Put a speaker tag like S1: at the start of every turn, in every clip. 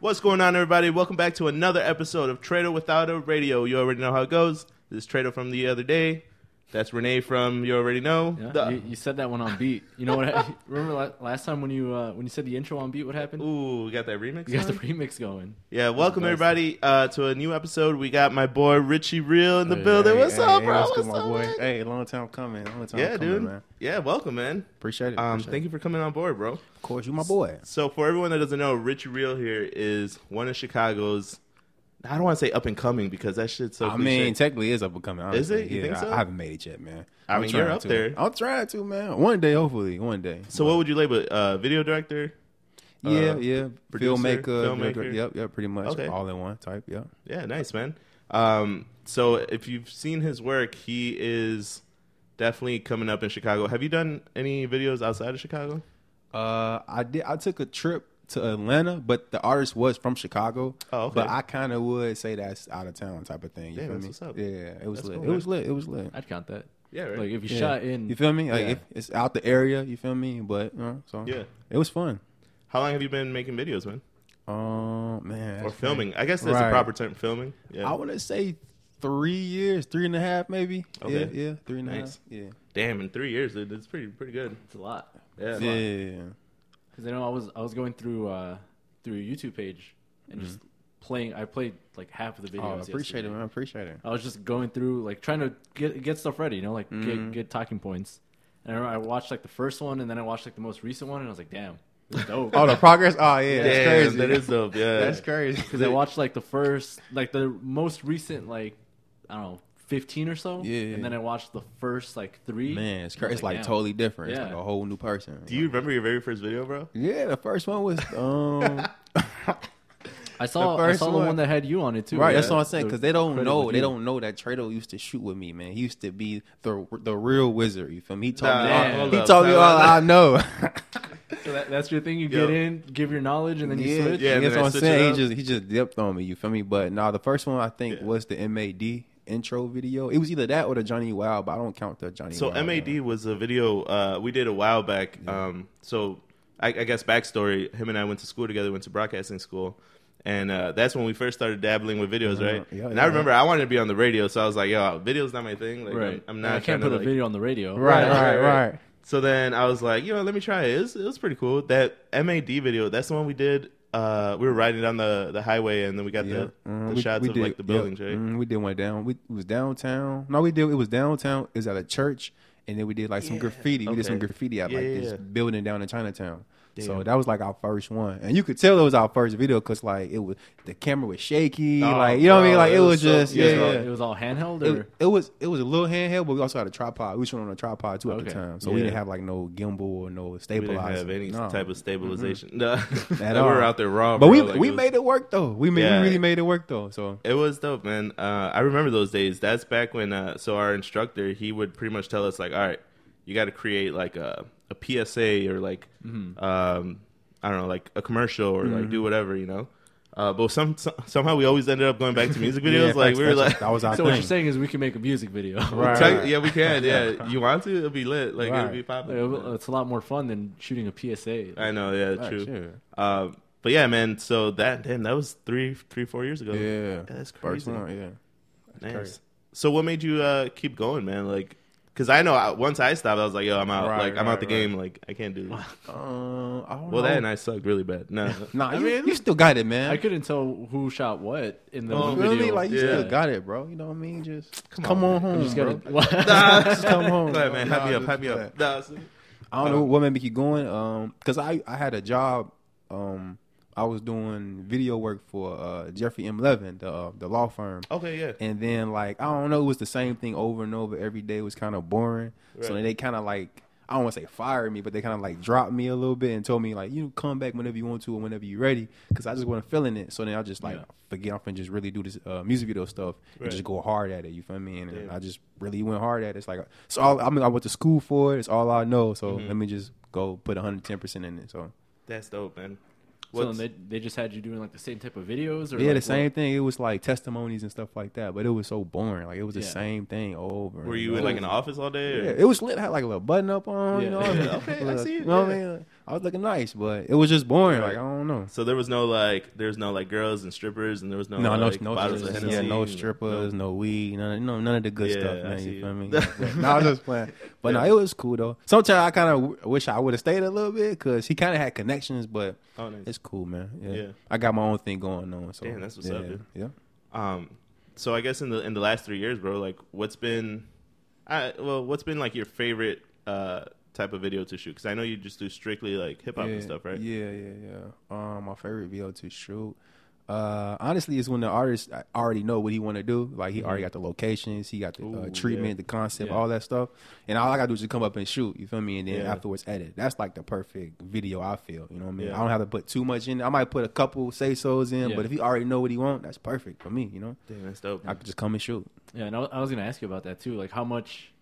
S1: What's going on, everybody? Welcome back to another episode of Trader Without a Radio. You already know how it goes. This is Trader from the other day. That's Renee from You Already Know.
S2: Yeah,
S1: The-
S2: you, you said that one on beat. You know what? I, remember la- last time when you uh, when you said the intro on beat, what happened?
S1: Ooh, we got that remix.
S2: You got the
S1: going?
S2: remix going.
S1: yeah, welcome
S2: nice.
S1: everybody uh, to a new episode. We got my boy Richie Real in the
S3: Hey,
S1: building.
S3: hey,
S1: What's
S3: hey,
S1: up,
S3: hey,
S1: bro?
S3: what's good, my
S1: up,
S3: boy?
S1: man?
S3: Hey, long time coming. Long time
S1: yeah,
S3: coming,
S1: dude.
S3: man.
S1: Yeah, welcome, man.
S3: Appreciate it.
S1: Um,
S3: appreciate
S1: thank
S3: it.
S1: you for coming on board, bro.
S3: Of course, you my boy.
S1: So for everyone that doesn't know, Richie Real here is one of Chicago's. I don't want to say up and coming because that shit's so.
S3: I mean,
S1: cliche.
S3: technically, it's up and coming. Honestly.
S1: it? You
S3: yeah,
S1: think
S3: I-
S1: so?
S3: I, haven't made it yet, man.
S1: I mean, you're
S3: trying
S1: up
S3: to.
S1: there.
S3: I'm trying to, man. One day, hopefully, one day.
S1: so what would you label it? Uh, video director?
S3: yeah,
S1: uh,
S3: yeah.
S1: producer,
S3: filmmaker,
S1: filmmaker?
S3: Yep, yep. Pretty much
S1: Okay.
S3: all in one type. Yep.
S1: Yeah, nice man. Um, so if you've seen his work, he is definitely coming up in Chicago. Have you done any videos outside of Chicago?
S3: Uh, I did. I took a trip to Atlanta, but the artist was from Chicago.
S1: Oh, okay.
S3: But I kind of would say that's out of town type of thing. You
S1: Yeah,
S3: feel
S1: that's
S3: me?
S1: what's up.
S3: Yeah, it was
S1: That's
S3: lit.
S1: cool,
S3: it
S1: man.
S3: was lit. It was lit.
S2: I'd count that.
S1: Yeah, right.
S2: Like if you
S3: Yeah.
S2: shot in,
S3: You feel me? Like
S2: Yeah.
S3: if it's out the area. You feel me? But you know, so
S1: Yeah.
S3: it was fun.
S1: How long have you been making videos, man?
S3: Um, man,
S1: Or
S3: that's
S1: filming? I guess that's the
S3: Right.
S1: proper term, filming.
S3: crazy. I
S1: Yeah.
S3: want to say three years, three and a half, maybe.
S1: Okay.
S3: Yeah, yeah, three and a half.
S1: Nice.
S3: Yeah,
S1: Damn, in three years, dude, it's pretty pretty good.
S2: it's a lot.
S1: Yeah.
S3: yeah, yeah, yeah.
S2: Because I know I was I was going through uh, through a YouTube page and just playing. I played like half of the videos.
S3: Oh, I appreciate
S2: yesterday.
S3: it, man. I appreciate it.
S2: I was just going through like trying to get get stuff ready, you know, like
S3: Mm-hmm.
S2: get, get talking points. And I, remember I watched like the first one, and then I watched like the most recent one, and I was like, damn, this is dope.
S3: Oh, the progress. Oh, yeah, that's
S1: Damn,
S3: crazy.
S1: That is dope. Yeah.
S3: that's crazy.
S2: Because I watched like the first, like the most recent, like I don't know, fifteen or so.
S3: Yeah.
S2: And then I watched the first like three.
S3: Man, it's
S2: And I
S3: crazy.
S2: was
S3: It's like
S2: "Damn."
S3: totally different. It's
S2: Yeah.
S3: like a whole new person.
S1: Do you remember your very first video, bro?
S3: Yeah, the first one was um
S2: I saw.
S3: the
S2: I
S3: first
S2: saw the one
S3: one.
S2: that had you on it too.
S3: right. That's
S2: yeah.
S3: what I'm saying
S2: The
S3: because they don't
S2: credit
S3: know
S2: with
S3: they
S2: you.
S3: don't know that Trado used to shoot with me, man. He used to be the the real wizard. You feel me? He told
S1: Nah,
S3: me
S2: nah,
S3: all,
S2: hold
S3: he
S1: up.
S3: told me
S1: Nah,
S3: all
S1: nah,
S3: I know.
S2: So that, that's your thing. You
S1: Yo.
S2: get in, give your knowledge, and then you switch.
S1: yeah,
S3: Yeah,
S1: and
S3: that's
S1: then
S3: what
S1: I
S3: I'm
S1: switch it
S3: saying.
S1: up.
S3: He just he just dipped on me. You feel me? But nah, the first one I think
S1: Yeah.
S3: was the MAD intro video. It was either that or the Johnny Wow, but I don't count the Johnny.
S1: So
S3: Wild,
S1: MAD
S3: man.
S1: was a video uh, we did a while back. Um, so I, I guess backstory: him and I went to school together, went to broadcasting school, and uh, that's when we first started dabbling with videos,
S3: Yeah,
S1: right?
S3: yeah,
S1: and
S3: yeah.
S1: I remember I wanted to be on the radio, so I was like, "Yo, video's not my thing. Like,
S2: Right.
S1: I'm, I'm not
S2: I
S1: trying
S2: can't
S1: to
S2: put a
S1: like,
S2: video on the radio.
S3: Right,
S1: Right,
S3: right,
S1: right.
S3: right.
S1: So then I was like, you know, let me try it. It was, it was pretty cool. That MAD video, that's the one we did. Uh, we were riding down the, the highway, and then we got
S3: Yeah.
S1: the,
S3: Mm,
S1: the
S3: we-
S1: shots
S3: we
S1: of
S3: did-
S1: like the
S3: yeah.
S1: buildings, right?
S3: Mm, we did one down. We it was downtown. No, we did. It was downtown. It was at a church, and then we did like some graffiti. We did some
S1: Okay.
S3: graffiti at
S1: Yeah,
S3: like
S1: yeah,
S3: this
S1: yeah.
S3: building down in Chinatown. So
S1: Damn.
S3: that was like our first one, and you could tell it was our first video because like it was the camera was shaky,
S1: Oh,
S3: like you know what I mean.
S1: bro,
S3: Like
S1: it
S3: it
S1: was
S3: was
S1: so-
S3: just
S1: yeah,
S3: yeah.
S2: It was all,
S3: yeah.
S2: it was all handheld, or
S3: It, it was it was a little handheld, but we also had a tripod. We shot on a tripod too at
S2: Okay.
S3: the time, so we
S1: Yeah.
S3: didn't have like no gimbal or no
S1: We didn't
S3: stabilizer.
S1: have any
S3: No.
S1: type of stabilization. No.
S3: At
S1: we were
S3: all.
S1: out there raw,
S3: But we
S1: bro. Like,
S3: we
S1: it was-
S3: made it work though. We made
S1: Yeah.
S3: we really made it work though. So
S1: It was dope, man. Uh, I remember those days. That's back when, uh, so our instructor, he would pretty much tell us, like, all right, you got to create like a, a PSA or like, um, I don't know, like a commercial or like do whatever, you know? Uh, but some, some somehow we always ended up going back to music videos.
S3: Yeah,
S1: like,
S3: facts.
S1: we were
S3: That's-
S1: like,
S3: that was our
S2: so what
S3: thing.
S2: you're saying is we can make a music video.
S3: Right.
S1: Tec- yeah, we can. Yeah. You want to? It'll be lit. Like, it'll
S3: Right.
S1: be
S2: Like,
S1: popping.
S2: It's a lot more fun than shooting a PSA.
S1: I know. Yeah,
S3: Right,
S1: true.
S3: sure.
S1: Um, but yeah, man. So that, damn, that was three, three, four years ago.
S3: Yeah,
S1: That's
S3: First
S1: crazy.
S3: one, yeah.
S1: Nice.
S3: crazy.
S1: So what made you uh, keep going, man? Like, because I know I, once I stopped, I was like, yo, I'm out.
S3: Right,
S1: like, I'm
S3: right,
S1: out the
S3: right.
S1: game. Like, I can't do this.
S3: Um, I don't
S1: Well,
S3: know.
S1: that and I sucked really bad. No.
S3: nah,
S1: I
S3: you,
S1: mean,
S3: you still got it, man.
S2: I couldn't tell who shot what in the
S1: Oh,
S3: you
S2: one
S3: feel
S2: video.
S3: me? Like you
S1: Yeah.
S3: still got it, bro. You know what I mean? Just
S1: Come
S3: come,
S1: on,
S3: on,
S1: man.
S3: home,
S2: You just
S3: bro.
S2: gotta-
S3: Just come home.
S1: Go ahead, man.
S3: Nah,
S1: Hype me up.
S3: just
S1: Hype me
S3: relax.
S1: up. Nah, see?
S3: I don't know what made me keep going. Um, because I I had a job. Um, I was doing video work for uh Jeffrey M. Levin, the uh, the law firm.
S1: Okay, yeah.
S3: And then like I don't know, it was the same thing over and over. Every day was kind of boring. So
S1: Right.
S3: then they kind of like I don't want to say fired me, but they kind of like dropped me a little bit and told me like you come back whenever you want to and whenever you're ready because I just wasn't feeling it. So then I just like
S2: Yeah.
S3: forget I'm finna just really do this uh, music video stuff
S1: Right.
S3: and just go hard at it. You feel me? And, then
S1: Yeah.
S3: I just really went hard at it. It's like so all, I mean I went to school for it. It's all I know. So
S1: Mm-hmm.
S3: let me just go put 110 percent in it. So.
S1: That's dope, man.
S2: So
S1: What's,
S2: they they just had you doing like the same type of videos, or
S3: Yeah,
S2: like,
S3: the same
S2: what-
S3: thing. It was like testimonies and stuff like that, but it was so boring. Like it was the
S2: Yeah.
S3: same thing over.
S1: were
S3: and
S1: you in,
S3: over.
S1: like in the office all day? Or?
S3: Yeah, it was lit. Had like a little button up on.
S2: Yeah.
S3: You know,
S1: Yeah, okay, I
S3: Look,
S1: see it,
S3: You know what I
S1: yeah.
S3: mean? I was looking nice, but it was just boring.
S1: Right.
S3: Like I don't know.
S1: So there was no like, there's no like girls and strippers, and there was no
S3: No, no,
S1: like,
S3: no,
S1: bottles of
S3: strippers,
S1: Hennessy. Oh,
S3: yeah, no
S1: and-
S3: strippers, no, weed, none, no, none of the good
S1: Yeah,
S3: stuff,
S1: I
S3: man.
S1: see
S3: You
S1: you.
S3: feel me? But- no, I was just playing, but no, it was cool though. Sometimes I kind of w- wish I would have stayed a little bit because he kind of had connections, but
S1: Oh, nice.
S3: it's cool, man. Yeah.
S1: Yeah.
S3: I got my own thing going on. So
S1: Damn, that's what's
S3: yeah,
S1: up, dude.
S3: Yeah,
S1: Um, so I guess in the in the last three years, bro, like what's been, I well, what's been like your favorite uh type of video to shoot? Because I know you just do strictly like hip hop
S3: yeah,
S1: and stuff, right?
S3: Yeah, yeah, yeah. Um, my favorite video to shoot. Uh, honestly, is when the artist I already know what he want to do. Like he already got the locations, he got the
S1: Mm-hmm. Ooh,
S3: uh,
S1: yeah.
S3: treatment, the concept,
S2: Yeah.
S3: all that stuff. And all I gotta do is just come up and shoot. You feel me? And then
S1: Yeah.
S3: afterwards edit. That's like the perfect video. I feel. You know what I mean?
S1: Yeah.
S3: I don't have to put too much in. I might put a couple say so's in,
S2: Yeah.
S3: but if he already know what he want, that's perfect for me. You know,
S1: Damn, that's dope.
S3: I could just come and shoot.
S2: Yeah, and I, I was gonna ask you about that too. Like, how much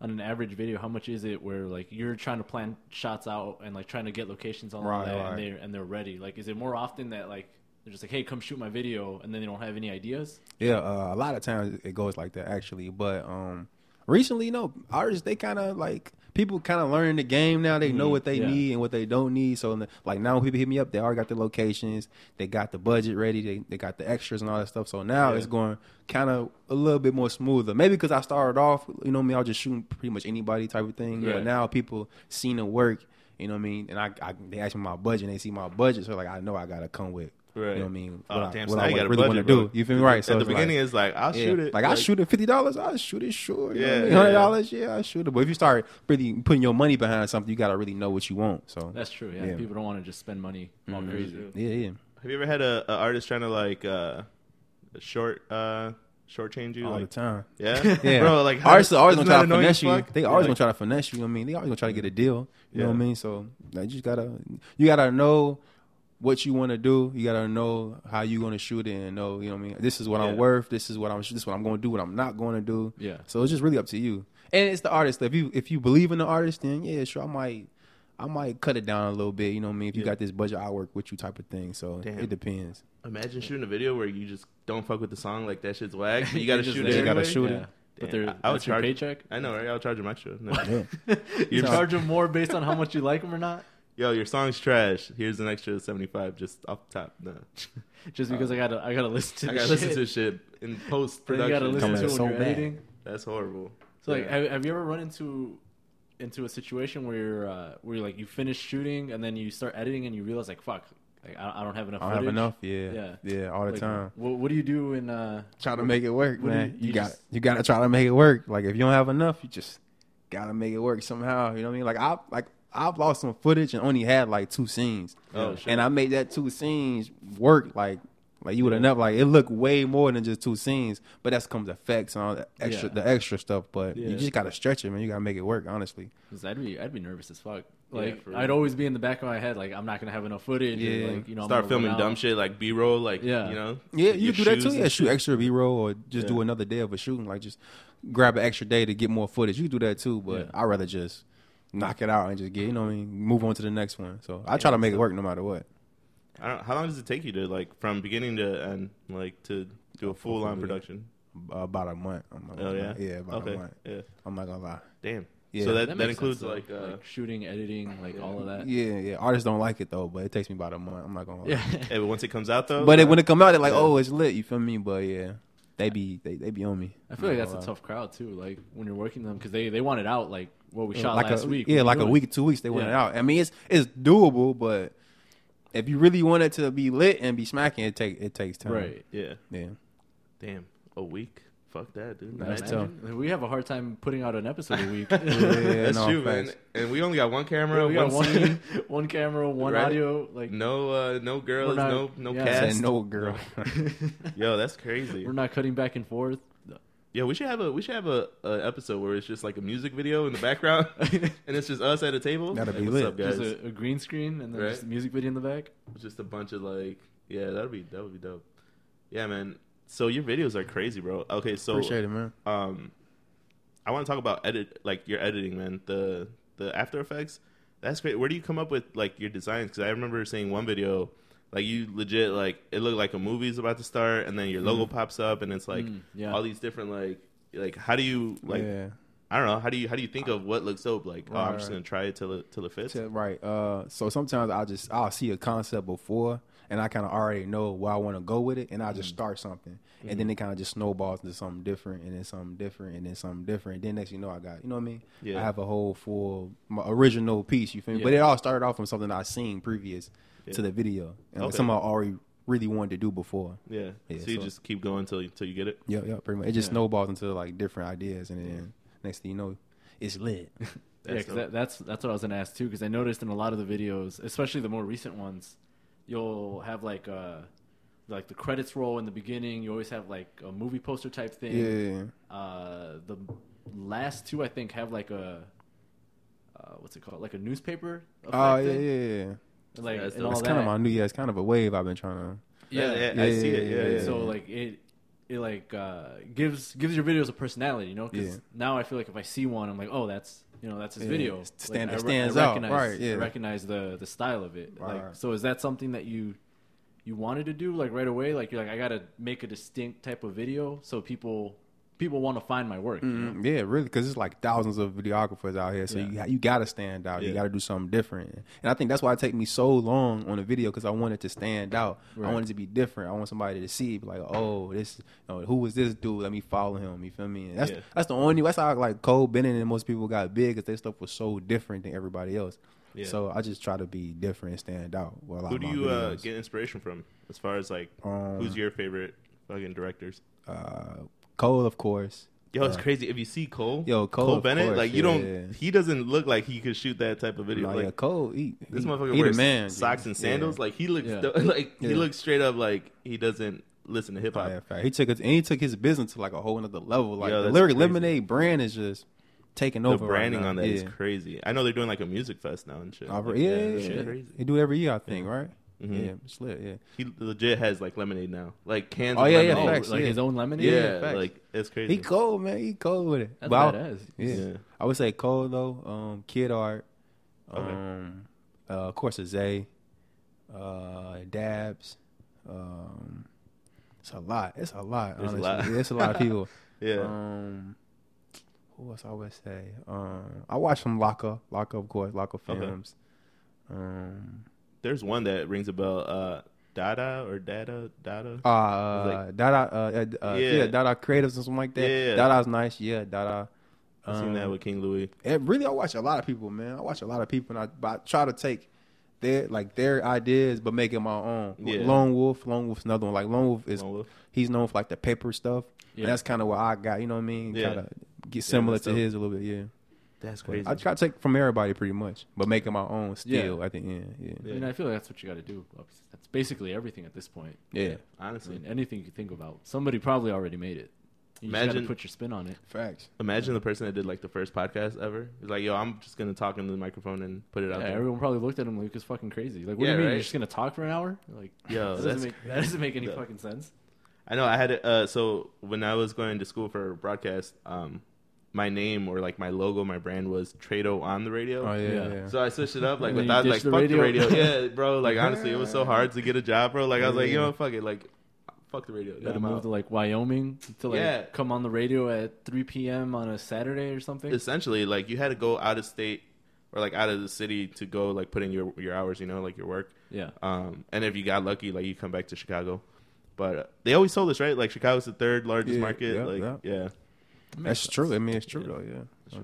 S2: on an average video, how much is it where like you're trying to plan shots out and like trying to get locations on
S3: Right,
S2: that,
S3: right.
S2: and they and they're ready? Like, is it more often that like they're just like, hey, come shoot my video, and then they don't have any ideas?
S3: Yeah, uh, a lot of times it goes like that actually, but um recently no, artists they kind of like people kind of learn the game now. They know
S1: Mm-hmm.
S3: what they
S2: yeah.
S3: need and what they don't need. So n- like now when people hit me up, they already got the locations, they got the budget ready, they they got the extras and all that stuff. So now
S1: Yeah.
S3: it's going kind of a little bit more smoother. Maybe because I started off, you know, what I mean, I was just shooting pretty much anybody type of thing.
S2: Yeah.
S3: But now people seen the work. You know what I mean? And I, I they ask me my budget, and they see my budget, so like I know I gotta come with. You
S1: Right.
S3: know what I mean?
S1: Oh,
S3: what
S1: damn,
S3: I,
S1: so
S3: what
S1: now
S3: I
S1: you got a
S3: really want to
S1: budget,
S3: do.
S1: bro.
S3: You feel me? Right. So
S1: At the
S3: it's like-
S1: beginning, it's like I'll
S3: yeah.
S1: shoot it.
S3: Like, I shoot it fifty dollars, I shoot it sure.
S1: Yeah,
S3: Yeah,
S1: yeah,
S3: hundred dollars, yeah, I shoot it. But if you start really putting your money behind something, you gotta really know what you want. So
S2: That's true. Yeah,
S3: Yeah.
S2: people don't want to just spend money all
S1: Mhm.
S2: crazy.
S1: Yeah.
S3: yeah, yeah.
S1: Have you ever had a, a artist trying to like uh short uh shortchange you?
S3: all
S1: like,
S3: the time.
S1: Yeah,
S3: Yeah,
S1: bro. Like how-
S3: artists are always
S1: isn't
S3: gonna try
S1: that
S3: to
S1: annoying
S3: finesse
S1: as
S3: you.
S1: fuck?
S3: They always
S1: Yeah.
S3: gonna try to finesse you. I mean, they always gonna try to get a deal. You know what I
S1: Yeah.
S3: mean? So like, you just gotta you gotta know what you want to do. You gotta know how you gonna shoot it and know. You know what I mean? This is what
S1: Yeah.
S3: I'm worth. This is what I'm. This is what I'm gonna do. What I'm not gonna do.
S2: Yeah.
S3: So it's just really up to you. And it's the artist. If you if you believe in the artist, then yeah, sure. I might I might cut it down a little bit. You know what I mean? If you
S1: Yeah.
S3: got this budget, I will work with you type of thing. So
S1: Damn.
S3: it depends.
S1: Imagine shooting a video where you just don't fuck with the song, like that shit's whack. But you gotta
S2: Just
S1: shoot
S2: there.
S1: it.
S3: You gotta
S1: anyway.
S3: shoot it.
S2: But
S1: Damn,
S2: they're,
S1: I- I would
S2: that's your
S1: charge-
S2: paycheck.
S1: I know, right? I'll charge him extra. No.
S3: Yeah.
S2: you
S1: Your-
S2: charge them more based on how much you like them or not,
S1: Yo, your song's trash. Here's an extra seventy five, just off the top. No,
S2: just because I gotta I gotta listen to.
S1: Uh, I
S2: this
S1: gotta listen
S2: shit.
S1: to this shit in post
S2: Then you gotta
S1: production.
S2: listen
S3: Coming
S2: to it
S3: so
S2: when you're
S3: bad.
S2: editing.
S1: That's horrible.
S2: So like,
S1: Yeah.
S2: have, have you ever run into into a situation where you're uh, where you're, like you finish shooting and then you start editing and you realize like fuck, like I, I don't have enough.
S3: I don't have
S2: footage.
S3: enough. Yeah.
S2: Yeah.
S3: Yeah. All the
S2: Like,
S3: time.
S2: What, what do you do in? Uh,
S3: try to make it work,
S2: What do
S3: man.
S2: you-
S3: You,
S2: you
S3: got
S2: just-
S3: you got to try to make it work. Like if you don't have enough, you just gotta make it work somehow. You know what I mean? Like I like I've lost some footage and only had like two scenes,
S1: Oh shit.
S3: and I made that two scenes work. Like like you would have never like it looked way more than just two scenes, but that's comes effects and all that extra
S2: Yeah.
S3: the extra stuff. But
S2: Yeah.
S3: you just gotta stretch it, man. You gotta make it work. Honestly,
S2: 'cause I'd be I'd be nervous as fuck.
S1: Yeah,
S2: Like
S1: for
S2: I'd
S1: real.
S2: always be in the back of my head like I'm not gonna have enough footage. or,
S3: Yeah.
S2: like, you know, I'm
S1: Start
S2: gonna run
S1: filming
S2: out.
S1: dumb shit like B roll, like
S2: Yeah.
S1: you know.
S3: yeah,
S1: like
S3: you
S1: your
S3: do that too.
S1: shoes and
S3: Yeah, shoot
S1: shit.
S3: extra B roll or just do
S1: Yeah.
S3: another day of a shooting. Like just grab an extra day to get more footage. You do that too, but
S2: Yeah.
S3: I'd rather just knock it out and just get you know what I mean. Move on to the next one. So I try to make it work no matter what.
S1: I don't, how long does it take you to like from beginning to end, like to do a full on
S3: yeah.
S1: production?
S3: uh, About a month. I'm not
S1: Oh
S3: gonna
S1: yeah,
S3: lie. yeah, about
S1: okay,
S3: a month.
S1: yeah,
S3: I'm not gonna lie.
S1: damn.
S3: Yeah.
S1: So that that,
S2: makes
S1: includes
S2: sense, though.
S1: like, uh,
S2: shooting, editing, like all of that.
S3: Yeah, yeah. Artists don't like it though, but it takes me about a month. I'm not gonna lie.
S2: Yeah.
S1: hey, but once it comes out though, uh,
S3: But it, when it come out, they're like,
S1: Yeah.
S3: oh, it's lit. You feel me? But yeah, they be they, they be on me.
S2: I feel like that's a
S3: Wow.
S2: tough crowd too. Like when you're working them because they they want it out like what we shot
S3: like
S2: last
S3: a,
S2: week.
S3: Yeah,
S2: We're
S3: like a
S2: doing it.
S3: week, two weeks. They went
S2: Yeah.
S3: out. I mean, it's it's doable, but if you really want it to be lit and be smacking, it take it takes time.
S2: Right.
S1: yeah,
S3: Yeah.
S1: damn, a week. Fuck that, dude.
S3: That's
S1: Imagine.
S3: tough.
S2: Imagine, like, we have a hard time putting out an episode a week.
S3: Yeah,
S1: That's
S3: no,
S1: true, man.
S3: facts.
S1: And we only got one camera,
S2: we
S1: one,
S2: got one,
S1: scene,
S2: one camera, one
S1: Right?
S2: audio. Like
S1: no, uh, no girls,
S2: not-
S1: no, no
S2: yeah.
S1: cast.
S3: Said no girl.
S1: Yo, that's crazy.
S2: we're not cutting back and forth.
S1: Yo, we should have a we should have a, a episode where it's just like a music video in the background, and it's just us at a table.
S3: That'd
S1: Like,
S3: be
S1: what's
S3: lit.
S1: up, guys?
S2: Just a, a green screen and then
S1: Right.
S2: just a music video in the back.
S1: just a bunch of like yeah that'd be that would be dope yeah man so your videos are crazy bro okay so
S3: Appreciate it, man.
S1: um i want to talk about edit like your editing man the the after effects that's great where do you come up with like your designs because i remember seeing one video like you legit like it looked like a movie's about to
S3: Mm-hmm.
S1: start and then your logo pops up and it's like
S2: Mm, yeah.
S1: all these different like like how do you like
S3: yeah.
S1: I don't know. How do you how do you think of what looks dope? Like, oh, I'm just
S3: Right.
S1: gonna try it till it till it fits.
S3: To- right. Uh, so sometimes I just I'll see a concept before, and I kind of already know where I want to go with it, and I just start something, and then it kind of just snowballs into something different, and then something different, and then something different. then next thing you know, I got you know what I mean.
S1: Yeah.
S3: I have a whole full my original piece. You feel me? But it all started off from something I seen previous to the video, and like
S1: Okay.
S3: something I already really wanted to do before.
S1: Yeah.
S3: Yeah,
S1: So you
S3: so-
S1: just keep going till till you get it.
S3: Yeah, yeah, pretty much. It just snowballs into like different ideas, and then next thing you know, it's lit.
S2: Yeah, 'cause
S1: dope.
S2: that, that's that's what I was gonna ask too. Because I noticed in a lot of the videos, especially the more recent ones, you'll have like uh like the credits roll in the beginning. You always have like a movie poster type thing.
S3: yeah.
S2: Uh, the last two I think have like a uh, what's it called? Like a newspaper.
S3: Oh
S2: effect
S3: yeah,
S2: in.
S3: yeah, yeah.
S2: Like
S1: That's
S2: and
S1: dope.
S2: all
S3: It's
S2: that.
S3: kind of my new yeah. It's kind of a wave I've been trying to.
S1: Yeah, yeah, I
S3: Yeah,
S1: see it.
S3: yeah,
S1: Yeah,
S3: yeah,
S1: yeah.
S2: so like it it like uh gives gives your videos a personality you know because
S3: Yeah.
S2: now i feel like if i see one i'm like oh that's you know that's his
S3: Yeah,
S2: video
S3: it's-
S2: Like,
S3: stand-
S2: I
S3: it
S2: re-
S3: stands
S2: I
S3: out,
S2: recognize,
S3: right,
S2: I
S3: yeah.
S2: recognize the the style of it
S3: Right,
S2: like
S3: right.
S2: so is that something that you you wanted to do like right away like you're like i gotta make a distinct type of video so people people want to find my work you know?
S1: Mm-hmm.
S3: Mm, Yeah, really, because it's like thousands of videographers out here, so
S2: Yeah.
S3: you you gotta stand out.
S1: Yeah.
S3: You gotta do something different, and I think that's why it take me so long on a video because I wanted to stand out.
S2: Right.
S3: I wanted to be different. I want somebody to see be like, oh, this, you know, who was this dude? Let me follow him. You feel me? And that's
S1: Yeah.
S3: that's the only that's how like Cole Bennett and most people got big because their stuff was so different than everybody else.
S1: Yeah.
S3: So I just try to be different and stand out. With a lot
S1: who
S3: of
S1: do
S3: my
S1: you uh,
S3: videos.
S1: get inspiration from as far as like
S3: Um,
S1: who's your favorite fucking directors?
S3: Uh, Cole, of course. Uh,
S1: Yo, it's crazy. If you see Cole,
S3: Yo, Cole, of
S1: Bennett,
S3: course,
S1: like you
S3: yeah,
S1: don't,
S3: yeah.
S1: he doesn't look like he could shoot that type of video.
S3: Nah,
S1: like
S3: yeah, Cole, he,
S1: this
S3: he,
S1: motherfucker
S3: he the
S1: wears
S3: man, G.
S1: socks and
S3: Yeah.
S1: sandals. Like he looks,
S2: Yeah.
S1: do- like he
S3: Yeah.
S1: looks straight up like he doesn't listen to hip
S3: Oh,
S1: hop.
S3: yeah, fact. He took it, and he took his business to like a whole another level. Like
S1: Yo,
S3: the
S1: that's
S3: Lyric
S1: crazy.
S3: Lemonade brand is just taking
S1: The
S3: over. right
S1: branding
S3: now.
S1: on that is
S3: Yeah.
S1: crazy. I know they're doing like a music fest now and shit.
S3: I've-
S1: Like,
S3: yeah, yeah,
S1: that
S3: yeah.
S1: shit crazy.
S3: They do it every year, I think, right?
S1: Mhm.
S3: Yeah, it's lit. Yeah,
S1: He legit has like lemonade now, like cans.
S3: Oh,
S1: of
S3: yeah, yeah,
S1: lemonade.
S2: Oh,
S3: facts,
S2: like
S3: yeah.
S2: his own lemonade
S1: yeah,
S3: yeah, facts.
S1: like it's crazy.
S3: he cold, man. He cold with it.
S2: that's
S3: But I-
S2: badass
S3: Yeah.
S1: Yeah.
S3: I would say cold though. Um, Kid Art.
S1: Okay.
S3: Um, uh, of course, Zay. Uh, Dabs. Um, it's a lot. It's a lot.
S1: There's a
S3: honestly.
S1: lot.
S3: Yeah, it's a lot of people.
S1: yeah.
S3: Um, who else I would say? Um, I watch some Locker, Locker of course, Locker
S1: Okay.
S3: films. Um,
S1: There's one that rings a bell. Uh, Dada or Dada Dada.
S3: uh, uh
S1: like-
S3: Dada, uh, uh, uh,
S1: Yeah.
S3: yeah. Dada Creatives and something like that.
S1: Yeah.
S3: Dada's nice, yeah, Dada. Um,
S1: I've seen that with King Louis.
S3: And really, I watch a lot of people, man. I watch a lot of people, and I, but I try to take their like their ideas, but make it my own.
S1: Yeah.
S3: Lone Wolf, Lone Wolf's another one. Like Lone Wolf is
S1: Lone Wolf.
S3: he's known for like the paper stuff.
S2: Yeah.
S3: And that's kind of what I got. You know what I mean?
S1: Yeah.
S3: Kind of get similar to
S1: stuff.
S3: his a little bit, yeah.
S1: That's
S3: But I try to take from everybody pretty much, but making my own still
S2: Yeah.
S3: at the end. Yeah.
S2: I mean, I feel like that's what you got to do. That's basically everything at this point.
S3: Yeah.
S2: I
S1: Honestly,
S2: mean, anything you think about, somebody probably already made it. You just got
S1: Imagine-
S2: to put your spin on it.
S3: Facts.
S1: imagine the person that did like the first podcast ever. It's like, yo, I'm just gonna talk into the microphone and put it out
S2: Yeah,
S1: there.
S2: everyone probably looked at him like it's fucking crazy. Like, what do
S1: Yeah,
S2: you mean?
S1: right?
S2: You're just gonna talk for an hour? Like,
S1: Yo,
S2: that
S1: that's
S2: doesn't make that doesn't make any
S1: No.
S2: fucking sense.
S1: I know I had it. Uh, so when I was going to school for broadcast, um, my name or like my logo, my brand was Trado on the radio.
S3: Oh yeah.
S2: Yeah.
S3: yeah.
S1: So I switched it up like
S2: And then you
S1: without like
S2: ditched the
S1: fuck the
S2: radio.
S1: radio. Yeah, bro. Like honestly, it was so hard to get a job, bro. Like I was like, you know, fuck it. Like fuck the radio.
S2: You gotta
S1: I'm
S2: move
S1: out.
S2: to like Wyoming to like
S1: Yeah.
S2: come on the radio at 3 p.m. on a Saturday or something.
S1: essentially like you had to go out of state or like out of the city to go like put in your your hours you know like your work
S2: yeah,
S1: um and if you got lucky like you come back to chicago but uh, they always told us right like chicago's the third largest
S3: Yeah,
S1: market
S3: yeah,
S1: like
S3: yeah.
S1: yeah
S3: That's true. I mean, it's true
S1: Yeah.
S3: though. Yeah.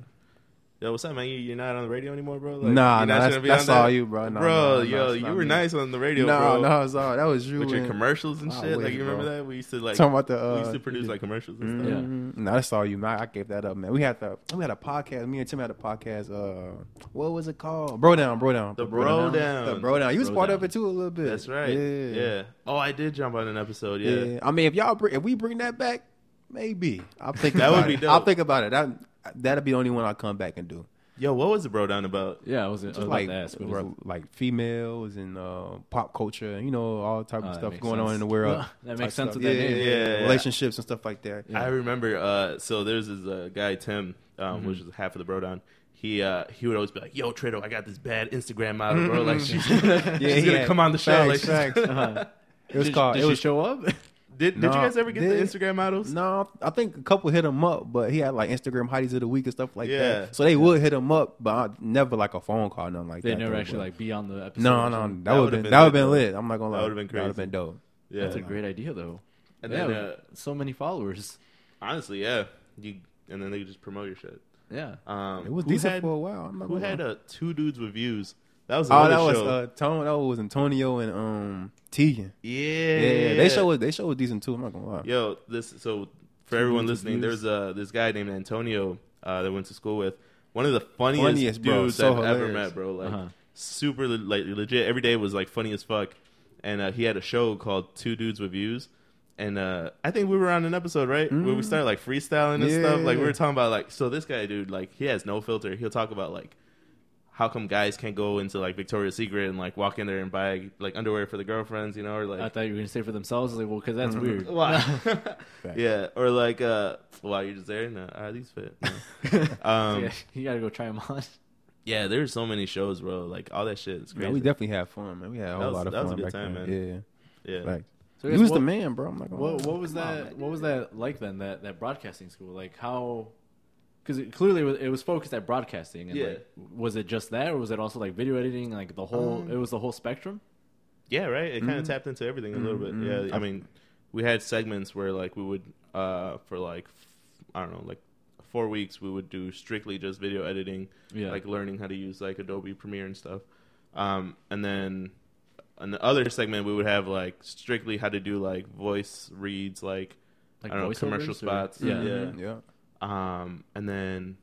S1: Yo, what's up, man? You, you're not on the radio anymore, bro.
S3: Nah, nah,
S1: you're not
S3: that's-
S1: gonna be
S3: that's
S1: on that?
S3: all you, bro. Nah,
S1: bro,
S3: nah,
S1: yo,
S3: nah, it's
S1: you
S3: not
S1: were
S3: me.
S1: nice on the radio,
S3: no,
S1: bro.
S3: no, it's all that was you.
S1: with your
S3: and-
S1: commercials and
S3: I
S1: shit.
S3: wish,
S1: Like, you remember
S3: bro.
S1: that we used to like
S3: Talking about the,
S1: we used to
S3: uh,
S1: produce like commercials and stuff.
S2: Yeah.
S3: Mhm. No, that's all you. Man. I gave that up, man. We had the we had a podcast. Me and Tim had a podcast. Uh, what was it called? Bro down, bro down,
S1: The bro
S3: the
S1: down,
S3: bro down. You was
S2: Bro
S3: part
S2: Down.
S3: of it too a little bit.
S1: That's right. Yeah. Oh, I did jump on an episode.
S3: Yeah.
S1: yeah.
S3: I mean, if y'all bring, if we bring that back, maybe I'll think
S1: That would
S3: about
S1: be
S3: it.
S1: dope.
S3: I'll think about it. That that'll be the only one I'll come back and do.
S1: Yo, what was the bro down about?
S2: yeah. I was, I was
S3: Just
S2: about
S3: like
S2: to ask. what is
S3: we're
S2: it?
S3: like females and uh, pop culture, you know, all type
S2: Oh,
S3: of
S2: that
S3: stuff
S2: makes
S3: going on
S2: sense.
S3: in the world.
S2: That makes
S3: Type
S2: sense with
S3: stuff.
S2: that
S3: yeah,
S2: name.
S3: yeah,
S1: Yeah,
S3: yeah.
S1: yeah.
S3: relationships and stuff like that.
S1: I remember. Uh, so there's this uh, guy Tim, um,
S3: Mm-hmm.
S1: which is half of the bro down. He uh, he would always be like, "Yo, Trado, I got this bad Instagram model, bro. Like she's, she's
S3: he
S1: gonna
S3: had-
S1: come on the show.
S3: Mm-hmm. facts,
S1: like, she's-
S3: facts. It was
S2: did,
S3: called.
S2: Did
S3: it
S2: she
S3: was
S2: show up?
S1: Did Did you
S3: No,
S1: guys ever get
S3: did-
S1: the Instagram models?
S3: No, I think a couple hit him up, but he had like Instagram hotties of the week and stuff like
S1: Yeah.
S3: that. So they would hit him up, but I, never like a phone call, nothing like
S2: They
S3: that.
S2: never
S3: though,
S2: actually
S3: but-
S2: like be on the episode.
S3: No, no, that,
S1: would've
S3: would have
S1: been
S3: been that would
S1: lit,
S3: have been
S1: though.
S3: lit. I'm not gonna lie,
S1: That would've been
S3: That would have
S1: crazy.
S3: been dope.
S1: Yeah.
S2: That's a great idea though.
S1: and
S2: yeah,
S1: then uh,
S2: so many followers.
S1: honestly, yeah, you and then they just promote your shit.
S2: Yeah.
S1: Um,
S3: It was
S1: who
S3: decent
S1: had-
S3: for a while. I'm not
S1: Who
S3: gonna
S1: had
S3: lie.
S1: uh, two dudes with views? That was
S3: Oh,
S1: another
S3: that was
S1: show.
S3: uh, Tone. That was Antonio and um Tegan.
S1: yeah,
S3: Yeah, yeah, they show was they show was decent too. I'm not gonna lie.
S1: Yo, this so for everyone
S2: dudes with
S1: listening,
S2: views.
S1: there's uh this guy named Antonio uh, that went to school with one of the funniest,
S3: Funniest, bro.
S1: dudes
S3: So
S1: I've ever
S3: hilarious.
S1: met, bro. Like
S2: Uh-huh.
S1: super le- like legit. Every day was like funny as fuck, and uh, he had a show called Two Dudes with Views. And uh, I think we were on an episode, right? Where we started like freestyling and
S3: Yeah,
S1: stuff. Like
S3: yeah,
S1: we
S3: Mm. yeah.
S1: were talking about like so this guy, dude, like he has no filter. He'll talk about like how come guys can't go into like Victoria's Secret and like walk in there and buy like underwear for the girlfriends, you know, or like
S2: I thought you were gonna say for themselves. I was Like, well, because that's weird.
S1: Wow.
S3: Facts.
S1: yeah, or like, uh, wow, you're just there. No, ah, these fit. No. um,
S2: yeah, you gotta go try them on.
S1: yeah, there's so many shows, bro. Like all that shit is
S3: Yeah,
S1: crazy.
S3: we definitely had fun, man. We had a
S1: That
S3: whole
S1: was-
S3: lot of
S1: that was a
S3: fun
S1: good
S3: back
S1: time,
S3: then.
S1: yeah,
S3: Yeah, like
S2: So
S3: he
S2: guys,
S3: was
S2: what-
S3: the man, bro. I'm not gonna.
S2: What
S3: lie.
S2: What was
S3: Come on,
S2: that?
S3: man.
S2: what was that like then? That that broadcasting school? Like how? Because it, clearly it was, it was focused at broadcasting. And
S1: Yeah.
S2: Like, was it just that, or was it also like video editing? Like the whole?
S1: Um,
S2: it was the whole spectrum.
S1: yeah, right. It
S3: Mm-hmm.
S1: kind of tapped into everything a little bit. Yeah, I mean, we had segments where like we would, uh, for like, f- I don't know, like four weeks, we would do strictly just video editing,
S2: Yeah.
S1: like learning how to use like Adobe Premiere and stuff. Um, and then on the other segment, we would have like strictly how to do like voice reads, like
S2: Like
S1: I don't know,
S2: voiceovers,
S1: commercial
S2: or-
S1: spots.
S2: Yeah.
S1: Yeah.
S3: Mhm, yeah,
S1: Um, and then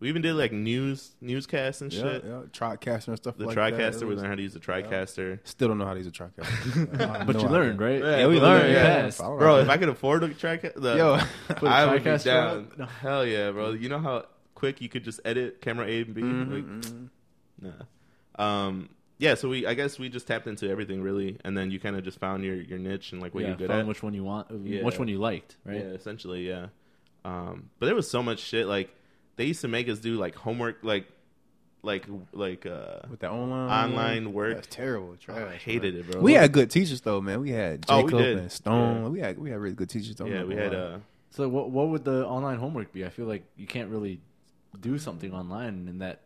S1: we even did like news newscasts and
S3: yeah,
S1: shit.
S3: yeah. Tricaster and stuff.
S1: The
S3: like that. It
S1: TriCaster, we
S3: was-
S1: learned how to use the TriCaster.
S3: Still don't know how to use a tricaster. I have
S2: But
S3: no
S2: you
S3: idea.
S2: learned, right?
S1: Yeah,
S3: Yeah, we
S1: but
S3: learned.
S1: we-
S3: Yeah,
S2: yeah.
S3: That's all
S1: Bro,
S3: right.
S1: if I could uh, afford a TriCaster, the,
S3: Yo,
S2: put a
S1: I would be
S2: TriCaster
S1: down.
S2: up? No.
S1: Hell yeah, bro. You know how quick you could just edit camera A and B?
S3: Mhm,
S1: Like,
S3: mhm.
S1: nah. Um, yeah, so we I guess we just tapped into everything really, and then you kind of just found your, your niche and like what
S2: yeah,
S1: you're good
S2: found
S1: at.
S2: which one you want,
S1: Yeah.
S2: which one you liked, right?
S1: Yeah, essentially, yeah. Um, but there was so much shit. Like they used to make us do like homework, like like like uh,
S3: with that online
S1: online work.
S3: That's terrible. Trash,
S1: I hated it, bro.
S3: We had good teachers though, man. We had
S1: Oh, we
S3: Jacob
S1: did.
S3: and Stone. We had we had really good teachers. Though,
S1: yeah, we had uh,
S2: So what what would the online homework be? I feel like you can't really do something online in that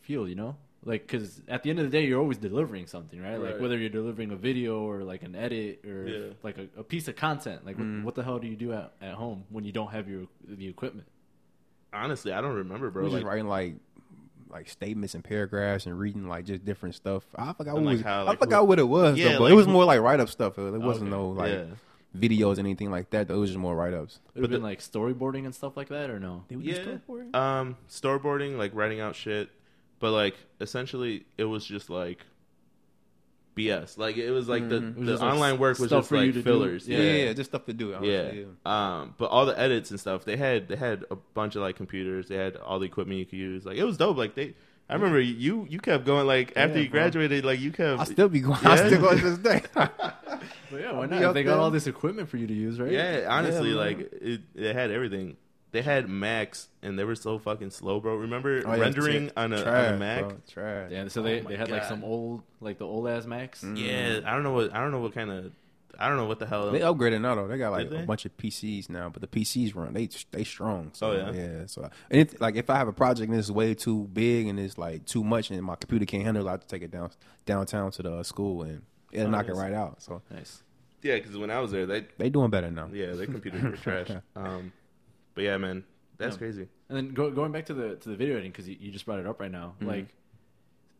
S2: field, you know? Like cuz at the end of the day you're always delivering something, right? Like
S1: Right.
S2: whether you're delivering a video or like an edit or
S1: Yeah.
S2: like a, a piece of content. Like what, what the hell do you do at, at home when you don't have your the equipment?
S1: honestly, I don't remember,
S3: we
S1: bro.
S3: was
S1: Like,
S3: just writing like like statements and paragraphs and reading like just different stuff. I forgot what
S1: And, like,
S3: was,
S1: how, like,
S3: I forgot
S1: who-
S3: what it was,
S1: Yeah,
S3: though, but
S1: like,
S3: it was
S1: who-
S3: more like write up stuff. It wasn't
S2: okay.
S3: no like
S1: yeah,
S3: videos or anything like that. Though. It was just more write ups.
S2: It would have
S1: the-
S2: been like storyboarding and stuff like that or no?
S1: yeah. Um, storyboarding, like writing out shit, but like essentially, it was just like BS. Like it was like
S3: Mhm.
S1: the,
S2: It was
S1: the
S2: just, like,
S1: online work was
S2: stuff
S1: just
S2: for you
S1: like
S2: to do.
S1: fillers.
S3: Yeah, yeah, just stuff to do. honestly,
S1: yeah. Um, but all the edits and stuff, they had they had a bunch of like computers. They had all the equipment you could use. Like it was dope. Like they, I remember you you kept going like after
S3: Yeah,
S1: you
S3: bro.
S1: graduated, like you kept.
S3: I still be going. I
S1: Yeah.
S3: still go to this day. Oh,
S2: But yeah, why
S3: I'll be
S2: not? If
S3: up
S2: They got
S3: there.
S2: all this equipment for you to use, right?
S1: yeah, honestly,
S3: Yeah,
S1: like
S3: man.
S1: it, it had everything. They had Macs and they were so fucking slow, bro. Remember
S3: Oh, yeah,
S1: rendering
S3: tra-
S1: on, a, on a
S3: trash,
S1: Mac?
S3: bro, Mm. trash.
S2: Yeah, so they,
S1: Oh my
S2: they had like
S1: God.
S2: some old like the old ass Macs.
S1: Yeah, I don't know what I don't know what kind of I don't know what the hell.
S3: They upgraded now though. They got like
S1: Did they?
S3: a bunch of PCs now, but the PCs run they they strong. So
S1: Oh, yeah?
S3: So and if, like if I have a project and it's way too big and it's like too much and my computer can't handle, it, I have to take it down downtown to the uh, school and it'll knock it
S1: Nice.
S3: right out. So
S2: Nice.
S1: yeah, because when I was there, they
S3: they doing better now.
S1: yeah their computers were trash. Um, but yeah, man, that's
S2: Yeah.
S1: crazy.
S2: And then go, going back to the to the video editing because you, you just brought it up right now.
S3: Mm-hmm.
S2: Like,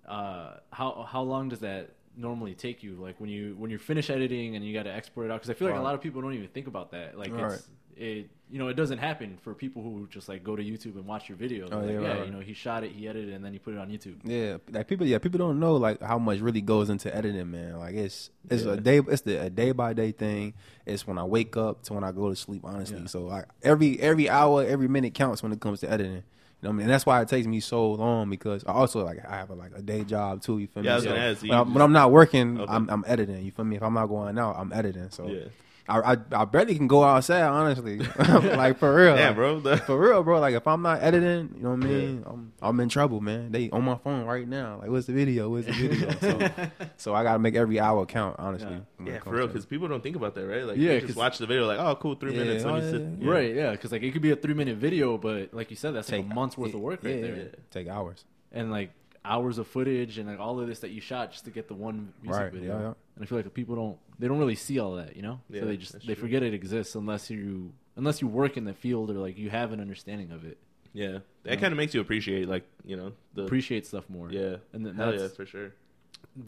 S2: uh, how how long does that normally take you? Like when you when you're finished editing and you got to export it out? Because I feel like a
S3: Right.
S2: lot of people don't even think about that. Like
S3: Right.
S2: it's it you know it doesn't happen for people who just like go to YouTube and watch your video.
S3: Oh,
S2: Like,
S3: yeah,
S2: yeah,
S3: right, right.
S2: you know he shot it, he edited, it, and then he put it on YouTube.
S3: Yeah, like people. Yeah, people don't know like how much really goes into editing, man. Like it's it's
S1: Yeah.
S3: a day. It's the a day by day thing. It's when I wake up to when I go to sleep. Honestly,
S2: Yeah.
S3: so like every every hour, every minute counts when it comes to editing. You know what I mean? And that's why it takes me so long because I also like I have a, like a day job too. You feel
S1: Yeah, I
S3: me?
S1: was
S3: So
S1: gonna ask, you
S3: when, I,
S1: just-
S3: when I'm not working,
S1: Okay.
S3: I'm, I'm editing. You feel me? If I'm not going out, I'm editing. So
S1: Yeah.
S3: I, I I barely can go outside, honestly. like for real,
S1: Yeah,
S3: Like,
S1: bro. The-
S3: For real, bro. Like if I'm not editing, you know what I mean. I'm I'm in trouble, man. They on my phone right now. Like, what's the video? What's the video? so, so I gotta make every hour count, honestly.
S2: Yeah.
S3: when it
S1: yeah, for
S3: comes
S1: real,
S3: to-
S1: because people don't think about that, right? Like,
S2: Yeah,
S1: they just
S2: 'cause-
S1: watch the video, like, oh, cool, three
S3: Yeah,
S1: minutes. Let me
S3: oh,
S1: sit.
S3: yeah,
S1: Yeah.
S2: Right, yeah, because like it could be a three minute video, but like you said, that's like a
S3: Take-
S2: month's worth of work right
S3: yeah,
S2: there,
S3: yeah. Take hours.
S2: and like hours of footage and like all of this that you shot just to get the one music
S3: Right,
S2: video.
S3: yeah, yeah.
S2: And I feel like the people don't they don't really see all that, you know.
S1: Yeah,
S2: so they just
S1: that's
S2: they
S1: true.
S2: forget it exists unless you unless you work in the field or like you have an understanding of it,
S1: Yeah, that kind of makes you appreciate, like, you know, the
S2: appreciate stuff more.
S1: yeah,
S2: and then
S1: hell
S2: that's
S1: yeah, for sure.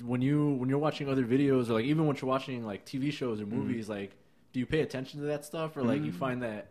S2: when you when you're watching other videos or like even when you're watching like TV shows or
S1: Mm-hmm.
S2: movies, like do you pay attention to that stuff or like you find that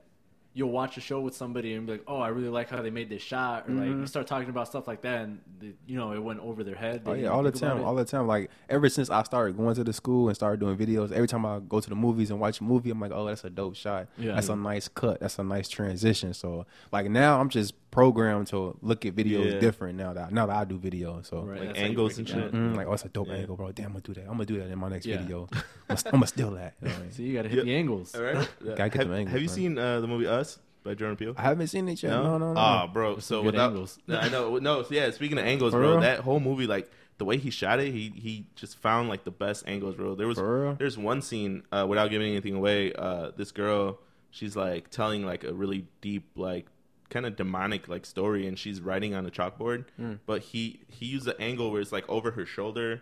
S2: you'll watch a show with somebody and be like, oh, I really like how they made this shot, or like
S1: Mm-hmm.
S2: you start talking about stuff like that and the, you know it went over their head. They
S3: Oh yeah,
S2: didn't
S3: all the
S2: think about
S3: time,
S2: it.
S3: all the time. Like ever since I started going to the school and started doing videos, every time I go to the movies and watch a movie, I'm like, oh, that's a dope shot.
S2: Yeah.
S3: that's a nice cut. That's a nice transition. So like now I'm just programmed to look at videos
S1: Yeah.
S3: different now that now that I do videos. So
S2: Right,
S1: Like
S2: that's how you
S1: angles
S2: break
S1: and
S2: it
S1: shit.
S2: down.
S3: mm, like oh, that's a dope
S1: Mm-hmm. Yeah.
S3: angle, bro. Damn, I'm gonna do that. I'm gonna do that in my next
S2: Yeah.
S3: video. I'm gonna steal that. You know what I mean?
S2: See, you got to hit
S1: Yeah.
S2: the angles.
S1: All right. Yeah.
S3: Gotta
S1: Have,
S3: get them angles,
S1: have you
S3: man.
S1: seen uh, the movie Us by Jordan Peele?
S3: I haven't seen it yet. No, no, no.
S1: Oh, bro. So
S2: good
S1: without
S2: angles.
S1: No, I know. No, so yeah. Speaking of angles,
S3: For
S1: bro,
S3: real?
S1: that whole movie, like the way he shot it, he he just found like the best angles, bro. There was
S3: For real?
S1: there's one scene uh, without giving anything away. Uh, this girl, she's like telling like a really deep like kind of demonic like story, and she's writing on a chalkboard. But he he used the angle where it's like over her shoulder,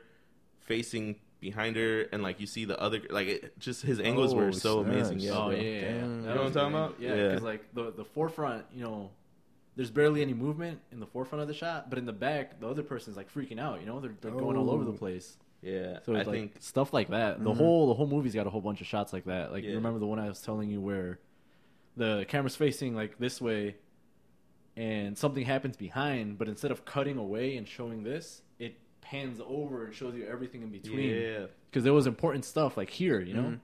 S1: facing behind her, and like you see the other like it, just his angles
S3: Oh,
S1: were so
S3: snap.
S1: amazing. Yeah,
S2: oh
S1: bro.
S2: yeah, yeah, yeah.
S3: Damn.
S1: You
S2: That
S1: know
S2: was
S1: what I'm
S2: a
S1: talking
S2: good
S1: about?
S2: angle. Yeah,
S1: Yeah.
S2: because like the the forefront, you know, there's barely any movement in the forefront of the shot, but in the back, the other person's like freaking out. You know, they're, they're going all over the
S3: Oh.
S2: place.
S1: yeah.
S2: So
S1: I
S2: it's like
S1: think
S2: stuff like that.
S1: Mm-hmm.
S2: The whole the whole movie's got a whole bunch of shots like that. Like you
S1: Yeah.
S2: remember the one I was telling you where the camera's facing like this way, and something happens behind, but instead of cutting away and showing this, it pans over and shows you everything in between
S1: yeah.
S2: because there was important stuff like here, you know.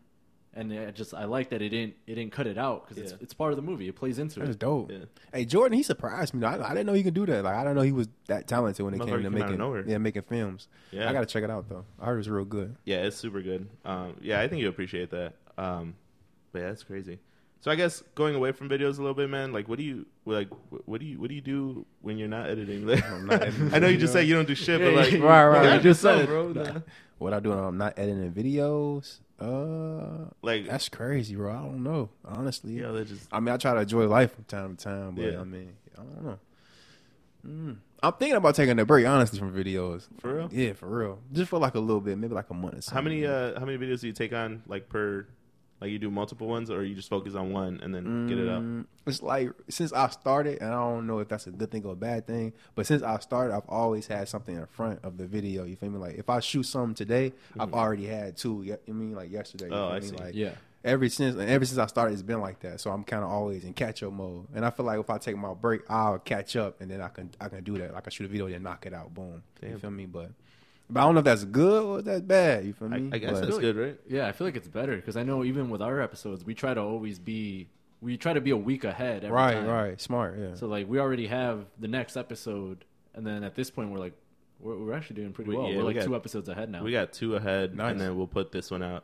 S2: And I just I like that it didn't it didn't cut it out because
S1: Yeah.
S2: it's it's part of the movie. It plays into
S3: That's
S2: it.
S3: dope.
S1: Yeah.
S3: Hey Jordan, he surprised me. though. I, I didn't know he could do that. Like I didn't know he was that talented when it
S1: Motherfucker
S3: came to
S1: came out of
S3: making
S1: nowhere.
S3: yeah making films.
S1: Yeah.
S3: I gotta check it out though. I heard it was real good.
S1: Yeah, it's super good. Um, yeah, I think you appreciate that. Um, but yeah, that's crazy. So I guess going away from videos a little bit, man. Like, what do you like? wh- What do you what do you do when you're not editing? Like,
S3: not editing
S1: I know you just said you don't do shit, but
S2: Yeah,
S1: like,
S2: yeah,
S3: Right, right.
S1: you gotta
S3: I
S1: do
S2: just
S1: something,
S2: said.
S1: bro.
S3: What I do when I'm not editing videos? Uh,
S1: Like,
S3: that's crazy, bro. I don't know. Honestly,
S1: yo, that just
S3: I mean, I try to enjoy life from time to time, but
S1: Yeah.
S3: I mean, I don't know. Mm. I'm thinking about taking a break, honestly, from videos.
S1: For real?
S3: Yeah, for real. Just for like a little bit, maybe like a month or something.
S1: how many uh how many videos do you take on like per like you do multiple ones or you just focus on one and then get it up?
S3: Mm, It's like since I started, and I don't know if that's a good thing or a bad thing, but since I started, I've always had something in front of the video. You feel me? Like if I shoot something today, I've already had two. ye- I mean, like yesterday. You
S1: Mm-hmm. Oh,
S3: feel
S1: I
S3: me?
S1: see.
S3: Like,
S2: Yeah.
S3: Ever since and ever since I started, it's been like that. So I'm kind of always in catch up mode, and I feel like if I take my break, I'll catch up, and then I can I can do that. Like I shoot a video, then knock it out, boom. You
S1: Damn.
S3: feel me? But but I don't know if that's good or that's bad. You feel
S1: I,
S3: me?
S1: I guess
S3: But-
S1: that's good, right?
S2: Yeah, I feel like it's better because I know even with our episodes, we try to always be we try to be a week ahead. Every
S3: right,
S2: time.
S3: right, smart, yeah.
S2: So like we already have the next episode, and then at this point we're like we're, we're actually doing pretty
S1: We-
S2: well.
S1: yeah,
S2: we're
S1: we
S2: like
S1: got-
S2: two episodes ahead now.
S1: We got two ahead,
S3: Nice.
S1: and then we'll put this one out.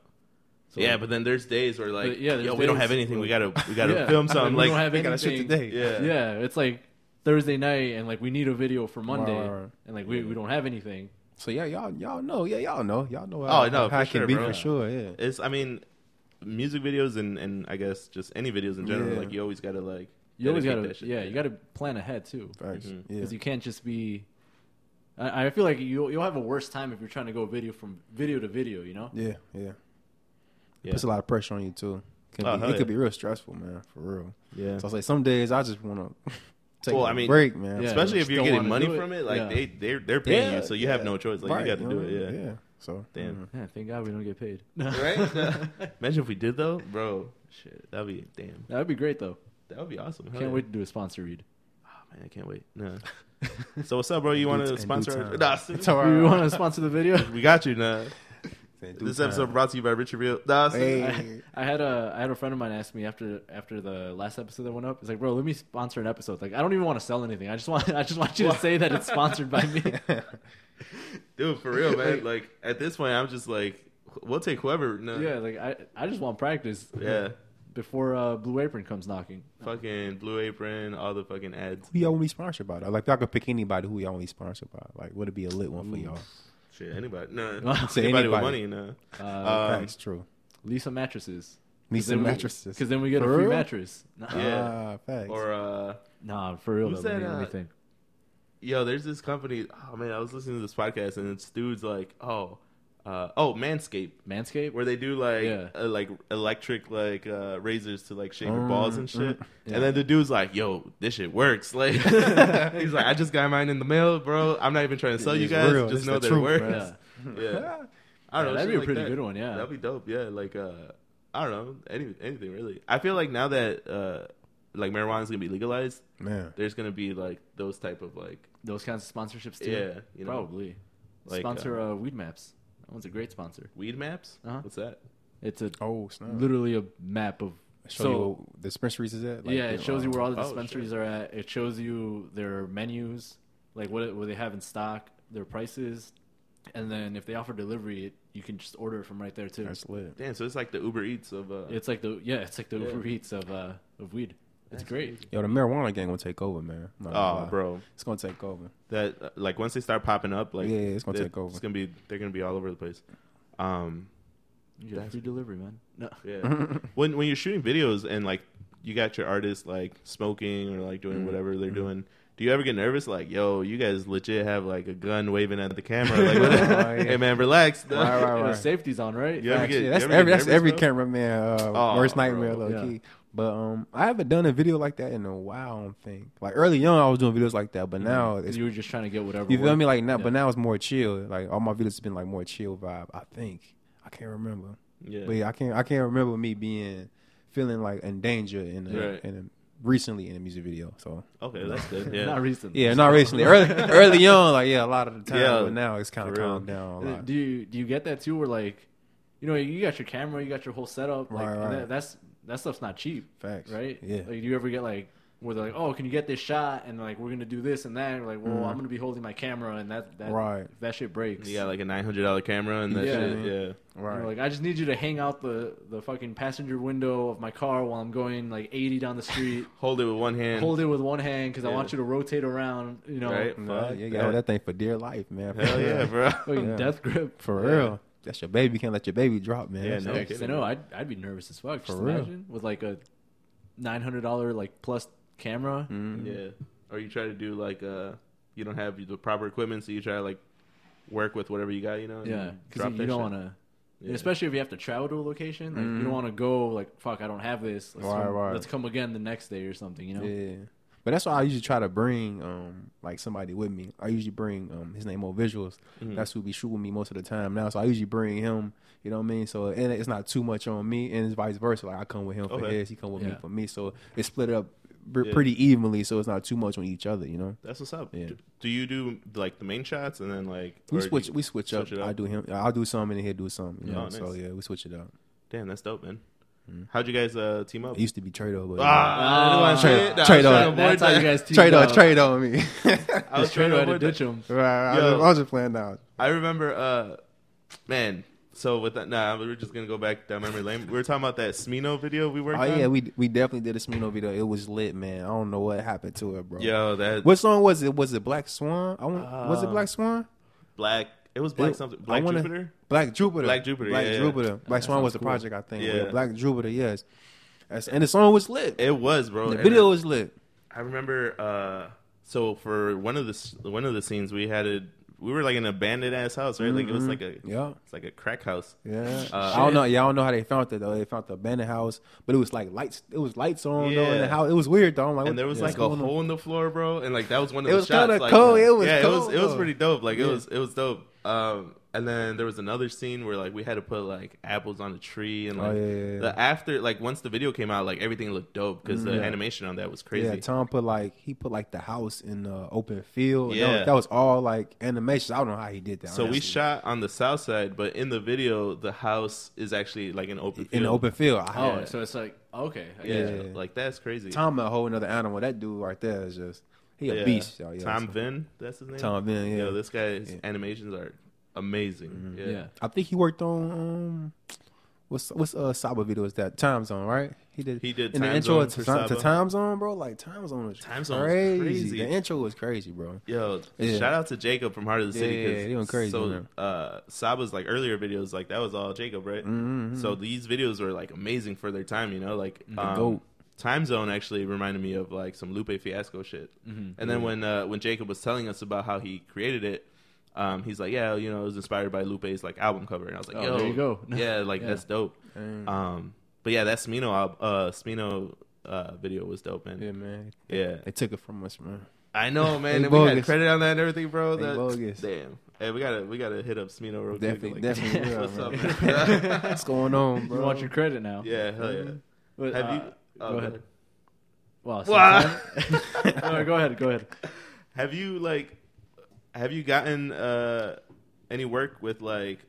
S2: So-
S1: yeah, but then there's days where like,
S2: But yeah,
S1: yeah,
S2: there's
S1: yo, we don't
S2: days
S1: have anything. We
S2: where-
S1: gotta we gotta
S2: Yeah.
S1: film something.
S2: we
S1: Like,
S2: don't have
S3: they gotta shoot
S2: anything.
S3: today.
S1: yeah,
S2: yeah, it's like Thursday night, and like we need a video for Monday,
S3: right, right.
S2: and like we, we don't have anything.
S3: So yeah, y'all y'all know, yeah, y'all know, y'all know.
S1: Oh, no,
S3: how
S1: for
S3: it can
S1: sure,
S3: be
S1: bro.
S3: for sure, yeah.
S1: it's i mean music videos and and i guess just any videos in general
S3: Yeah.
S1: like you always gotta like
S2: You always
S1: dedicate
S2: gotta,
S1: that shit.
S2: yeah, you gotta plan ahead too,
S3: Facts,
S1: Mm-hmm.
S3: yeah.
S2: because you can't just be. I, I feel like you you'll have a worse time if you're trying to go video from video to video, you know.
S3: yeah, yeah,
S1: Yeah.
S3: Puts a lot of pressure on you too. Can
S1: Oh,
S3: be,
S1: hell
S3: it could
S1: yeah.
S3: be real stressful, man, for real.
S1: Yeah.
S3: So I say some days I just want to take
S1: Well,
S3: a
S1: I mean,
S3: break, man.
S2: yeah.
S1: especially if
S2: Just
S1: you're getting
S2: don't wanna
S1: money
S2: do it.
S1: from it like
S2: Yeah.
S1: they they're they're paying
S3: Yeah,
S1: you so you have
S3: yeah.
S1: no choice like
S3: Right,
S1: you got to do
S3: know,
S1: it yeah,
S3: yeah. So mm-hmm.
S1: damn
S2: Yeah, thank God we don't get paid.
S1: right imagine if we did though bro
S2: Shit,
S1: that'd be damn
S2: that would be great though.
S1: that would be awesome Hell
S2: Can't
S1: yeah.
S2: wait to do a sponsor read.
S1: oh, man i can't wait no so what's up bro you want
S3: In
S1: to
S3: due
S1: sponsor
S3: time.
S1: our- Nah, see,
S3: It's all
S2: you
S3: right.
S2: want to sponsor the video?
S1: we got you now
S3: In due
S1: this
S3: time.
S1: episode brought to you by richard real Nah, see.
S3: Hey.
S2: I, I had a I had a friend of mine ask me after after the last episode that went up. He's like, "Bro, let me sponsor an episode. Like, I don't even want to sell anything. I just want I just want you to say that it's sponsored by me."
S1: dude for real man like at this point i'm just like we'll take whoever. No,
S2: Yeah, like I, I just want practice.
S1: yeah.
S2: Before uh, Blue Apron comes knocking.
S1: Fucking Blue Apron, all the fucking ads.
S3: Who y'all want to be sponsored by? though? Like, if y'all could pick anybody, who y'all want to be sponsored by? Like, would it be a lit one for y'all?
S1: Shit, anybody, no,
S3: Say
S1: anybody, with money,
S3: anybody.
S1: no.
S2: Uh,
S1: Um,
S3: That's true.
S2: Lisa mattresses.
S3: Need some mattresses.
S2: Because then we get
S3: For
S2: a free
S3: real?
S2: mattress. Nah,
S1: Yeah.
S3: Ah, facts.
S1: or uh,
S2: nah for real.
S1: Who's
S2: though, let
S1: that,
S2: me- let me
S1: uh,
S2: think.
S1: yo, there's this company. Oh man, I was listening to this podcast and it's dudes like, oh, uh, oh, Manscaped,
S2: Manscaped.
S1: where they do like
S2: Yeah.
S1: uh, like electric like uh, razors to like shave your balls and shit.
S2: yeah.
S1: And then the dude's like, "Yo, this shit works." Like he's like, "I just got mine in the mail, bro. I'm not even trying to sell you
S3: It's
S1: guys.
S3: real.
S1: Just
S3: It's
S1: know
S3: the
S1: that it
S3: truth,
S1: works."
S2: yeah.
S1: Yeah. I don't know.
S2: Yeah, that'd
S1: shit
S2: be a
S1: like
S2: pretty
S1: that.
S2: good one, yeah.
S1: That'd be dope. Yeah, like uh, I don't know any anything really. I feel like now that uh, like marijuana's gonna be legalized,
S3: Man,
S1: there's gonna be like those type of like
S2: Those kinds of sponsorships too.
S1: Yeah, you know.
S2: probably.
S1: Like,
S2: sponsor uh, Weed Maps. That one's a great sponsor.
S1: weed maps.
S2: Uh-huh.
S1: What's that?
S2: It's a
S3: oh snap!
S2: literally a map of
S3: show
S2: so
S3: you what the dispensaries is at. Like, uh,
S2: yeah, it
S3: the,
S2: shows you where all the
S1: oh, shit.
S2: dispensaries are at. It shows you their menus, like what what they have in stock, their prices, and then if they offer delivery, it, you can just order it from right there too.
S3: That's lit.
S1: Damn. So it's like the Uber Eats of uh,
S2: it's like the yeah, it's like the
S1: Yeah.
S2: Uber Eats of uh of weed. It's
S1: That's
S2: great.
S3: Yo, the marijuana gang gonna take over, man. I'm not gonna
S1: oh,
S3: lie.
S1: bro.
S3: it's gonna take over.
S1: that uh, like once they start popping up, like
S3: Yeah, yeah, it's gonna
S1: they-
S3: take over.
S1: It's gonna be they're gonna be all over the place. Um,
S2: You get free delivery, man. No.
S3: Mm-hmm.
S1: yeah. when when you're shooting videos and like you got your artists like smoking or like
S3: Mm-hmm.
S1: doing whatever they're doing, do you ever get nervous? Like, yo, you guys legit have like a gun waving at the camera. Like, what
S3: Oh, yeah.
S1: hey man, relax.
S3: Right, right,
S2: And the
S3: right.
S2: safety's on, right?
S1: You ever
S3: Facts,
S1: get-
S3: yeah, that's
S1: you ever get
S3: every that's
S1: nervous,
S3: every
S1: bro?
S3: cameraman uh,
S1: Oh,
S3: worst nightmare,
S1: bro.
S3: low
S2: Yeah.
S3: key. But um, I haven't done a video like that in a while. I don't think. Like early on, I was doing videos like that, but
S1: Mm-hmm.
S3: now it's
S2: you were just trying to get whatever.
S3: you feel
S2: worked.
S3: me? Like now,
S2: Yeah.
S3: but now it's more chill. Like all my videos have been like more chill vibe. I think I can't remember,
S1: Yeah.
S3: but yeah, I can't I can't remember me being feeling like in danger in a,
S1: Right. Mm-hmm.
S3: in a, recently in a music video. So
S1: Okay, that's good. Yeah.
S2: Not recently.
S3: yeah, not recently. early early on, like yeah, a lot of the time.
S1: Yeah,
S3: but now it's kind
S1: for
S3: of
S1: real.
S3: calmed down. A
S2: Uh,
S3: lot.
S2: Do you do you get that too? Where like, you know, you got your camera, you got your whole setup. Like,
S3: Right,
S2: and
S3: right.
S2: That, that's that stuff's not cheap,
S3: Facts.
S2: right?
S3: Yeah.
S2: Like, do you ever get like where they're like, oh, can you get this shot? And like, we're gonna do this and that. And you're like, well, I'm gonna be holding my camera, and that that
S3: Mm-hmm. Right.
S2: if that shit breaks.
S1: You got like a nine hundred dollar camera and that
S2: Yeah.
S1: shit. Yeah.
S2: You know,
S3: right.
S2: like I just need you to hang out the the fucking passenger window of my car while I'm going like 80 down the street.
S1: Hold it with one hand.
S2: Hold it with one hand because I
S1: Yeah.
S2: want you to rotate around. You know,
S1: Right.
S3: Nah,
S1: Fuck
S3: yeah, you hold
S1: that.
S3: that thing for dear life, man. For
S1: Hell
S3: real.
S1: yeah, bro.
S2: fucking
S3: Yeah.
S2: death grip.
S3: For
S1: Yeah.
S3: real. That's your baby. You can't let your baby drop, man.
S1: Yeah,
S3: That's
S1: no
S3: it.
S1: kidding.
S2: I know. I'd I'd be nervous as fuck. Just
S3: For real.
S2: imagine with like a nine hundred dollar like plus camera.
S3: Mm-hmm.
S1: Yeah. Or you try to do like uh you don't have the proper equipment, so you try to like work with whatever you got, you know? and
S2: Yeah,
S1: Mm-hmm.
S2: because
S1: drop
S2: you
S1: that shit.
S2: don't want to.
S1: Yeah. Mm-hmm.
S2: Especially if you have to travel to a location, like you don't want to go like fuck. I don't have this. Let's,
S3: Right,
S2: come,
S3: right.
S2: let's come again the next day or something. You know.
S3: Yeah. But that's why I usually try to bring um like somebody with me. I usually bring um his name on visuals.
S1: Mm-hmm.
S3: That's who be shooting me most of the time now. So I usually bring him, you know what I mean? So and it's not too much on me and it's vice versa. Like I come with him for
S1: Okay.
S3: his, he come with me
S2: Yeah.
S3: for me. So it's split up br-
S1: Yeah.
S3: pretty evenly so it's not too much on each other, you know?
S1: That's what's up.
S3: Yeah.
S1: Do, do you do like the main shots and then like
S3: We
S1: or do
S3: switch
S1: you-
S3: we switch, up.
S1: switch it up?
S3: I do him I'll do some and he'll do some, you
S1: Yeah.
S3: know.
S1: Oh,
S3: So
S1: nice.
S3: yeah, we switch it up.
S1: Damn, that's dope, man.
S3: Mm-hmm.
S1: How'd you guys uh team up?
S3: It used to be trade over.
S1: Ah, I
S2: Ah,
S1: didn't wanna say it. I was
S3: trade
S1: trying
S3: on.
S1: to avoid
S2: That's how you
S1: that.
S2: guys teamed
S3: trade on,
S2: up.
S3: trade on me.
S1: I was
S2: Just Trade
S1: trying to
S2: on to
S1: avoid that.
S2: ditch him.
S3: Right, I,
S1: Yo.
S3: was, I was just playing out.
S1: I remember, uh, man. So with that, nah, we are just gonna go back down memory lane. We were talking about that Smino video we worked
S3: Oh
S1: on.
S3: yeah, we we definitely did a Smino video. It was lit, man. I don't know what happened to it, bro.
S1: yo, that
S3: What song was it? Was it Black Swan? I want, was it
S1: Uh,
S3: Black Swan?
S1: black. It was black
S3: It-
S1: something.
S3: I
S1: Black
S3: wanna-
S1: Jupiter.
S3: Black Jupiter.
S1: Black Jupiter,
S3: Black
S1: yeah, yeah.
S3: Jupiter. Black Swan was the
S2: sounds cool.
S3: project, I think.
S1: Yeah.
S3: Yeah. Black Jupiter, yes. That's, and the song was lit.
S1: It was, bro.
S3: the
S1: And
S3: video
S1: it-
S3: was lit.
S1: I remember. uh So for one of the s- one of the scenes, we had it. We were like in an abandoned ass house, right? Like it was like a
S3: Yeah.
S1: it's like a crack house.
S3: Mm-hmm. Yeah,
S1: Uh,
S3: I don't
S1: Shit.
S3: know. Yeah, I don't know how they found it though. They found the abandoned house, but it was like lights. It was lights on though in
S1: Yeah.
S3: the house. It was weird though. I'm like, what-
S1: And there was
S3: what's
S1: like a
S3: going on?
S1: hole in the floor, bro. And like that was one of
S3: It
S1: the
S3: was
S1: shots.
S3: kinda
S1: like,
S3: cold. It was
S1: yeah, it was
S3: cold,
S1: it was
S3: though.
S1: pretty dope. Like it
S3: Yeah.
S1: was it was dope. Um, and then there was another scene where like we had to put like apples on a tree and
S3: Oh,
S1: like
S3: yeah, yeah, yeah.
S1: the after like once the video came out, like everything looked dope because the
S2: Yeah.
S1: animation on that was crazy.
S3: Yeah, Tom put like he put like the house in the open field. Yeah, that
S1: Yeah.
S3: was, that was all like animations. I don't know how he did that.
S1: so we
S3: honestly.
S1: shot on the south side, but in the video, the house is actually like an open
S3: in the
S1: field.
S3: open field. I-
S2: Oh, so it's like okay. I
S1: Yeah,
S2: get you.
S3: Yeah.
S1: like that's crazy.
S3: Tom a whole another animal. That dude right there is just he a
S1: yeah.
S3: beast. Y'all. Yeah,
S1: Tom
S3: so-
S1: Vin, that's his name.
S3: Tom Vin. Yeah, Mm-hmm.
S1: Yo, this guy's
S3: Yeah.
S1: animations are amazing.
S2: Yeah.
S1: yeah.
S3: I think he worked on um, what's what's uh Saba video is that Time Zone, right? He did.
S1: He did
S3: in the
S1: Time
S3: intro
S1: Zone
S3: to,
S1: for
S3: Ti- to
S1: Saba.
S3: Time Zone, bro. Like Time Zone was
S1: Time Zone was
S3: crazy.
S1: crazy.
S3: The intro was crazy, bro.
S1: Yo,
S3: Yeah.
S1: shout out to Jacob from Heart of the
S3: Yeah,
S1: City. 'cause
S3: yeah, yeah, he went crazy on
S1: So,
S3: them.
S1: uh, Saba's like earlier videos, like that was all Jacob, right?
S3: Mm-hmm.
S1: So these videos were like amazing for their time, you know. Like um,
S3: goat.
S1: Time Zone actually reminded me of like some Lupe Fiasco shit.
S3: Mm-hmm.
S1: And then when uh, when Jacob was telling us about how he created it. Um, he's like, yeah, you know, it was inspired by Lupe's like album cover, and I was like,
S2: Oh,
S1: yo,
S2: there you go.
S1: yeah, like
S2: Yeah.
S1: that's dope.
S3: Dang.
S1: Um, but yeah, that Smino, al- uh, Smino uh, video was dope, man.
S3: Yeah, man.
S1: yeah.
S3: They took it from us, man.
S1: I know, man.
S3: They
S1: and we got
S3: bogus.
S1: credit on that and everything, bro.
S3: They
S1: That,
S3: bogus.
S1: Damn. Hey, we gotta we gotta hit up Smino real
S3: Definitely,
S1: quick.
S3: definitely. will,
S1: What's up,
S3: man.
S1: man?
S3: What's going on, bro?
S2: You want your credit now?
S1: yeah, hell yeah.
S2: But,
S1: Have
S2: uh,
S1: you? oh,
S2: go
S1: go
S2: ahead.
S1: ahead.
S2: Wow.
S1: Wow.
S2: sometime- no, go ahead. Go ahead.
S1: Have you like? Have you gotten uh any work with like?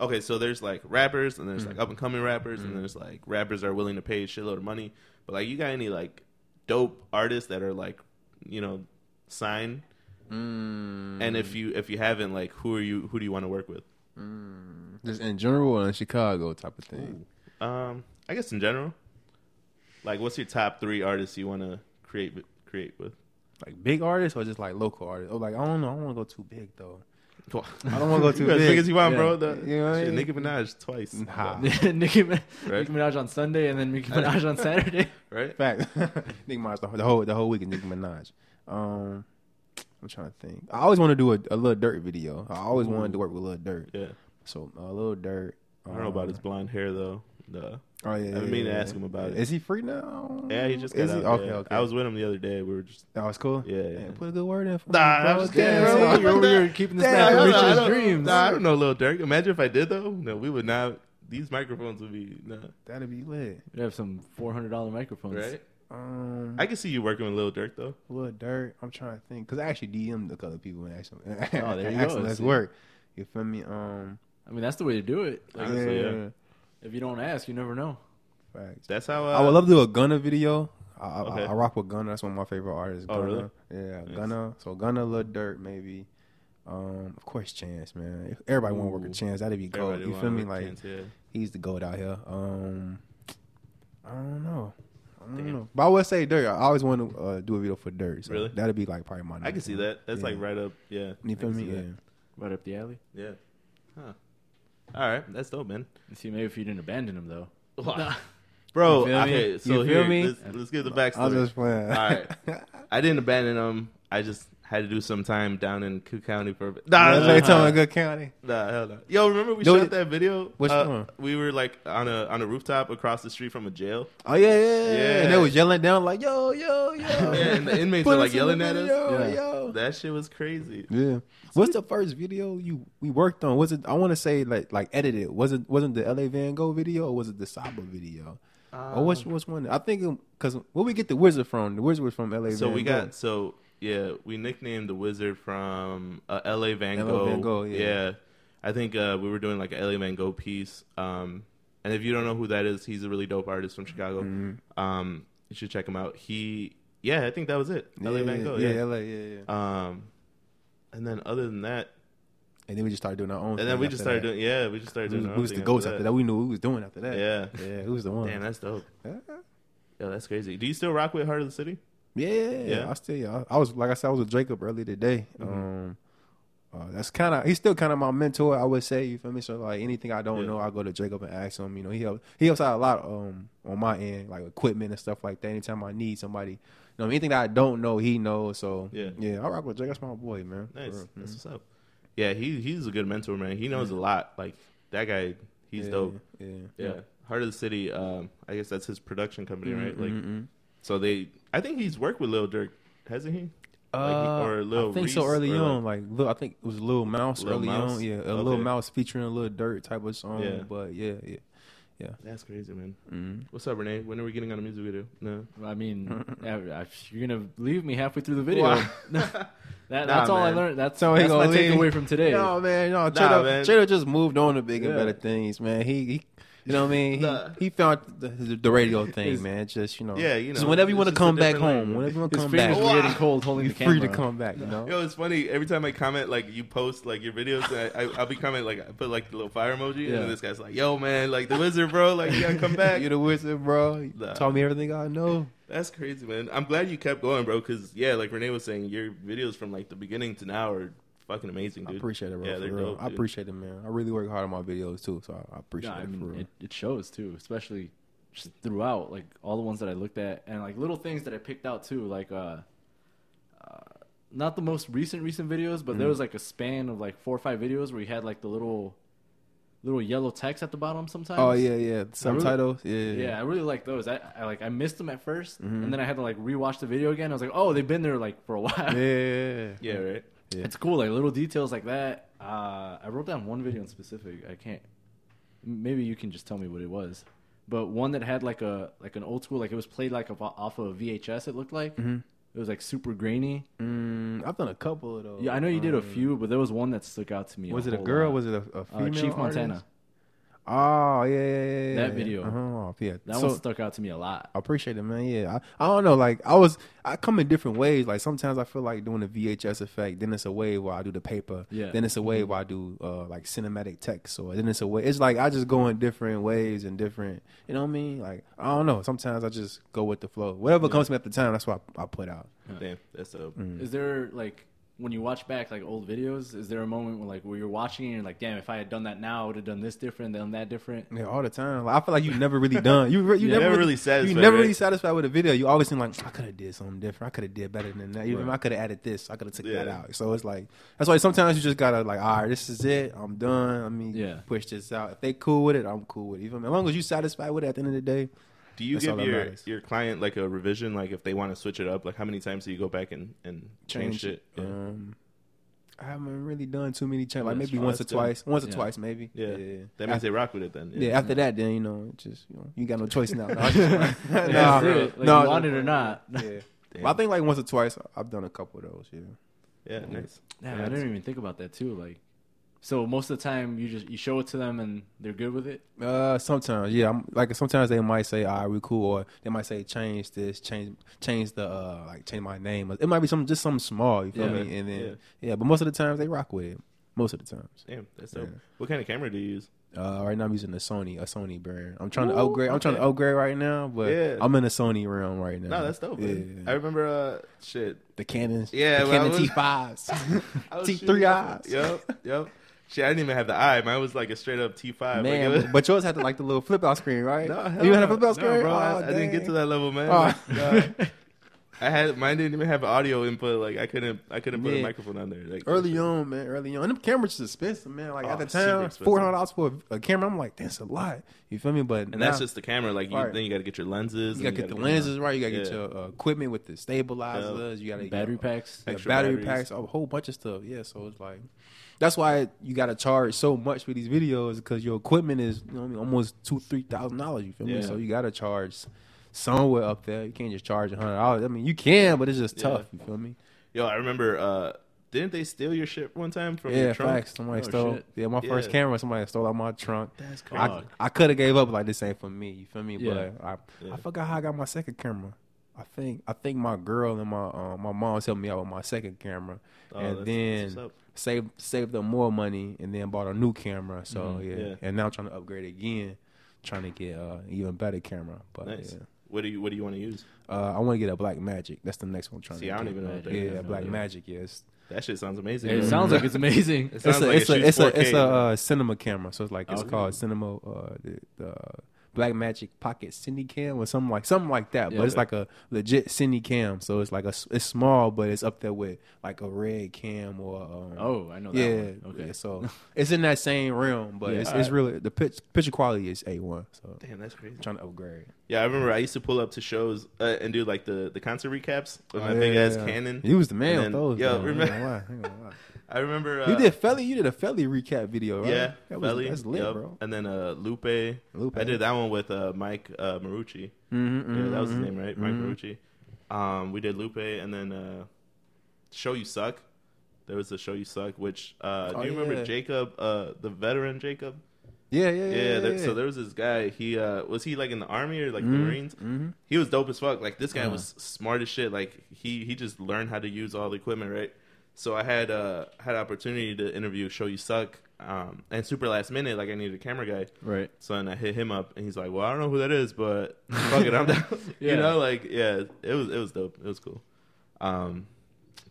S1: Okay, so there's like rappers and there's like up and coming rappers and there's like rappers that are willing to pay a shitload of money. But like, you got any like dope artists that are like, you know, signed?
S3: Mm.
S1: And if you if you haven't, like, who are you? Who do you want to work with?
S3: Just in general or in Chicago type of thing.
S1: Um, I guess in general, like, what's your top three artists you want to create with- create with?
S3: Like big artists or just like local artists? Or like I don't know. I don't want to go too big though.
S1: I
S3: don't wanna go too
S1: as
S3: big.
S1: big as you want,
S2: Yeah.
S1: bro. The,
S3: You know what I
S1: shit,
S3: mean?
S1: Nicki Minaj twice,
S3: Nah.
S2: Nicki, Mi-
S1: Right.
S2: Nicki Minaj on Sunday and then Nicki Minaj on Saturday.
S1: right?
S3: Fact. Nicki Minaj the, the whole the whole week is Nicki Minaj. Um, I'm trying to think. I always want to do a, a little dirt video. I always wanted to work with little dirt.
S1: Yeah,
S3: So a little dirt.
S1: I don't know about
S3: Um,
S1: his blonde hair though. Duh.
S3: Oh yeah,
S1: I didn't mean to ask him about it.
S3: Is he free now?
S1: Yeah, he just got
S3: is
S1: out.
S3: he? Okay,
S1: yeah.
S3: okay.
S1: I was with him the other day. We were just
S3: that was cool.
S1: Yeah, yeah.
S3: put a good word in. For
S1: Nah,
S3: me, bro.
S1: I'm just kidding,
S3: Yeah,
S1: bro.
S3: so-
S1: What
S2: You're over
S1: that?
S2: here keeping this
S3: Damn,
S2: man
S3: I
S2: from
S3: don't-
S2: reaching
S3: I
S2: his
S3: don't-
S2: dreams.
S1: Nah, I don't know, Lil Durk. Imagine if I did though. No, we would not. These microphones would be nah,
S3: That'd be lit.
S2: You'd have some four hundred dollar microphones.
S1: right.
S3: Um,
S1: I can see you working with Lil Durk though.
S3: Little dirt. I'm trying to think because I actually DM'd a couple of people and asked them.
S2: Oh, there you
S3: asked them,
S2: go.
S3: Let's
S2: See?
S3: work. You feel me? Um,
S2: I mean, that's the way to do it. Like,
S1: Honestly, yeah.
S2: If you don't ask, you never know.
S3: Facts.
S1: That's how uh,
S3: I would love to do a Gunna video. I, I,
S1: Okay.
S3: I rock with Gunna. That's one of my favorite artists.
S1: Oh,
S3: Gunna.
S1: really?
S3: Yeah,
S1: Nice.
S3: Gunna. So Gunna, Lil Dirt, maybe. Um, of course, Chance, man. If everybody want to work
S1: Ooh.
S3: with Chance, that'd be gold.
S1: everybody
S3: You
S1: wanna
S3: feel me?
S1: work
S3: Like
S1: hands, yeah.
S3: he's the gold out here. Um, I don't know. I don't
S1: Damn.
S3: know. But I would say Dirt. I always want to uh, do a video for Dirt. So
S1: Really?
S3: That'd be like probably my.
S1: I can
S3: next
S1: see
S3: one.
S1: that. That's like
S3: Yeah.
S1: right up. Yeah,
S3: You
S1: I
S3: feel
S1: can
S3: me?
S1: see
S3: Yeah.
S1: that.
S2: Right up the alley.
S1: Yeah. Huh. All right, that's dope, man.
S2: See, maybe if you didn't abandon him though.
S1: Bro,
S2: You feel me?
S1: okay, so
S3: You feel
S1: here,
S3: me?
S1: Let's, let's give the
S3: I was
S1: backstory.
S3: just playing.
S1: All right. I didn't abandon him. I just had to do some time down in Cook County for. Nah,
S3: That's
S1: nah,
S3: like
S1: nah,
S3: telling a good county.
S1: nah, hell no. Yo, remember we
S3: No,
S1: shot
S3: it-
S1: that video?
S3: Which
S1: Uh,
S3: one?
S1: We were like on a on a rooftop across the street from a jail.
S3: Oh yeah, yeah, yeah.
S1: Yeah.
S3: And they was yelling down like, "Yo, yo, yo!"
S1: Yeah, and the inmates
S3: Put
S1: were
S3: us
S1: like
S3: in
S1: yelling
S3: the
S1: at us.
S3: video,
S2: Yeah.
S3: yo.
S1: That shit was crazy.
S3: Yeah. What's the first video you we worked on? Was it I want to say like like edited? Was it wasn't the LA Van Gogh video or was it the Saba video? or
S1: Um,
S3: which which one? I think because where we get the wizard from? The wizard was from LA.
S1: So
S3: Van
S1: we
S3: Gogh.
S1: got so yeah, we nicknamed the wizard from uh, L.A. Van
S3: L.A.
S1: Gogh.
S3: Van Gogh, yeah.
S1: I think uh, we were doing like a L.A. Van Gogh piece. Um, and if you don't know who that is, he's a really dope artist from Chicago.
S3: Mm-hmm.
S1: Um, you should check him out. He yeah, I think that was it. L.A. Van Gogh. Yeah.
S3: yeah, LA, yeah, yeah.
S1: Um, and then other than that,
S3: And then we just started doing our
S1: and
S3: own.
S1: then
S3: thing
S1: we
S3: after
S1: just started
S3: that.
S1: doing yeah, we just started
S3: We
S1: doing.
S3: was,
S1: our
S3: we
S1: own
S3: was the
S1: thing
S3: ghost after that. We knew what we was doing after that.
S1: Yeah.
S3: yeah. Who was the one?
S1: Damn, that's dope.
S3: Yeah.
S1: Yo, that's crazy. Do you still rock with Heart of the City?
S3: Yeah, yeah, yeah.
S1: Yeah. Mm-hmm.
S3: I still, yeah. I, I was like I said, I was with Jacob earlier today. Um, uh, that's kind of he's still kind of my mentor, I would say. You feel me? So like anything I don't
S1: Yeah.
S3: know, I go to Jacob and ask him. You know, he helps he helps out a lot um on my end, like equipment and stuff like that. Anytime I need somebody, you know, anything that I don't know, he knows. So
S1: Yeah.
S3: yeah. I rock with Jacob. That's my boy, man.
S1: Nice.
S3: For real.
S1: That's what's up. Yeah, he he's a good mentor, man. He knows a lot. Like that guy, he's
S3: yeah,
S1: dope.
S3: Yeah.
S1: Yeah. Heart of the City. Um, I guess that's his production company, right?
S3: Mm-hmm.
S1: Like, so they. I think he's worked with Lil Durk, hasn't he? Like, he-
S3: Uh, I think so
S1: Reese,
S3: early
S1: or, like-
S3: on, like, Lil- I think it was Lil Mouse
S1: Lil
S3: early
S1: Mouse?
S3: on, yeah, a
S1: Okay.
S3: Lil Mouse featuring a Lil Dirt type of song,
S1: Yeah. Mm-hmm.
S3: but yeah, yeah,
S1: that's crazy, man. What's up, Renee? When are we getting on a music video? No.
S2: I mean, I- I- you're gonna leave me halfway through the video.
S1: Wow. Nah,
S2: That, that's all I
S1: man.
S2: learned. That's,
S3: So he
S2: that's my
S3: gonna leave.
S2: takeaway from today.
S3: No man, no.
S1: Nah,
S3: Cheddar,
S1: man.
S3: Cheddar just moved on to bigger,
S2: Yeah.
S3: better things, man. He, he You know what I mean? He,
S1: Nah.
S3: he found the, the, the radio thing,
S1: It's-
S3: man. It's Just you know,
S1: Yeah, you
S3: Just
S1: know,
S3: whenever you
S1: it's
S3: want to
S1: just a
S3: come back
S1: different
S3: home,
S1: language.
S3: whenever you want to
S2: His
S3: come
S2: fingers
S3: back,
S2: were getting cold holding
S3: you're
S2: the camera.
S3: free to come back. You know,
S1: Yo, it's funny. Every time I comment, like you post like your videos, and I, I, I'll be comment like I put like the little fire emoji, and
S2: Yeah.
S1: then this guy's like, "Yo, man, like the wizard, bro, like you gotta come back."
S3: You're the wizard, bro. You
S1: Nah.
S3: Taught me everything I know.
S1: That's crazy, man. I'm glad you kept going, bro. Because yeah, like Renee was saying, your videos from like the beginning to now are fucking amazing, dude.
S3: I appreciate it, bro.
S1: Yeah,
S3: for
S1: they're
S3: real.
S1: dope.
S3: I
S1: dude.
S3: appreciate it, man. I really work hard on my videos too, so I, I appreciate
S2: Yeah, I
S3: it for
S2: mean,
S3: real.
S2: it, it shows too, especially just throughout, like all the ones that I looked at, and like little things that I picked out too, like uh, uh not the most recent recent videos, but
S3: Mm-hmm.
S2: there was like a span of like four or five videos where you had like the little little yellow text at the bottom sometimes.
S3: oh yeah, yeah. Subtitles, yeah, Mm-hmm.
S2: Yeah, I really like those. I, I like I missed them at 1st and then I had to like rewatch the video again. I was like, oh, they've been there like for a while.
S3: yeah, yeah.
S1: Yeah, right.
S3: Yeah.
S2: It's cool, like little details like that. Uh, I wrote down one video in specific. I can't. Maybe you can just tell me what it was, but one that had like a like an old school, like it was played like a, off of VHS. It looked like
S3: Mm-hmm.
S2: it was like super grainy.
S3: Mm, I've done a couple of those.
S2: Yeah, I know you did a few, but there was one that stuck out to me.
S3: Uh, Was it a
S2: whole
S3: girl?
S2: lot.
S3: Was it a, a
S2: Um, uh,
S3: female?
S2: Chief Montana?
S3: artist? Oh yeah, yeah, yeah, yeah.
S2: That
S3: yeah.
S2: video.
S3: Oh yeah.
S2: That
S3: so,
S2: one stuck out to me a lot.
S3: I appreciate it, man. Yeah, I, I don't know. Like I was, I come in different ways. Like sometimes I feel like doing the VHS effect. Then it's a way where I do the paper.
S2: Yeah. Mm-hmm.
S3: Then it's a way where I do uh, like cinematic text. Or then it's a way. It's like I just go in different ways and different. You know what I mean? Like I don't know. Sometimes I just go with the flow. Whatever comes to me at the time, that's what I, I put out.
S1: Damn, that's dope.
S3: Mm.
S2: Is there like when you watch back like old videos? Is there a moment where like where you're watching and you're like, damn, if I had done that now, I would have done this different, done that different.
S3: Yeah, all the time. Like, I feel like you never really done. You re- you
S1: Yeah.
S3: never,
S1: Never really
S3: You
S1: satisfied,
S3: never
S1: right?
S3: really satisfied with a video. You always seem like I could have did something different. I could have did better than that. You know, I could have added this. I could have took that
S1: Yeah.
S3: out. So it's like that's why sometimes you just gotta like, all right, this is it. I'm done. Let me
S2: Yeah.
S3: push this out. If they cool with it, I'm cool with it. Even as long as you satisfied with it at the end of the day.
S1: Do you
S3: That's all
S1: give
S3: that
S1: your
S3: matters.
S1: your client like a revision, like if they want to switch it up, like how many times do you go back and and change, it? Yeah.
S3: Um, I haven't really done too many changes. Like
S2: That's-
S3: maybe
S1: oh,
S3: once or
S1: that's good.
S3: twice. Once or
S2: Yeah.
S3: twice, maybe.
S1: Yeah.
S3: yeah.
S1: that means they rock with it then.
S3: Yeah, after that, then you know, it just you, know, you got no choice now. no,
S2: That's it. Like, you want it or not.
S3: Yeah.
S1: Damn.
S3: Well, I think like once or twice I've done a couple of those. Yeah,
S1: yeah, nice.
S2: Yeah, I didn't even think about that too. Like, so most of the time you just you show it to them and they're good with it.
S3: uh, sometimes yeah, I'm, like sometimes they might say, "All right, we cool," or they might say, "Change this, change, change the uh, like change my name." It might be something just something small. You feel
S2: Yeah.
S3: me? And then
S1: Yeah.
S3: yeah. but most of the times they rock with it. Most of the times.
S1: Damn, that's dope.
S3: Yeah.
S1: What kind of camera do you use?
S3: Uh, right now I'm using a Sony, a Sony brand. I'm trying to
S1: Ooh,
S3: upgrade. I'm trying to
S1: okay.
S3: upgrade right now, but
S1: Yeah.
S3: I'm in the Sony realm right now.
S1: No, that's dope. Man. I
S3: Yeah.
S1: remember, uh, shit, Oh,
S3: The Canons.
S1: Yeah,
S3: the
S1: when I
S3: Canon
S1: was-
S3: T5s.
S1: I was
S3: T-
S1: shooting
S3: three
S1: off-
S3: eyes.
S1: Yep, yep. Shit, I didn't even have the eye. Mine was like a straight up T five.
S3: Man,
S1: like, it
S3: but-
S1: was-
S3: but yours had the, like the little flip out screen, right?
S1: No, hell
S3: you had a
S1: no.
S3: flip out
S1: No,
S3: screen,
S1: bro. I,
S3: Oh,
S1: I didn't get
S3: dang.
S1: to that level, man.
S3: Oh.
S1: Like, nah. I had mine didn't even have audio input. Like I couldn't, I couldn't put
S3: Yeah.
S1: a microphone on there. Like
S3: Early on, man, early on. And them cameras is expensive, man. Like at
S1: Oh,
S3: the
S1: super
S3: time,
S1: expensive.
S3: four hundred dollars for a, a camera. I'm like, that's a lot. You feel me? But
S1: and that's just the camera. Like you,
S3: Right.
S1: then you got to get your lenses.
S3: you gotta
S1: and
S3: get the
S1: you
S3: lenses right. You gotta get
S1: Yeah.
S3: your uh, equipment with the stabilizers. You gotta
S2: Battery
S3: get,
S2: packs.
S3: yeah,
S1: Extra
S3: battery
S1: batteries.
S3: packs, a whole bunch of stuff. Yeah, so it's like that's why you gotta charge so much for these videos because your equipment is you know what I mean, almost two three thousand dollars. You feel
S1: Yeah.
S3: me? So you gotta charge somewhere up there. You can't just charge a hundred dollars. I mean, you can, but it's just
S1: Yeah.
S3: tough. You feel me?
S1: Yo, I remember. uh Didn't they steal your shit one time from
S3: yeah,
S1: your trunk?
S3: facts. Somebody
S2: Oh,
S3: stole.
S2: shit.
S3: Yeah, my first
S1: Yeah.
S3: camera. Somebody stole out my trunk.
S1: That's
S3: I,
S1: crazy.
S3: I could have gave up. Like this ain't for me. You feel me?
S2: Yeah.
S3: But I,
S1: Yeah.
S3: I forgot how I got my second camera. I think I think my girl and my uh, my mom's helped me out with my second camera,
S1: Oh,
S3: and
S1: that's- that's
S3: then
S1: what's up.
S3: saved saved up more money, and then bought a new camera. So yeah.
S1: Mm-hmm. Yeah.
S3: and now I'm trying to upgrade again, trying to get uh, an even better camera. But
S1: Nice.
S3: yeah.
S1: What do you What do you want to use?
S3: Uh, I want to get a Black Magic. That's the next one I'm trying
S1: See,
S3: to
S1: I don't
S3: get.
S1: even know. What that
S3: yeah,
S1: is.
S3: Black Magic. Yes,
S1: That shit sounds amazing.
S2: It
S1: bro.
S2: sounds like it's amazing.
S1: It sounds
S3: it's a,
S1: like
S3: it's a,
S1: shoots
S3: it's a,
S1: 4K,
S3: it's a
S1: bro.
S3: uh, cinema camera. So it's like
S1: Oh,
S3: it's
S2: Okay.
S3: called cinema uh, the, the Black Magic Pocket Cine Cam or something like something like that.
S2: Yeah.
S3: but it's like a legit Cine Cam. So it's like a s- it's small, but it's up there with like a red cam or um,
S2: Oh, I know that
S3: yeah.
S2: one. Okay.
S3: yeah, so it's in that same realm, but
S2: Yeah.
S3: it's, it's really the pitch, picture quality is a one. So
S1: Damn, that's crazy.
S3: I'm trying to upgrade.
S1: Yeah, I remember I used to pull up to shows uh, and do like the, the concert recaps with
S3: Oh,
S1: my big ass cannon.
S3: He was the man
S1: And
S3: with
S1: then-
S3: those.
S1: Yo,
S3: though. I ain't
S1: remember?
S3: gonna lie, I ain't gonna lie.
S1: I remember uh,
S3: you did Felly. You did a Felly recap video, right?
S1: Yeah,
S3: that was,
S1: Belly,
S3: that's lit,
S1: yup.
S3: bro.
S1: And then uh, Lupe.
S3: Lupe.
S1: I did that one with uh, Mike uh, Marucci.
S3: Mm-hmm,
S1: Yeah, that was his name, right? Mike Marucci. Um, we did Lupe, and then uh, Show You Suck. There was a Show You Suck, which uh,
S3: Oh,
S1: do you remember
S3: yeah.
S1: Jacob, uh, the veteran Jacob?
S3: Yeah, yeah, yeah.
S1: Yeah,
S3: yeah,
S1: there,
S3: yeah. Mm-hmm,
S1: so there was this guy. He uh, was he like in the army or like the Marines. He was dope as fuck. Like this guy was
S3: Uh-huh.
S1: smart as shit. Like he he just learned how to use all the equipment, right? So I had uh had opportunity to interview Show You Suck, um, and super last minute, like I needed a camera guy.
S2: Right.
S1: So then I hit him up, and he's like, "Well, I don't know who that is, but fuck it, I'm down."
S2: Yeah.
S1: You know, like yeah, it was it was dope. It was cool. Um,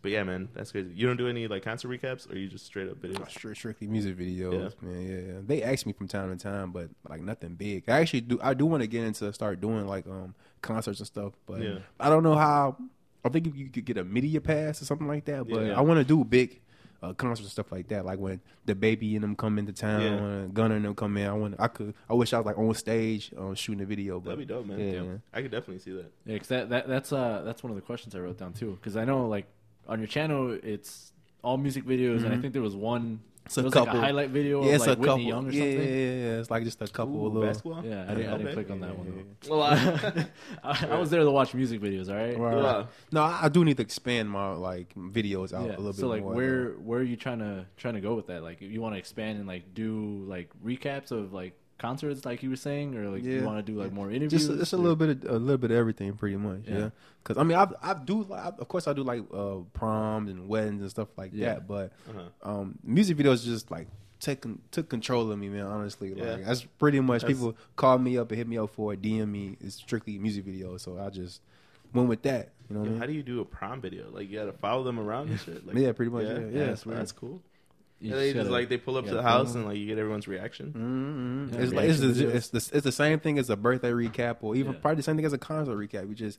S1: but yeah, man, that's crazy. You don't do any like concert recaps, or you just straight up
S3: Oh,
S1: videos?
S3: stri- strictly music videos, man. Yeah, yeah. They ask me from time to time, but like nothing big. I actually do. I do want to get into start doing like um concerts and stuff, but
S1: Yeah.
S3: I don't know how. I think if you could get a media pass or something like that, but
S1: Yeah.
S3: I want to do big uh, concerts and stuff like that. Like when the baby and them come into town,
S1: Yeah.
S3: and Gunner and them come in. I want. I could. I wish I was like on stage um, shooting a video. But
S1: That'd be dope, man.
S3: Yeah,
S1: Yeah.
S3: man.
S1: I could definitely see that.
S2: Yeah, 'cause that, that that's uh that's one of the questions I wrote down too. Because I know like on your channel it's all music videos, and I think there was one.
S3: Mm-hmm. It's
S2: it
S3: a
S2: was like
S3: couple.
S2: a highlight video
S3: Yeah,
S2: of
S3: it's
S2: like
S3: a
S2: Whitney
S3: couple.
S2: Young or
S3: yeah, yeah,
S2: something.
S3: yeah, yeah. It's like just a couple
S1: Ooh,
S3: of little.
S1: basketball.
S2: Yeah, I didn't, I didn't
S1: Okay.
S2: click on that one.
S3: Yeah,
S2: Though.
S3: yeah,
S1: Well, I-
S2: I, I was there to watch music videos. All right.
S3: Right.
S1: Yeah.
S3: No, I I do need to expand my like videos out
S2: Yeah.
S3: a little bit
S2: so like,
S3: more.
S2: where where are you trying to trying to go with that? Like, you want to expand and like do like recaps of like concerts, like you were saying, or like you
S3: Yeah.
S2: want to do like more
S3: though.
S2: interviews?
S3: just just a little bit of, a little bit of everything, pretty much.
S2: Yeah.
S3: Yeah, because I mean, I I do li- I, of course I do like uh, proms and weddings and stuff like
S2: Yeah.
S3: that, but
S1: Uh-huh.
S3: um, music videos just like took took control of me, man. Honestly, like
S1: Yeah.
S3: that's pretty much
S1: That's-
S3: people call me up and hit me up for it, DM me. It's strictly music videos, so I just went with that. You know what I
S1: Yo,
S3: mean?
S1: how do you do a prom video? Like you gotta follow them around and shit. Like,
S3: Yeah, pretty much, yeah, yeah,
S1: that's,
S3: it's weird.
S1: that's cool.
S2: You
S1: and they just
S2: gotta-
S1: like they pull up
S2: yeah,
S1: to the
S2: film
S1: house and like you get everyone's reaction.
S3: Mm-hmm.
S2: Yeah,
S3: it's like it's,
S2: reaction
S3: the,
S2: videos.
S3: it's, the, it's the same thing as a birthday recap, or even
S2: Yeah.
S3: probably the same thing as a concert recap. We just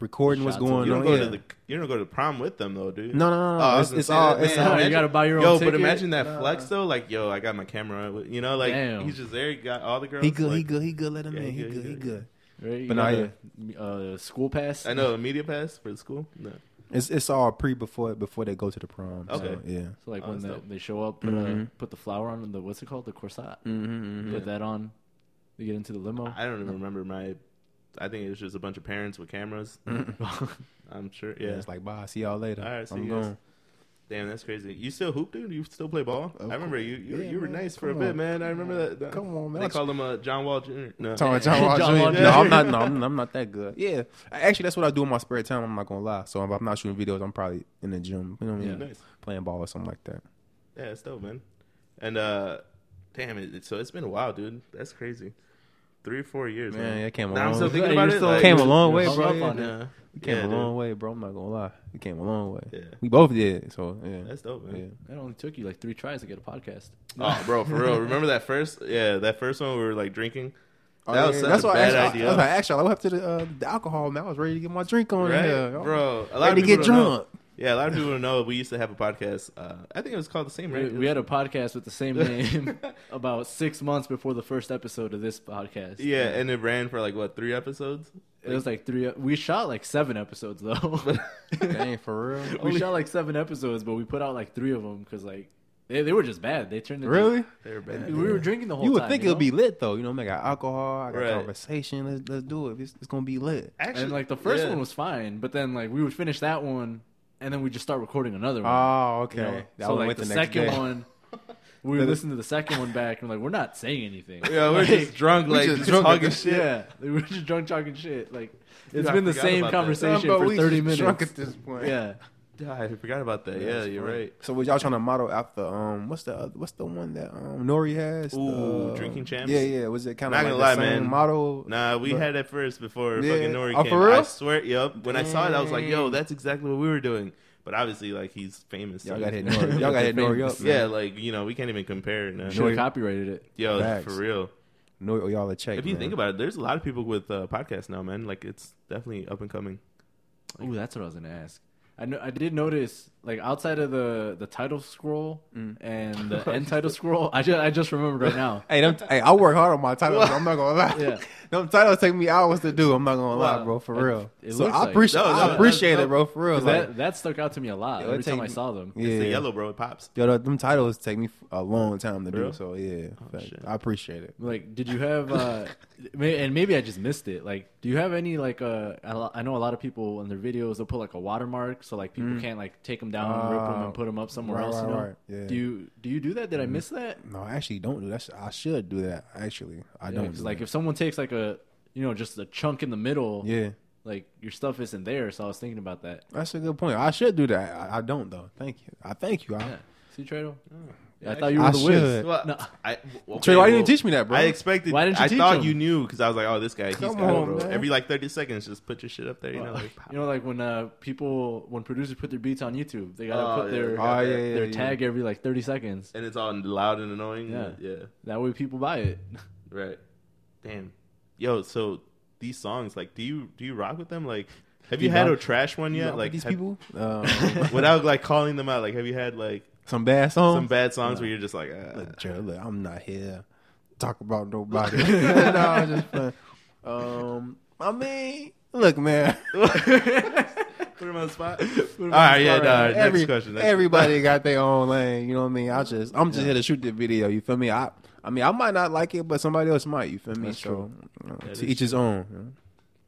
S3: recording what's
S2: Shots of-
S3: going
S1: You
S3: on.
S1: don't go
S3: yeah.
S1: to the you don't go to prom with them though, dude. Oh,
S3: No, no, no, no.
S1: I was
S3: It's-
S1: gonna
S3: it's
S1: say
S3: all-
S1: that,
S3: it's
S1: man.
S3: all-
S2: You gotta buy your own
S1: Yo,
S2: ticket.
S1: but imagine that
S3: Nah.
S1: flex though. Like, yo, I got my camera. You know, like
S2: Damn.
S1: he's just there. He got all the girls.
S3: he good,
S1: like,
S3: he good, he good. Let him
S1: Yeah,
S3: in.
S1: he
S3: He
S1: good,
S3: good,
S1: he
S3: he
S1: good.
S3: good.
S2: right? You
S3: but
S2: got
S3: nah,
S2: a, uh, school pass.
S1: I know a media pass for the school. No.
S3: It's it's all pre before before they go to the prom.
S1: Okay.
S3: so, yeah.
S2: So like
S1: Oh,
S2: when
S1: that's
S2: the,
S1: dope.
S2: they show up, put, uh
S3: Mhm.
S2: put the flower on the what's it called, the corset.
S3: Mm-hmm,
S2: Put that on. They get into the limo.
S1: I don't even remember my. I think it was just a bunch of parents with cameras. I'm sure.
S3: Yeah.
S1: Yeah.
S3: it's like bye. See y'all later.
S1: All right, see
S3: I'm
S1: you guys.
S3: gone.
S1: Damn, that's crazy. You still hoop, dude? You still play ball? I remember you. You,
S3: Yeah,
S1: you were
S3: man,
S1: nice for a
S3: come
S1: bit,
S3: on.
S1: man. I remember that. that-
S3: Come on, man.
S1: They called him uh, John Wall Jr. No.
S3: Talking
S2: John
S3: about John Wall
S2: Wall
S3: Jr.
S2: Jr.
S3: No, I'm not. No, I'm, I'm not that good. Yeah, actually, that's what I do in my spare time. I'm not gonna lie. So if I'm not shooting videos, I'm probably in the gym. You know what I
S1: Yeah,
S3: mean?
S1: nice.
S3: Playing ball or something like that.
S1: Yeah, it's dope, man. And uh, damn it. it- So it's been a while, dude. That's crazy. Three, four years,
S3: Man,
S1: man.
S3: yeah, it came a
S1: Now I'm
S3: long
S1: still
S3: way.
S1: thinking
S2: Yeah,
S1: about
S2: you're
S1: it.
S2: still-
S1: like,
S3: Came a
S1: it's-
S3: long way,
S1: it's-
S3: bro.
S2: hung up on it.
S1: Yeah.
S3: We came
S1: Yeah,
S3: a
S1: dude.
S3: long way, bro. I'm not gonna lie. We came a long way.
S1: Yeah.
S3: We both did. So yeah.
S1: That's dope, man.
S3: yeah.
S2: It only took you like three tries to get a podcast.
S1: Oh, bro, for real. Remember that first? Yeah, that first one we were like drinking. That was such
S3: Oh, that's
S1: a
S3: why
S1: bad
S3: I, actually,
S1: idea,
S3: I was like, actually, I went up to the, uh, the alcohol man. I was ready to get my drink on
S1: right,
S3: there,
S1: bro? A lot
S3: Oh, Ready
S1: of
S3: to
S1: people
S3: get
S1: don't know-
S3: drunk.
S1: Yeah, a lot of people don't know. We used to have a podcast. Uh, I think it was called the same,
S2: We,
S1: right?
S2: we had a podcast with the same name about six months before the first episode of this podcast.
S1: yeah, and it ran for like what three episodes?
S2: it was like three. We shot like seven episodes though.
S3: Dang, for real.
S2: we shot like seven episodes, but we put out like three of them because like they, they were just bad. They turned into,
S3: Really?
S1: They were
S2: We
S1: bad.
S2: were drinking the whole.
S3: You would
S2: time,
S3: think
S2: you
S3: it'll
S2: know?
S3: be lit though. You know, I got alcohol, I got
S1: Right.
S3: conversation. Let's let's do it. It's, it's gonna be lit.
S1: Actually,
S2: And like the first
S1: yeah.
S2: one was fine, but then like we would finish that one, and then we just start recording another one.
S3: Oh,
S2: you know?
S3: okay. That
S2: so
S3: one
S2: like
S3: went
S2: the,
S3: the next
S2: second
S3: day.
S2: one, we
S3: That is-
S2: listened to the second one back, and we're like we're not saying anything.
S1: Yeah, we're just drunk,
S3: we
S1: like
S3: just
S1: just,
S3: drunk at
S1: talking
S3: this-
S1: shit.
S2: Yeah, we were just drunk talking shit. Like
S1: Dude,
S2: it's
S1: I
S2: been the
S1: forgot
S2: same
S1: about that.
S2: conversation
S3: Bro,
S2: for
S3: we
S2: thirty
S3: just
S2: minutes.
S3: Drunk at this point.
S2: yeah,
S1: Yeah, I forgot about that. Yeah,
S3: that's
S1: you're
S3: funny.
S1: right.
S3: So was y'all trying to model after um what's the other, what's the one that um Nori has?
S1: Ooh,
S3: The-
S1: Drinking Champs?
S3: Yeah, yeah. Was it kind
S1: Not
S3: of
S1: gonna
S3: like the
S1: lie,
S3: same
S1: man.
S3: model?
S1: Nah, we
S3: But-
S1: had it first before
S3: Yeah.
S1: fucking Nori
S3: Oh,
S1: came.
S3: for real?
S1: I swear, yep. When I saw it, I was like, "Yo,
S3: Dang.
S1: that's exactly what we were doing." But obviously, like he's famous.
S3: Y'all
S1: so-
S3: got hit Nori. Y'all got hit Nori up.
S1: Yeah,
S3: Man.
S1: like you know, we can't even compare. Now.
S2: should
S3: Sure.
S2: have copyrighted it.
S1: Yo,
S3: Facts.
S1: for real.
S3: Nori, owe y'all a check.
S1: If you
S3: man.
S1: think about it, there's a lot of people with uh, podcasts now, man. Like it's definitely up and coming.
S2: Ooh, that's what I was gonna ask. I know I did notice like outside of the the title scroll
S3: Mm.
S2: and the end title scroll. I just I just remembered right now.
S3: Hey, them, hey, I work hard on my titles. I'm not gonna lie.
S2: Yeah.
S3: them titles take me hours to do. I'm not gonna
S2: Wow.
S3: lie, bro. For
S2: It-
S3: real.
S2: it
S3: so
S2: looks
S3: I
S2: like-
S3: appreciate,
S1: No, no,
S3: I
S1: no,
S3: appreciate
S1: no.
S3: it, bro. For real.
S2: 'Cause
S3: Like,
S2: that that stuck out to me a lot
S3: Yo, it
S2: every time
S3: take-
S2: I saw them.
S3: yeah.
S1: It's the yellow, bro. It pops.
S3: Yo, the, them titles take me a long time to
S1: Real?
S3: do.
S2: Oh,
S3: So yeah, Fact.
S1: shit.
S3: I appreciate it.
S2: Like, did you have? uh may- And maybe I just missed it. Like, Do you have any like uh? I lo- I know a lot of people in their videos they'll put like a watermark, so like people can't like take them down, rip them,
S3: Ah,
S2: and put them up somewhere
S3: Mm. right,
S2: else.
S3: right,
S2: you know?
S3: right, yeah. Mm.
S2: Do you do you do that? Did I miss that?
S3: No, I actually don't do that. I should do that. Actually, I
S2: Yeah,
S3: don't.
S2: 'cause,
S3: do
S2: like
S3: that.
S2: if someone takes like a you know just a chunk in the middle,
S3: yeah,
S2: like your stuff isn't there. So I was thinking about that.
S3: that's a good point. I should do that. I, I don't though. Thank you. I thank you. I,
S2: Yeah. See, Trado.
S1: Yeah,
S2: I thought you were
S3: I
S2: the whiz.
S3: should.
S1: Well,
S2: No.
S1: I, okay,
S3: Trey, why you
S1: well,
S3: didn't teach me that, bro?
S1: I expected.
S2: Why didn't you
S1: I
S2: teach
S1: thought
S2: him?
S1: you knew because I was like, "Oh, this guy, he's
S3: Come
S1: got it,
S3: on,
S1: bro."
S3: man.
S1: Every like thirty seconds, just put your shit up there. You know, like,
S2: you know, like when uh, people when producers put their beats on YouTube, they gotta
S1: Oh,
S2: put
S1: yeah.
S2: their
S1: Oh,
S3: yeah, yeah,
S2: their
S3: yeah.
S2: tag every like thirty seconds.
S1: and it's all loud and annoying.
S2: Yeah.
S1: yeah,
S2: That way, people buy it.
S1: right. Damn, yo. So these songs, like, do you do you rock with them? Like, have
S3: Do
S1: you
S3: you
S1: had
S3: rock-
S1: a trash one
S3: You
S1: yet?
S3: know,
S1: Like,
S3: these
S1: have-
S3: people, um,
S1: without like calling them out, like, have you had like
S3: some bad songs.
S1: some bad songs where you're just like, ah.
S3: Look, Joe, look, I'm not here to talk about nobody. no, I'm just playing. Um, I mean, look, man.
S1: put him on the spot. all
S3: All
S1: right, yeah. No, next question. next-
S3: everybody got their own lane. You know what I mean? I just, I'm just here to shoot the video. You feel me? I, I mean, I might not like it, but somebody else might. You feel me?
S1: That's
S3: so, you know,
S1: That is
S3: to each his own. you know?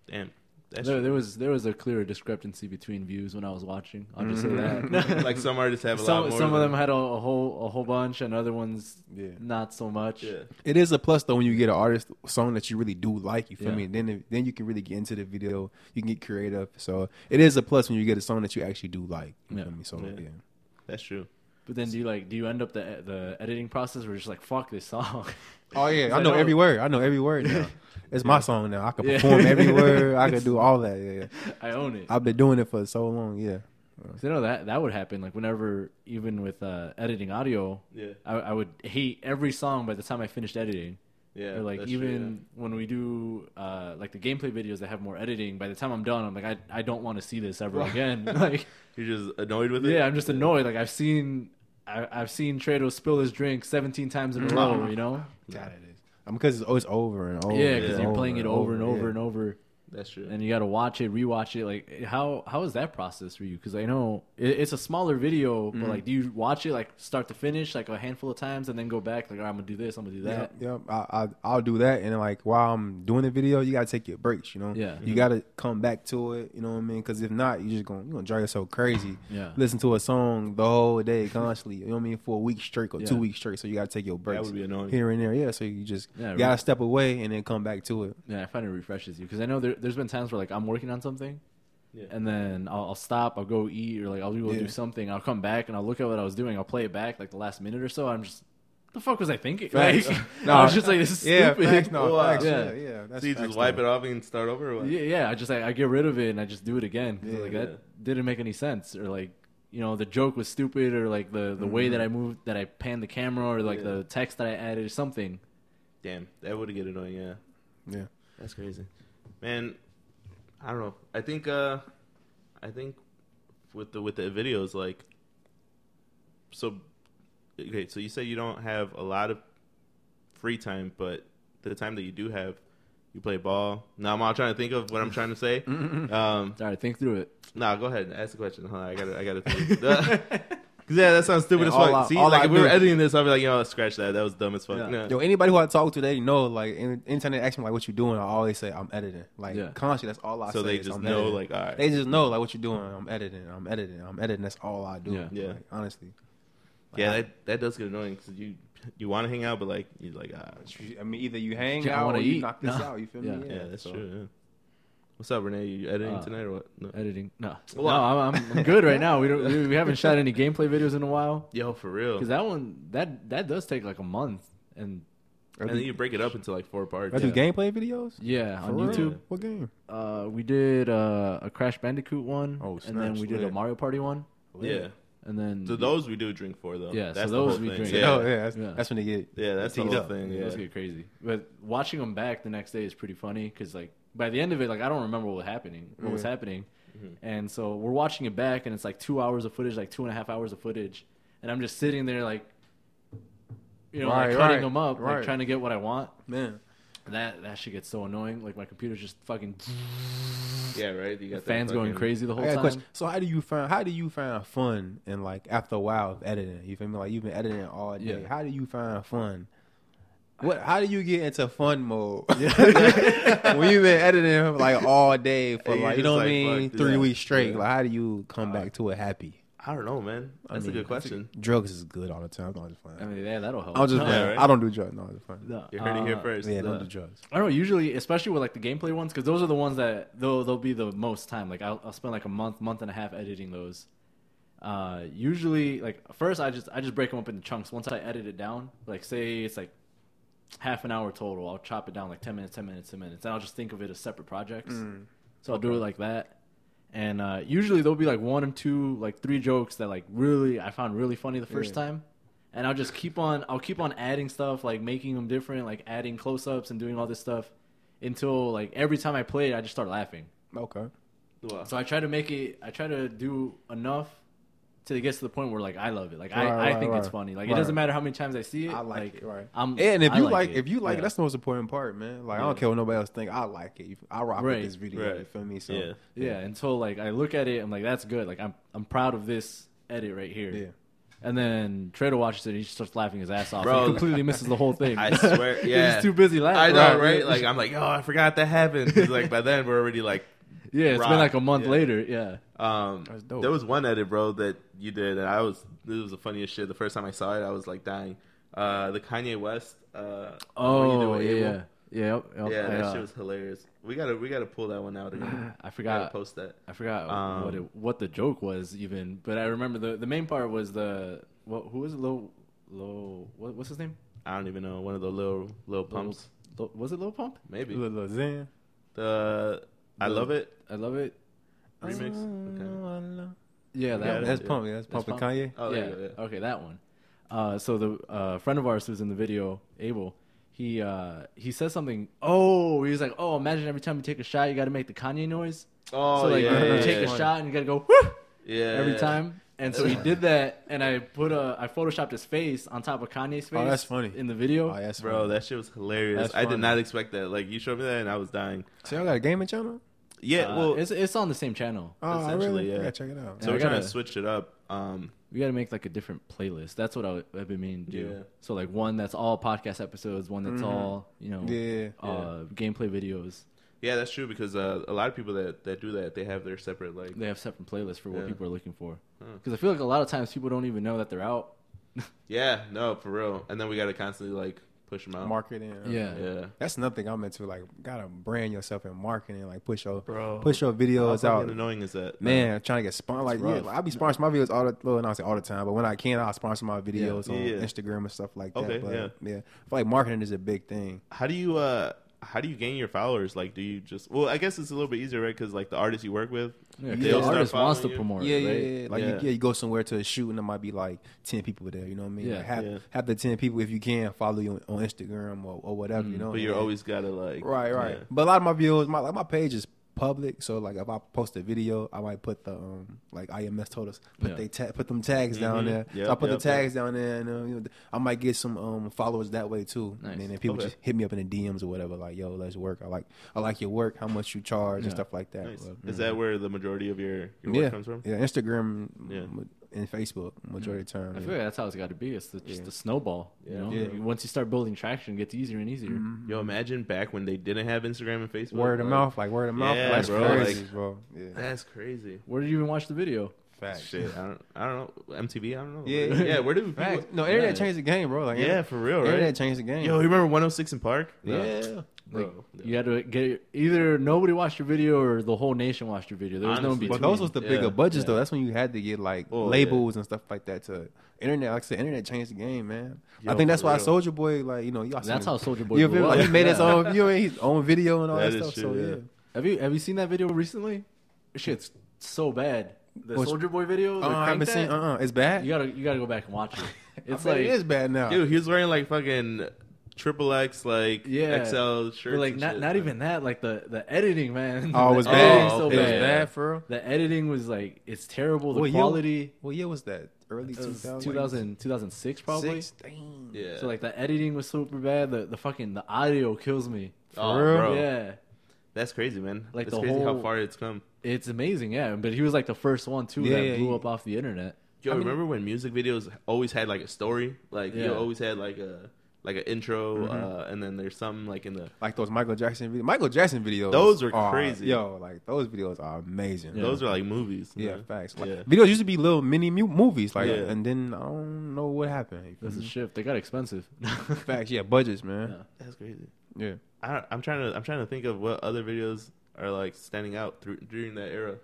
S1: Damn, that's
S2: There, there was there was a clear discrepancy between views when I was watching. I'll just say that.
S1: Mm-hmm. like some artists have a lot
S2: some
S1: more.
S2: some of
S1: than-
S2: them had a, a whole a whole bunch, and other ones
S3: Yeah.
S2: not so much.
S1: Yeah.
S3: It is a plus though when you get an artist song that you really do like. You feel
S2: Yeah.
S3: me? Then it- then you can really get into the video. You can get creative. So it is a plus when you get a song that you actually do like. You
S2: Yeah.
S3: feel me? So
S1: Yeah.
S3: yeah.
S1: That's true.
S2: But then do you like do you end up the e, the editing process where you're just like fuck this song?
S3: Oh yeah,
S2: I
S3: I know
S2: know-
S3: every word. I know every word now. It's my song now. I can
S2: Yeah.
S3: perform every word. I can do all that. Yeah, yeah.
S2: I own it.
S3: I've been doing it for so long. Yeah.
S2: 'Cause, you know that that would happen like whenever even with uh, editing audio,
S1: Yeah.
S2: I, I would hate every song by the time I finished editing.
S1: Yeah.
S2: or like
S1: that's true,
S2: even
S1: yeah.
S2: when we do uh, like the gameplay videos that have more editing, by the time I'm done, I'm like I I don't want to see this ever again. like
S1: You're just annoyed with it.
S2: yeah, I'm just annoyed. Like I've seen I, I've seen Trado spill his drink 17 times in a row. You know.
S3: God, it is. I'm because it's always over and over.
S2: Yeah, because
S1: yeah.
S2: you're playing it over and over and over,
S1: That's true.
S2: and you got to watch it, rewatch it. Like, how how is that process for you? Because I know it, it's a smaller video,
S3: Mm-hmm.
S2: but like, do you watch it like start to finish like a handful of times and then go back like, all right, I'm gonna do this, I'm gonna do that.
S3: Yep, yep. I, I I'll do that, and like while I'm doing the video, you gotta take your breaks. You know,
S2: Yeah.
S3: You gotta come back to it. You know what I mean? Because if not, you just gonna you gonna drive yourself crazy.
S2: Yeah.
S3: Listen to a song the whole day constantly. You know what I mean? For a week straight or
S2: Yeah.
S3: two weeks straight. So you gotta take your breaks
S1: would be annoying.
S3: here and there. Yeah. So you just
S2: Yeah,
S3: you gotta step away and then come back to it.
S2: Yeah, I find it refreshes you because I know there, there's been times where like I'm working on something,
S1: Yeah.
S2: and then I'll, I'll stop, I'll go eat, or like I'll go
S3: Yeah.
S2: do something. I'll come back and I'll look at what I was doing. I'll play it back like the last minute or so. I'm just, the fuck was I thinking? Like,
S3: Facts. No,
S2: I was just like, this is
S3: Yeah.
S2: stupid.
S3: Facts, no,
S1: Wow.
S3: facts,
S2: Yeah.
S3: yeah. Yeah. That's
S1: so you
S3: facts,
S1: just wipe
S3: though.
S1: it off and start over. Or what?
S2: Yeah, yeah. I just like I get rid of it and I just do it again. 'Cause,
S3: Yeah.
S2: like that didn't make any sense, or like you know the joke was stupid, or like the the way that
S3: Mm-hmm.
S2: I moved, that I panned the camera, or like
S1: Yeah.
S2: the text that I added, or something.
S1: Damn, that would get annoying. Yeah.
S3: Yeah.
S1: That's crazy, man. I don't know. I think uh, I think with the with the videos like, so okay. So you say you don't have a lot of free time, but the time that you do have, you play ball. Now I'm all trying to think of what I'm trying to say. um,
S2: All right, think through it.
S1: nah, go ahead and ask the question. Hold on, I gotta I gotta think. 'Cause, yeah, that sounds stupid
S3: Yeah,
S1: as
S3: all
S1: fuck.
S3: I-
S1: See,
S3: all
S1: like
S3: I
S1: if we were
S3: do-
S1: editing this, I'd be like, yo, scratch that. That was dumb as fuck.
S2: Yeah.
S1: No.
S3: Yo, anybody who I talk to, they know. Like, any- anytime they ask me like what you doing, I always say I'm editing. Like,
S2: Yeah.
S3: constantly, that's all I say.
S1: So they
S3: is
S1: just
S3: I'm
S1: know,
S3: editing.
S1: like, all right.
S3: They just know like what you're doing. I'm editing. I'm editing. I'm editing. That's all I do.
S2: Yeah.
S1: Yeah.
S3: Like, honestly.
S1: Yeah, that that does get annoying because you you want to hang out, but like you're like ah,
S3: I mean, either you hang
S2: Yeah, I
S3: out
S2: wanna
S3: or you
S2: eat.
S3: knock this
S2: No.
S3: out. You feel
S2: Yeah.
S3: me?
S1: yeah, that's
S3: so-
S1: true. Yeah. What's up, Renee? You editing
S2: Uh,
S1: tonight or what? No.
S2: Editing. No,
S1: Well,
S2: no, I'm, I'm- I'm good right now. We don't. We, we haven't shot any gameplay videos in a while
S1: Yo, for real.
S2: because that one that that does take like a month and
S3: I
S1: And
S3: do,
S1: then you break it up into like four parts.
S3: I do
S1: Yeah.
S3: gameplay videos
S2: yeah
S3: For
S2: on
S3: real?
S2: YouTube.
S3: What game?
S2: Uh, we did uh, a Crash Bandicoot one,
S3: Oh,
S2: and then
S3: snaps,
S2: we did a
S3: lit.
S2: Mario Party one,
S1: Yeah.
S2: and then
S1: So those we do drink for though.
S2: Mm-hmm. Yeah, so
S1: That's the
S2: those
S1: whole
S2: we
S1: thing.
S2: drink.
S1: Yeah.
S3: Oh yeah, that's,
S2: Yeah.
S3: that's when they get.
S1: Yeah, that's the
S3: Teed
S1: whole
S3: up.
S1: thing. Yeah.
S2: Those get crazy. But watching them back the next day is pretty funny because like by the end of it, like I don't remember what was happening. What
S3: Mm-hmm.
S2: was happening, and so we're watching it back, and it's like two hours of footage, like two and a half hours of footage, and I'm just sitting there like, you know, like
S3: Right,
S2: cutting
S3: right,
S2: them up, like
S3: right.
S2: trying to get what I want.
S3: Man,
S2: That that shit gets so annoying. Like my computer's just fucking
S1: Yeah, right. You got
S2: the
S1: that
S2: fans going
S1: fucking-
S2: crazy the whole
S3: I got a
S2: time.
S3: question. So how do you find how do you find fun and like after a while of editing? You feel me? Like you've been editing all day.
S2: Yeah.
S3: How do you find fun? What? How do you get into fun mode when you've been editing like all day for
S1: And you're
S3: like you
S1: just
S3: know what I
S1: like,
S3: mean?
S1: fuck,
S3: Three
S1: yeah.
S3: weeks straight. Like, how do you come back to it happy?
S1: I don't know, man.
S3: I
S1: That's
S3: mean,
S1: a good question.
S3: Drugs is good all the time. I'm just
S2: I
S3: playing.
S2: mean, yeah, that'll help.
S3: I'm just
S2: No,
S3: playing.
S1: right?
S3: I don't do drugs. No, I'm just playing.
S2: no,
S1: You heard it here
S2: uh,
S1: first.
S3: Yeah,
S1: Uh,
S3: don't do drugs.
S2: I don't know. Usually, especially with like the gameplay ones, because those are the ones that they'll they'll be the most time. Like I'll, I'll spend like a month, month and a half editing those. Uh, usually, like first I just I just break them up into chunks. Once I edit it down, like say it's like half an hour total, I'll chop it down like ten minutes, ten minutes, ten minutes, and I'll just think of it as separate projects.
S3: Mm.
S2: So I'll do it like that. And uh, usually there'll be like one or two, like three jokes that like really I found really funny the first time, and I'll just keep on I'll keep on adding stuff like making them different, like adding close ups and doing all this stuff until like every time I play it I just start laughing.
S3: Okay.
S1: well,
S2: So I try to make it I try to do enough till it gets to the point where like I love it, like I,
S3: Right,
S2: I
S3: right,
S2: think it's
S3: right.
S2: funny. Like
S3: Right.
S2: it doesn't matter how many times I see it.
S3: I like, it, right?
S2: I'm
S3: and if
S2: I
S3: you like,
S2: it.
S3: if you like,
S2: Yeah.
S3: it, that's the most important part, man. Like I don't
S2: Yeah.
S3: care what nobody else think. I like it. I rock
S2: Right.
S3: with this video.
S1: Right.
S3: You feel me? So
S1: Yeah.
S2: Yeah, until like I look at it, I'm like, that's good. Like I'm I'm proud of this edit right here.
S3: Yeah.
S2: And then Trader watches it, and he just starts laughing his ass off.
S1: Bro.
S2: he completely misses the whole thing.
S1: I swear,
S2: He's
S1: yeah.
S2: just too busy laughing.
S1: I know, right? Like I'm like, oh, I forgot that happened. 'Cause, like by then we're already like,
S2: yeah, it's been
S1: rocked,
S2: like a month
S1: yeah.
S2: later. Yeah,
S1: um,
S3: That's dope.
S1: there was one edit, bro, that you did, and I was it was the funniest shit. The first time I saw it, I was like dying. Uh, the Kanye West. Uh, when you
S2: Oh
S1: did with
S2: yeah,
S1: Abel.
S2: yeah, yeah. Yep, yep,
S1: Yeah,
S2: I,
S1: that
S2: uh,
S1: shit was hilarious. We gotta we gotta pull that one out again.
S2: I
S1: We gotta
S2: forgot.
S1: post that.
S2: I forgot
S1: Um,
S2: what it, what the joke was even, but I remember the the main part was the what who was it? Low low what, what's his name?
S1: I don't even know one of the little little pumps.
S2: Lil- was it Low Pump?
S1: Maybe
S3: Lil- Lil Xan.
S1: the I
S2: Lil-
S1: love it
S2: I love it.
S1: remix.
S3: Oh,
S1: Okay.
S2: Yeah, that
S1: Yeah,
S2: one.
S3: That's
S1: Yeah.
S3: pump. yeah,
S2: That's
S3: That's
S2: Uh-huh.
S3: pump and
S2: Pump.
S3: Kanye.
S1: Oh,
S2: yeah.
S1: there you go, yeah.
S2: Okay, that one. Uh, so the uh, friend of ours who's in the video, Abel, he uh, he says something. Oh, he was like, oh, imagine every time you take a shot, you got to make the Kanye noise.
S1: Oh
S2: so like
S1: yeah,
S2: you
S1: yeah,
S2: take
S1: yeah.
S2: a shot and you got to go "Whew,"
S1: yeah,
S2: every
S1: yeah.
S2: time. And so he did that, and I put a I photoshopped his face on top of Kanye's face.
S3: Oh, that's funny.
S2: in the video.
S3: Oh, that's
S1: Bro,
S3: funny.
S1: that shit was hilarious.
S3: That's
S1: I did
S3: funny.
S1: not expect that. Like you showed me that, and I was dying.
S3: So y'all got a gaming channel?
S1: Yeah,
S2: Uh,
S1: well,
S2: it's it's on the same channel.
S3: Oh,
S1: Essentially,
S3: really?
S1: yeah.
S3: Yeah. check it out.
S1: so
S2: I
S1: we're trying
S2: gotta-
S1: to switch it up. Um,
S2: We got to make like a different playlist. That's what I, would- I've been meaning to do.
S1: Yeah.
S2: So like one that's all podcast episodes, one
S3: Mm-hmm.
S2: that's all you know,
S3: Yeah.
S2: uh, gameplay videos.
S1: yeah, that's true because uh, a lot of people that that do that they have their separate like.
S2: they have separate playlists for what
S1: Yeah.
S2: people are looking for.
S1: Huh.
S2: Because I feel like a lot of times people don't even know that they're out.
S1: Yeah, no, for real. And then we gotta constantly like push them out.
S3: Marketing. uh,
S2: Uh-huh. Yeah.
S1: Yeah,
S3: That's nothing I'm into. Like, gotta brand yourself in marketing. Like, push your
S1: Bro.
S3: push your
S1: how
S3: videos out.
S1: fucking annoying is that, Uh,
S3: Man, I'm trying to get sponsored. Like, yeah,
S2: rough.
S3: like, I be sponsoring my videos all the well, not say all the time, but when I can, I'll sponsor my videos on
S1: Yeah.
S3: Instagram and stuff like that.
S1: Okay,
S3: but
S1: yeah.
S3: I feel like marketing is a big thing.
S1: How do you uh? How do you gain your followers? Like, do you just? Well, I guess it's a little bit easier, right? Because like the artists you work with,
S2: Yeah, 'cause
S1: they'll
S2: the
S1: start
S2: artist wants to
S1: following you.
S2: promote.
S3: Yeah,
S2: it,
S3: yeah,
S2: right?
S3: yeah. Like, You,
S1: Yeah.
S3: yeah, you go somewhere to a shoot and there might be like ten people there. You know what I mean?
S2: Yeah.
S3: Like, have
S1: Yeah.
S3: have the ten people if you can follow you on, on Instagram or, or whatever. You know,
S1: But you're
S3: and-
S1: always gotta like
S3: right, right.
S1: yeah.
S3: But a lot of my videos, my like my page is public, so like if I post a video, I might put the um like IMS told us put
S2: Yeah.
S3: they ta- put them tags down
S1: Mhm.
S3: there.
S1: Yep,
S3: so I put
S1: yep,
S3: the tags down there, and uh, you know, I might get some um followers that way too.
S2: Nice.
S3: And then if people
S1: Okay.
S3: just hit me up in the DMs or whatever, like yo, let's work. I like I like your work, how much you charge
S2: Yeah.
S3: and stuff like that.
S1: Nice.
S3: But,
S1: Is
S3: mm.
S1: that where the majority of your, your work
S3: yeah,
S1: comes from?
S3: yeah, Instagram,
S1: Yeah.
S3: m- and Facebook majority of
S2: I
S3: the time.
S2: feel
S3: yeah.
S2: like that's how it's got to be. It's the, just
S3: Yeah.
S2: the snowball. You
S1: Yeah.
S2: know,
S3: Yeah.
S2: once you start building traction, it gets easier and easier.
S3: Mm-hmm.
S1: Yo, imagine back when they didn't have Instagram and Facebook.
S3: Word of
S1: like,
S3: mouth, like word of mouth,
S1: Yeah,
S3: that's
S1: bro,
S3: crazy,
S1: like-
S3: bro. Yeah,
S1: That's crazy.
S2: Where did you even watch the video?
S1: Shit, I don't, I don't know. MTV, I don't know.
S3: Yeah.
S1: yeah. Where did we?
S3: Facts. No, internet
S2: Yeah.
S3: changed the game, bro. Like,
S1: Yeah, for real,
S3: internet
S1: right?
S3: changed the game.
S1: Oh, Yo, you remember 106 in Park?
S3: Yeah.
S1: bro.
S2: Like, You had to get either nobody watched your video or the whole nation watched your video. There was
S1: Honestly.
S2: no in
S3: But
S1: between.
S3: those was the bigger
S1: Yeah.
S3: budgets though.
S2: Yeah.
S3: That's when you had to get like
S1: Oh,
S3: labels and stuff like that to internet. Like I said, internet changed the game, man. I
S1: Yo,
S3: think that's
S1: for
S3: why
S1: real.
S3: Soldier Boy, like you know, y'all.
S2: That's how Soldier Boy.
S3: you
S2: grew
S3: feel me? like
S2: up.
S3: he made his
S2: Yeah.
S3: own, you know, his own video and all
S1: That
S3: that,
S1: is
S3: stuff.
S1: true,
S3: so yeah.
S1: yeah.
S2: Have you have you seen that video recently? Shit's so bad. The
S3: Which-
S2: Soldier Boy video. the
S3: Uh, I haven't
S2: Crank
S3: seen.
S2: That?
S3: Uh, uh it's bad.
S2: You gotta you gotta go back and watch it.
S3: I
S2: It's
S3: bet
S2: like
S3: it is bad now.
S1: Dude, he was wearing like fucking triple X, like
S2: Yeah.
S1: XL shirts.
S2: But like
S1: and
S2: not
S1: shit,
S2: not
S1: man.
S2: even that. Like the the editing, man.
S3: oh, it was
S2: The
S3: bad.
S2: editing's
S1: Oh,
S2: so
S3: It was
S1: bad.
S3: bad for real.
S2: The editing was like it's terrible. The
S3: Well, you-
S2: quality.
S3: What year was that? Early
S2: It
S3: two
S2: was
S3: thousand.
S2: 2000, 2006 probably.
S3: Dang.
S1: Yeah.
S2: So like the editing was super bad. The the fucking the audio kills me.
S1: oh,
S3: real?
S1: bro,
S2: Yeah,
S1: that's crazy, man.
S2: Like,
S1: it's
S2: the
S1: crazy how
S2: whole-
S1: far it's come.
S2: it's amazing. Yeah, but he was like the first one too
S3: Yeah,
S2: that
S3: yeah,
S2: blew
S3: he-
S2: up off the internet.
S1: Yo,
S3: I mean-
S1: remember when music videos always had like a story? Like
S2: Yeah. Mm-hmm.
S1: you always had like a like an intro, uh, and then there's something like in the
S3: Like those Michael Jackson videos. Michael Jackson videos.
S1: Those are
S3: are
S1: crazy.
S3: Yo, like those videos are amazing.
S2: Yeah.
S1: those are like movies.
S3: Yeah,
S1: man.
S3: facts. Like,
S1: Yeah.
S3: Videos used to be little mini mu- movies, like,
S1: Yeah.
S3: and then I don't know what happened.
S2: That's a shift. They got expensive.
S1: Mm-hmm.
S3: Facts, yeah, budgets, man.
S2: Yeah.
S1: That's crazy.
S3: Yeah,
S1: I don't, I'm trying to I'm trying to think of what other videos are like standing out through, during that era.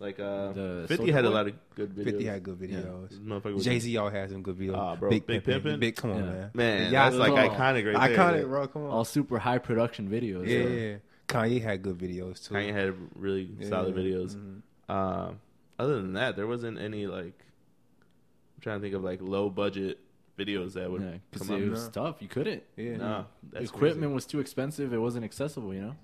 S1: Like uh,
S2: The
S1: Fifty
S2: Soulja
S1: had a
S2: Boy?
S1: lot of good videos.
S3: Fifty had good
S1: Yeah.
S3: videos.
S1: This motherfucker was-
S3: Jay Z all had some good videos.
S1: Ah, bro, Big
S3: Pimpin',
S1: Pimpin'?
S3: big, come on,
S2: Yeah.
S3: man.
S1: man,
S3: Yeah,
S1: that's like
S2: all-
S1: iconic right
S3: Iconic,
S1: there.
S3: bro. Come on.
S2: All super high production videos.
S3: yeah,
S2: so-
S3: yeah. Kanye had good videos too.
S1: Kanye had really
S3: Yeah.
S1: solid videos.
S3: Mhm.
S1: Um, other than that, there wasn't any like. I'm trying to think of like low budget videos that would
S2: Yeah, 'cause
S1: come up.
S2: it was
S3: now.
S2: tough. You couldn't.
S3: Yeah,
S1: No, that's
S2: Equipment
S1: crazy.
S2: was too expensive. It wasn't accessible. You know.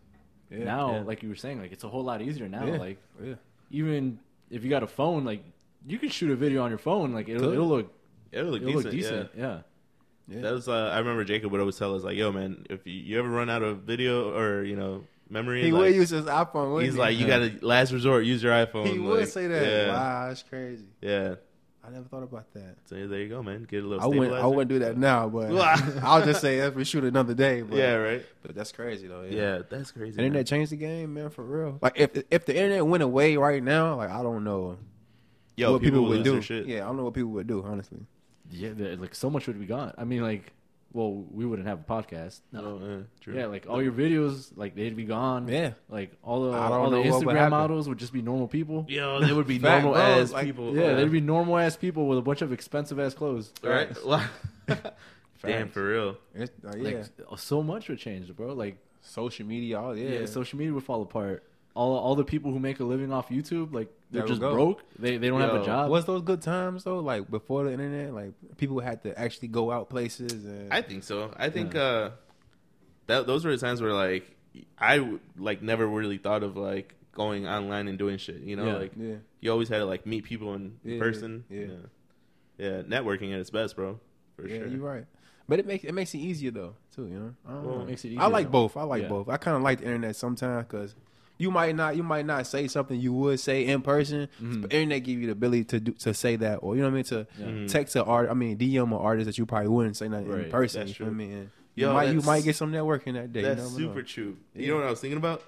S3: yeah.
S2: Now,
S1: Yeah.
S2: like you were saying, like it's a whole lot easier now.
S3: yeah.
S2: Like
S3: yeah.
S2: even if you got a phone, like you can shoot a video on your phone. Like it'll,
S3: Good.
S2: it'll look
S1: It looked
S2: it'll
S1: decent.
S2: look decent. Yeah.
S1: Yeah.
S3: Yeah.
S1: That was. Uh, I remember Jacob would always tell us like, "Yo, man, if you, you ever run out of video or you know memory,
S3: He
S1: like,
S3: would use his iPhone. wouldn't
S1: he's
S3: he?
S1: like, you gotta last resort, use your iPhone."
S3: He would
S1: like,
S3: say that.
S1: Yeah,
S3: Wow, that's crazy.
S1: yeah.
S3: I never thought about that.
S1: So yeah, there you go, man. Get a little.
S3: I wouldn't. I
S1: stabilizer.
S3: wouldn't do that now, but I'll just say if we shoot another day. But,
S1: Yeah, right.
S3: but that's crazy though.
S1: Yeah, that's crazy. man.
S3: Internet changed the game, man, for real. Like if if the internet went away right now, like I don't know
S1: Yo,
S3: what people, would
S1: lose
S3: do.
S1: their Shit.
S3: Yeah, I don't know what people would do, honestly.
S2: Yeah, there- like so much would be gone. I mean, like, well, we wouldn't have a podcast.
S1: No, yeah, true.
S2: Yeah, like all your videos, like they'd be gone.
S3: Oh, Yeah.
S2: Like all the
S3: I don't
S2: all the
S3: know what would
S2: Instagram
S3: happen.
S2: models would just be normal people.
S1: Yo, they would be
S3: Fact,
S1: normal
S3: bro,
S1: ass
S3: like,
S1: people. uh,
S2: Yeah, they'd be normal ass people with a bunch of expensive ass clothes.
S1: right. Damn,
S3: Facts.
S1: for real.
S3: It's, uh, yeah,
S2: Like so much would change, bro. Like
S3: social media, all yeah.
S2: yeah. social media would fall apart. All all the people who make a living off YouTube, like they're
S3: There we
S2: just
S3: go.
S2: broke. They they don't have
S1: Yo,
S2: a job.
S3: was those good times though? Like before the internet, like people had to actually go out places and
S1: I think so. I think uh, that those were the times where like I w- like never really thought of like going online and doing shit. You know,
S2: Yeah.
S1: like
S3: yeah.
S1: you always had to like meet people in
S3: Yeah,
S1: person.
S3: yeah.
S1: yeah, Yeah, networking at its best, bro. For
S3: yeah,
S1: sure.
S3: you're right. But it makes it makes it easier though too. You know, I, don't
S1: Well,
S3: know.
S1: it
S2: makes it
S3: I
S2: easier,
S3: like
S2: though.
S3: both. I like
S2: Yeah.
S3: both. I kind of like the internet sometimes because you might not you might not say something you would say in person,
S2: Mm-hmm.
S3: but internet give you the ability to do to say that or you know what I mean to
S1: Mhm.
S3: text an art. I mean DM an artist that you probably wouldn't say nothing
S2: Right,
S3: in person.
S1: that's
S3: You know what I
S1: true.
S3: mean? And
S1: Yo,
S3: you might you
S1: that's-
S3: might get some networking that day. you
S1: That's
S3: never know.
S1: super true. You know what I was thinking about?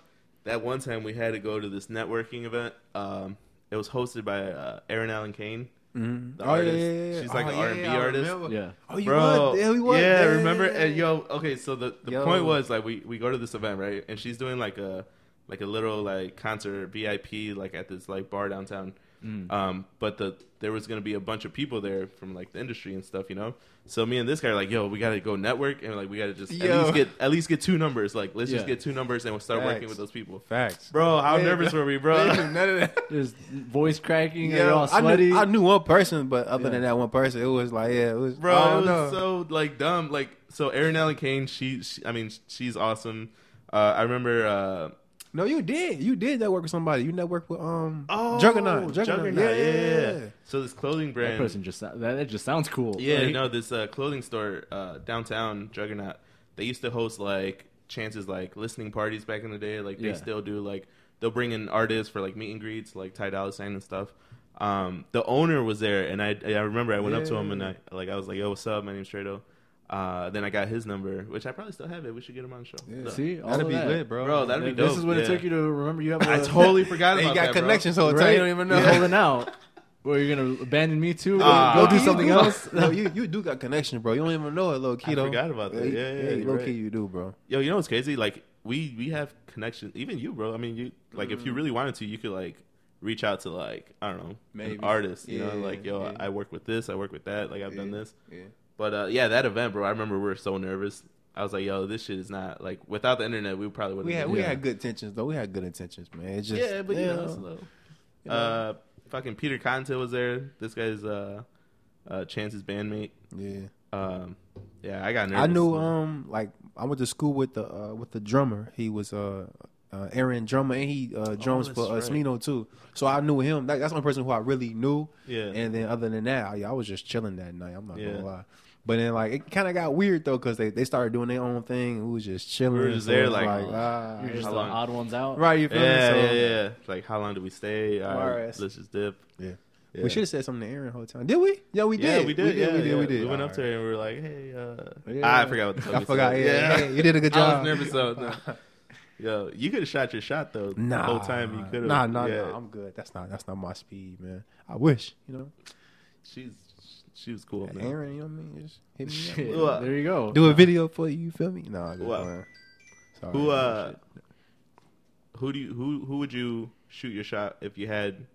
S1: That one time we had to go to this networking event. Um, it was hosted by uh, Aaron Allen Kane.
S3: Mhm.
S1: the artist. She's like
S3: Oh,
S1: an
S3: yeah,
S1: R&B
S3: I
S1: artist.
S3: remember.
S2: yeah.
S3: Oh, you
S1: Bro,
S3: was. Yeah, we was.
S1: yeah, remember? And yo, okay, so the, the
S3: Yo.
S1: point was like we, we go to this event, right? And she's doing like a like a little like concert VIP like at this like bar downtown.
S3: Mm.
S1: Um, but the there was gonna be a bunch of people there from like the industry and stuff, you know. So me and this guy are like, yo, we gotta go network and like we gotta just at
S3: Yo.
S1: least get at least get two numbers. Like let's just
S2: Yeah.
S1: get two numbers and we'll start working
S3: Facts.
S1: with those people.
S3: facts,
S1: Bro, how
S3: They-
S1: nervous were we,
S3: They
S1: bro?
S3: didn't do none of that.
S2: There's voice cracking.
S3: Yeah,
S2: Yeah, all
S3: I
S2: sweaty.
S3: knew, I knew one person, but other
S2: Yeah.
S3: than that one person, it was like, yeah, it was.
S1: bro.
S3: I
S1: it was
S3: don't know.
S1: so like dumb. Like so, Erin Ellen Kane. She, she I mean, she's awesome. Uh, I remember. Uh,
S3: no, you did. You did network with somebody. You networked with um
S1: oh,
S3: Juggernaut. Juggernaut.
S1: Yeah,
S3: Yeah.
S1: yeah. So this clothing
S2: that
S1: brand.
S2: person just that, that just sounds cool.
S1: yeah,
S2: Like,
S1: no, this uh, clothing store uh, downtown Juggernaut. They used to host like chances like listening parties back in the day. Like they
S2: Yeah.
S1: still do. Like they'll bring in artists for like meet and greets, like Ty Dolla Sign and stuff. Um, the owner was there, and I I remember I went up to him and I like I was like, "Yo, what's up? My name's Trado." Uh, then I got his number, which I probably still have it. We should get him on the show.
S3: Yeah.
S1: Look.
S2: See, all
S3: That'd
S2: of
S3: be
S2: that.
S3: lit, bro.
S1: Bro, that'd be
S2: Th- This
S1: dope,
S2: is what
S1: yeah.
S2: it took you to remember. You have.
S1: I
S2: a-
S1: totally forgot
S3: And
S1: about
S3: you got
S1: that, bro.
S3: connections, so
S2: Right?
S3: you don't even know.
S2: You're holding out. Where you're gonna abandon me too?
S1: Ah.
S2: go
S1: Yo,
S2: do
S1: you
S2: something
S1: do.
S2: else.
S3: no, you you do got connection, bro. You don't even know it, low key.
S1: I
S3: though.
S1: forgot about that. Yeah, yeah, you're
S3: low
S1: right.
S3: key, you do, bro.
S1: Yo, you know what's crazy? Like we we have connections. Even you, bro. I mean, you like if
S3: Mm-hmm.
S1: you really wanted to, you could like reach out to like I don't know,
S3: Maybe.
S1: an artist. You know,
S3: Yeah,
S1: like yo,
S3: yeah.
S1: I work with this, I work with that. Like I've done this.
S3: Yeah.
S1: But uh, yeah, that event, bro. I remember we were so nervous. I was like, yo, this shit is not like without the internet, we probably wouldn't.
S3: We had
S1: been
S3: we
S1: here.
S3: had good intentions though. We had good intentions, man. It's just
S1: yeah, but you know, it's
S3: know.
S1: low. Uh, fucking Peter Conte was there. This guy's uh, uh Chance's bandmate.
S3: yeah.
S1: Um, yeah, I got nervous.
S3: I knew um like I went to school with the uh, with the drummer. He was uh, uh Aaron drummer and he uh
S1: Oh,
S3: drums
S1: that's
S3: for uh,
S1: right.
S3: Smino too. So I knew him. That, that's the only person who I really knew.
S1: Yeah.
S3: And then other than that, I, I was just chilling that night. I'm not
S1: Yeah.
S3: gonna lie. But then like it kind of got weird though because they, they started doing their own thing. We was just chilling.
S1: We were just
S3: it
S1: there,
S3: was
S1: like,
S3: ah,
S2: You're just
S1: How
S2: the
S1: long?
S2: odd ones out.
S3: right. You feel
S1: Yeah,
S3: me? So,
S1: yeah, yeah. Like, how long do we stay? All right,
S3: Alright.
S1: let's just dip.
S3: yeah.
S1: Yeah.
S3: We should have said something to Aaron the whole time. Did we? Yeah, we
S1: Yeah,
S3: did.
S1: we did. yeah,
S3: We did.
S1: yeah.
S3: We did.
S1: We went
S3: All
S1: up to
S3: right.
S1: her and we were like, "Hey, uh,
S2: Yeah.
S1: I forgot what the fuck
S3: I
S1: we
S3: forgot.
S1: said.
S3: Yeah, yeah, you did a good job.
S1: I was nervous though. No. Yo, you could have shot your shot though.
S3: Nah,
S1: the whole time you could have.
S3: Nah, nah,
S1: yeah.
S3: nah. I'm good. That's not. That's not my speed, man. I wish. You know,
S1: She's she was cool. Man.
S3: Aaron. You know what I mean? Just hit me up.
S2: Shit,
S1: Well,
S2: there you go.
S3: do a video for you. You feel me? Nah, good
S1: Well,
S3: plan. Sorry,
S1: Who
S3: man,
S1: uh,
S3: shit.
S1: who do you, who who would you shoot your shot if you had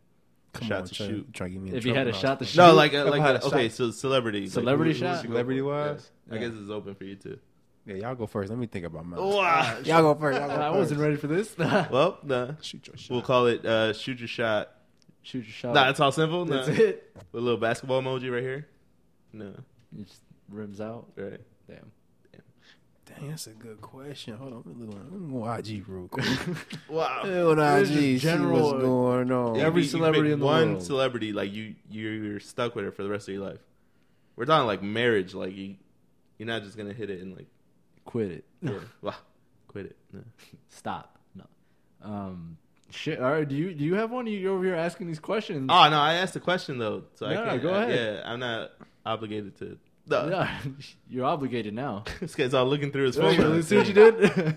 S1: a
S3: Come
S1: shot
S3: on,
S1: to
S3: try,
S1: shoot?
S3: Try to get me. in
S2: If you had
S3: trouble.
S2: a shot to shoot.
S1: No, like uh,
S3: If I
S1: like
S3: had
S1: a,
S3: a
S1: okay,
S3: shot-
S1: so celebrity, like,
S2: Celebrity
S1: who- who
S2: shot?
S1: should go for?
S3: Celebrity-wise?
S1: Yeah. I
S3: Yeah.
S1: guess it's open for you too.
S3: Yeah, y'all go first. Let me think about mine.
S1: Wow.
S3: Y'all go first. Y'all go
S2: I
S3: first.
S2: wasn't ready for this.
S1: Well, nah.
S3: Shoot your shot.
S1: We'll call it uh, shoot your shot.
S2: Shoot your shot.
S1: Nah, it's all simple. Nah.
S2: Oh. That's it.
S1: With a little basketball emoji right here. No,
S2: It just rims out.
S1: right.
S2: Damn.
S3: Dang, that's a good question. Hold on, let me look on- let me go IG real quick.
S1: Wow.
S3: Hold on,
S2: This is
S3: IG. General, see
S2: general-
S3: what's going on?
S2: Every
S1: You- you
S2: celebrity
S1: pick
S2: in the
S1: one
S2: world.
S1: celebrity like you you're stuck with her for the rest of your life. We're talking like marriage. Like you, you're not just gonna hit it and like
S2: Quit it.
S1: yeah, wow, quit it. No.
S2: Stop. No. Um. Shit. All right. Do you do you have one? You're over here asking these questions.
S1: Oh no, I asked the question though, so I
S2: No, no,
S1: can't.
S2: go
S1: I-
S2: ahead.
S1: yeah, I'm not obligated to. No.
S2: Yeah, you're obligated now.
S1: this guy's all looking through his phone.
S2: See what you did?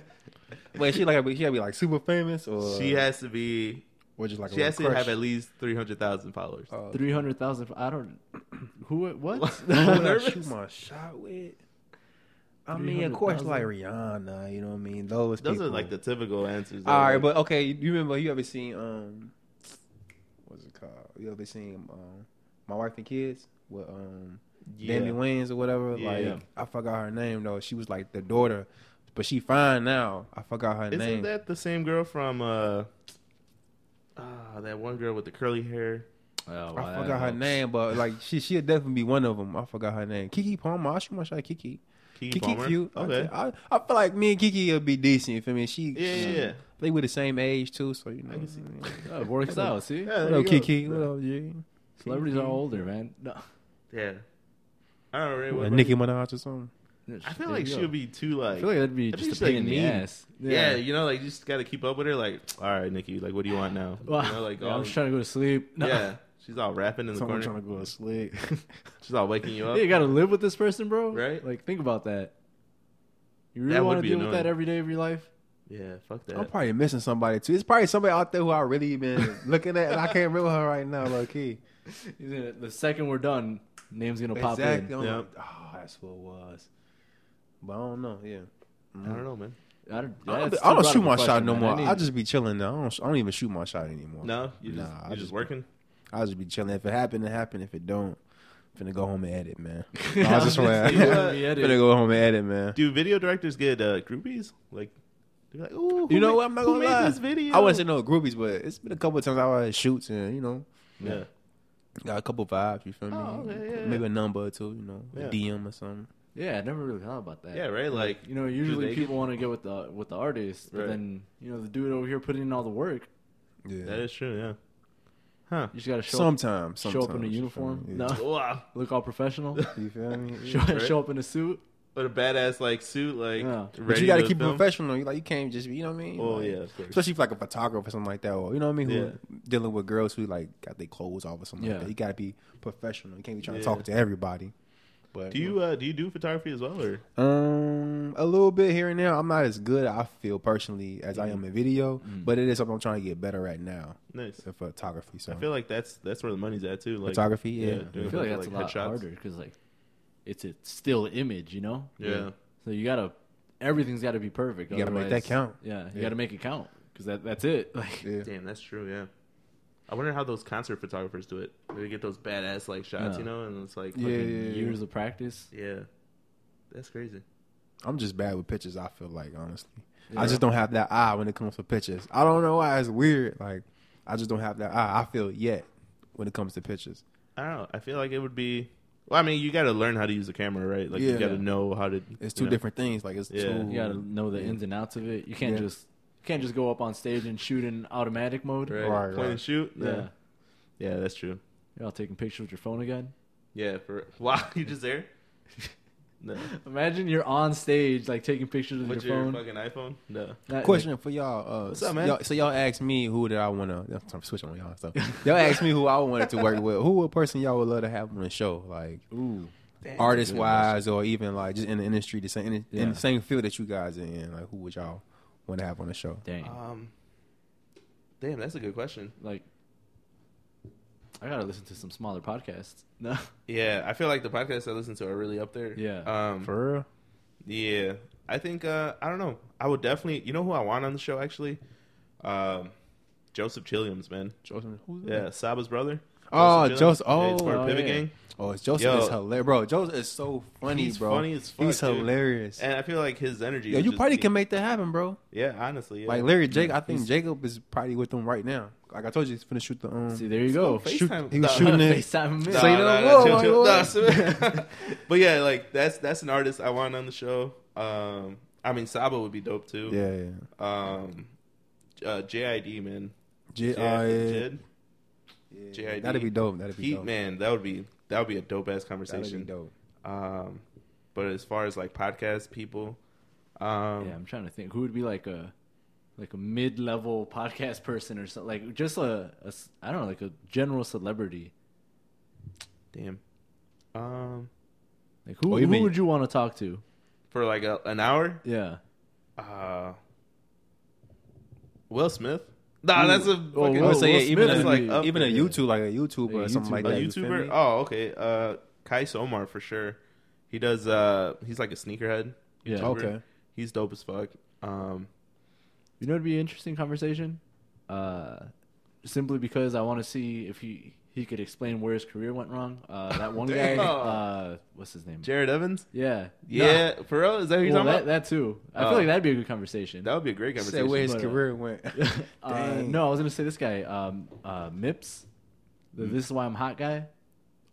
S3: Wait, she like she gotta be like super famous, or
S1: She has to be.
S3: or just like a
S1: She has
S3: little
S1: to
S3: crush?
S1: have at least three hundred thousand
S2: Oh.
S1: followers.
S3: Uh,
S2: Three hundred thousand. I don't. Who? What? Oh,
S1: What?
S3: who would I
S1: nervous?
S3: shoot my shot with? I mean, of course,
S2: 300,000.
S3: like Rihanna. You know what I mean? Those
S1: Those
S3: people.
S1: are like the typical answers. though,
S3: All right,
S1: like-
S3: but okay. You remember you ever seen um, what's it called? You ever seen um, my wife and kids with um,
S1: Yeah.
S3: Danny Wayans or whatever.
S1: Yeah.
S3: Like I forgot her name though. She was like the daughter, but she fine now. I forgot her
S1: Isn't
S3: name.
S1: that the same girl from uh, uh that one girl with the curly hair?
S2: Oh, wow,
S3: I
S2: that
S3: forgot her
S2: helps.
S3: name, but like she she'll definitely be one of them. I forgot her name. Kiki Palmer. I should want shot Kiki.
S1: Kiki,
S3: Kiki
S1: Palmer?
S3: cute.
S1: Okay.
S3: I, I, I feel like me and Kiki will be decent. You feel me? She
S1: Yeah, yeah,
S3: she-
S1: yeah.
S3: They were the same age too, so you know.
S1: I can see.
S2: Oh, it works out. See,
S1: Yeah,
S3: Oh, What
S1: there
S3: up,
S1: you go.
S3: Kiki? What up, G?
S2: celebrities are older, man. No.
S1: Yeah. I don't really.
S3: What,
S1: What about
S3: Nicki
S1: you?
S3: Minaj or something?
S1: I feel like she'll be too like.
S2: I feel like that'd be
S1: I think
S2: just
S1: she's,
S2: a
S1: like,
S2: pain in the
S1: mean.
S2: ass.
S1: yeah. you know, like you just gotta keep up with her. Like, all right, Nikki, like, what do you want now?
S2: Well,
S1: you know, like,
S2: yeah,
S1: all,
S2: I'm just trying to go to sleep. No.
S1: yeah, she's all rapping in the
S3: Someone
S1: corner.
S3: trying to go to sleep.
S1: She's all waking you
S2: Yeah,
S1: up.
S2: you gotta live with this person, bro.
S1: Right?
S2: Like, think about that. You really
S1: That would
S2: want to
S1: be
S2: deal with that
S1: annoying.
S2: every day of your life?
S1: yeah, fuck that.
S3: I'm probably missing somebody too. It's probably somebody out there who I really been looking at, and I can't remember her right now, low key.
S2: The second we're done, name's gonna pop
S3: Exactly.
S2: in.
S3: I'm
S1: Yeah.
S3: like, oh, that's who it was. But I don't know. Yeah. Mm-hmm.
S1: I don't know, man.
S2: I don't,
S3: I don't,
S2: that's
S3: I
S2: too
S3: don't
S2: broad of
S3: shoot
S2: a
S3: my shot
S2: question,
S3: no
S2: man.
S3: more.
S2: need-
S3: I just be chilling now. I don't, I don't even shoot my shot anymore.
S1: No, you just,
S3: Nah,
S1: you
S3: I
S1: just
S3: just-
S1: working.
S3: I just be chilling. If it happened, it happened. If it don't, I'm finna go home and edit, man. No, I just wanna,
S2: You wanna
S3: I'm
S2: be at it.
S3: finna go home and edit, man.
S1: Do video directors get uh, groupies? Like, they're like, ooh, who
S3: you know
S1: ma-
S3: what? I'm not
S1: who
S3: gonna
S1: made
S3: lie.
S1: This video?
S3: I wasn't say no groupies, but it's been a couple of times I was at shoots and you know
S1: Yeah.
S3: got a couple vibes. You feel me?
S1: Oh, okay, yeah,
S3: Maybe a number or two. You know,
S1: Yeah.
S3: a DM or something.
S2: Yeah, I never really thought about that.
S1: Yeah, right. Like,
S2: You know,
S1: do
S2: usually
S1: they
S2: people want to get with the with the artist, but
S1: Right.
S2: then you know the dude over here putting in all the work.
S3: Yeah.
S1: Get, that is true. Yeah. Huh.
S2: You just gotta show up,
S3: sometimes,
S2: show up in a
S3: sometimes, you
S2: uniform.
S3: feel me?
S2: No,
S1: Wow.
S2: look all professional.
S3: Yeah. You feel me?
S2: show,
S1: Right.
S2: show up in a suit.
S1: But a badass like suit, like
S2: Yeah.
S3: But
S1: ready
S3: you gotta
S1: to
S3: keep it
S1: film.
S3: professional. You like you can't just be, you know what I mean?
S1: Oh
S3: Like,
S1: yeah, of course.
S3: Especially if like a photographer or something like that, or you know what I mean, who
S1: Yeah.
S3: dealing with girls who like got their clothes off or something
S2: Yeah.
S3: like that. You gotta be professional. You can't be trying to
S1: Yeah.
S3: talk to everybody. But
S1: do you uh, do you do photography as well, or
S3: Um, a little bit here and there. I'm not as good. I feel personally as I
S1: Mm.
S3: am in video, but it is something I'm trying to get better at now.
S1: nice?
S3: in photography. So
S1: I feel like that's that's where the money's at too. Like
S3: Photography, yeah.
S1: doing
S2: I feel like
S1: a
S2: that's
S1: bunch
S2: a
S1: of,
S2: lot
S1: headshots.
S2: harder because like it's a still image, you know.
S1: Yeah.
S2: So you gotta everything's got to be perfect.
S3: You gotta make that
S2: otherwise-
S3: count.
S2: Yeah, you
S3: Yeah.
S2: gotta make it count because that that's it. Like,
S3: yeah.
S1: Damn, that's true. Yeah. I wonder how those concert photographers do it. They get those badass like shots,
S2: Yeah.
S1: you know, and it's like
S3: Yeah,
S1: fucking-
S3: yeah, yeah.
S2: years of practice.
S1: yeah. That's crazy.
S3: I'm just bad with pictures. I feel like honestly,
S2: Yeah.
S3: I just don't have that eye when it comes to pictures. I don't know why it's weird. Like I just don't have that eye. I feel yet when it comes to pictures.
S1: I don't know. I feel like it would be. Well, I mean, you got to learn how to use a camera, right? Like you
S3: Yeah.
S1: got to know how to.
S3: It's two
S1: you know.
S3: different things. Like it's
S1: Yeah.
S3: two.
S2: You gotta know the ins and outs of it. You can't
S3: Mm-hmm. Yeah.
S2: just you can't just go up on stage and shoot in automatic mode.
S1: Right.
S3: Right,
S1: Point
S3: right.
S1: and shoot.
S2: Yeah.
S1: Yeah. Yeah, that's true.
S2: You're all taking pictures with your phone again.
S1: Yeah. For wow, you just there. No.
S2: Imagine you're on stage like taking pictures with
S1: With
S2: your,
S1: your
S2: phone.
S1: fucking iPhone? No.
S2: That-
S3: Question for y'all. Uh, What's
S1: up, man?
S3: so y'all asked me who did I want to. I'm switching on y'all stuff. y'all asked me who I wanted to work with. Who a person y'all would love to have on the show, like
S2: Ooh.
S3: artist wise, or even like just in the industry, the same in, in
S2: Yeah.
S3: the same field that you guys are in. Like who would y'all want to have on the show?
S2: Dang.
S1: Um, damn, that's a good question.
S2: like, I gotta listen to some smaller podcasts. No.
S3: Mm-hmm.
S1: Yeah, I feel like the podcasts I listen to are really up there.
S2: Yeah.
S1: Um,
S3: For real?
S1: yeah. I think, uh, I don't know. I would definitely, you know who I want on the show, actually? Um, Joseph Chilliams, man.
S3: Joseph, who's that?
S1: Yeah, Saba's brother.
S3: Oh,
S1: Joseph.
S3: Joseph-
S1: Chilliams. Yeah, he's
S3: oh,
S1: part of
S2: oh,
S1: Pivot
S2: yeah.
S1: Gang.
S3: Oh, it's Joseph
S1: Yo.
S3: is hilarious, bro. Joseph is so funny,
S1: He's
S3: bro.
S1: funny as fuck.
S3: He's
S1: dude.
S3: hilarious.
S1: And I feel like his energy.
S3: Yo,
S1: is
S3: you
S1: just-
S3: probably can make that happen, bro.
S1: Yeah, honestly. Yeah.
S3: Like Larry Jacob, I think Jacob is probably with them right now. Like I told you, he's finna shoot the um.
S2: See, there you go.
S1: FaceTime.
S3: shoot- he
S1: Nah.
S3: was shooting it.
S2: FaceTime him.
S1: Nah,
S3: So you
S1: nah,
S3: know-
S1: nah,
S3: whoa,
S1: chill,
S3: whoa,
S1: chill.
S3: whoa.
S1: Nah, so- but yeah, like that's that's an artist I want on the show. Um, I mean Saba would be dope too.
S3: Yeah, yeah.
S1: Um, uh, JID man. J-
S3: J- uh, yeah.
S1: Jid?
S3: Yeah,
S1: JID.
S3: That'd be dope. That'd be
S1: Heat
S3: dope.
S1: man. That would be that would be a dope ass
S3: That'd be
S1: conversation.
S3: dope.
S1: Um, but as far as like podcast people, um,
S2: Yeah, I'm trying to think who would be like a like a mid-level podcast person or something like just a, a s- I don't know like a general celebrity.
S1: damn. Um,
S2: Like who,
S3: Oh, you
S2: who
S3: mean-
S2: would you want to talk to?
S1: for like a, an hour,
S2: Yeah.
S1: uh, Will Smith. Nah, that's a fucking,
S2: Oh,
S3: I
S2: Will-
S3: would say
S2: Will
S3: yeah, even
S2: Smith
S3: a,
S2: is
S1: like up
S3: even a
S1: there.
S3: YouTube like a YouTuber
S2: A
S3: or something like
S1: a
S2: YouTuber.
S3: that. you feel
S1: YouTuber?
S3: me?
S1: Oh, okay. Uh, Kai Somar for sure. He does. Uh, he's like a sneakerhead.
S2: Yeah.
S1: YouTuber.
S3: Okay.
S1: He's dope as fuck. Um,
S2: You know, it'd be an interesting conversation. Uh, simply because I want to see if he he could explain where his career went wrong. Uh, that one guy,
S1: Damn.
S2: uh, what's his name?
S1: Jared Evans.
S2: yeah,
S1: Yeah, for real. Is that who
S2: No.
S1: you're
S2: Well,
S1: talking
S2: that,
S1: about?
S2: that too. I
S1: Oh.
S2: feel like that'd be a good conversation.
S1: That would be a great
S3: Said
S1: conversation.
S3: where his
S2: But, uh,
S3: career went.
S2: uh,
S3: Dang.
S2: no, I was gonna say this guy, um, uh, Mips. The
S1: Hmm.
S2: This is why I'm hot guy.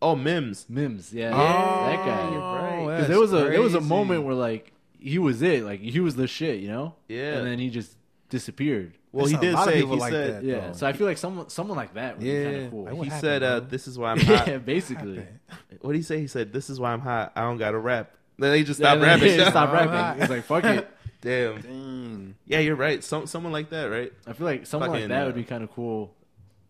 S1: Oh, Mims.
S2: Mims, yeah,
S3: Oh,
S2: that
S1: you're
S2: guy.
S1: right.
S2: 'Cause there was a there was a moment where like he was it, like he was the shit, you know.
S1: Yeah.
S2: And then he just disappeared.
S1: Well,
S3: That's
S1: he
S3: a
S1: did
S3: lot of
S1: say
S3: people
S1: he
S3: like
S1: said.
S3: that.
S2: Yeah.
S3: Oh.
S2: So I feel like someone someone like that would be kind
S3: Yeah.
S2: of cool.
S3: I What
S1: He
S3: happened,
S1: said, uh,
S3: bro?
S1: "This is why I'm hot."
S2: yeah, basically.
S1: What did he say? He said, "This is why I'm hot. I don't got to rap." Then they just
S2: Yeah,
S1: stopped
S2: they
S1: rapping.
S2: just stopped
S3: Alright.
S2: rapping. It's like fuck it.
S1: Damn.
S3: Dang.
S1: Yeah, you're right. Some someone like that, right?
S2: I feel like someone
S1: Fucking,
S2: like that
S1: uh,
S2: would be kind of cool.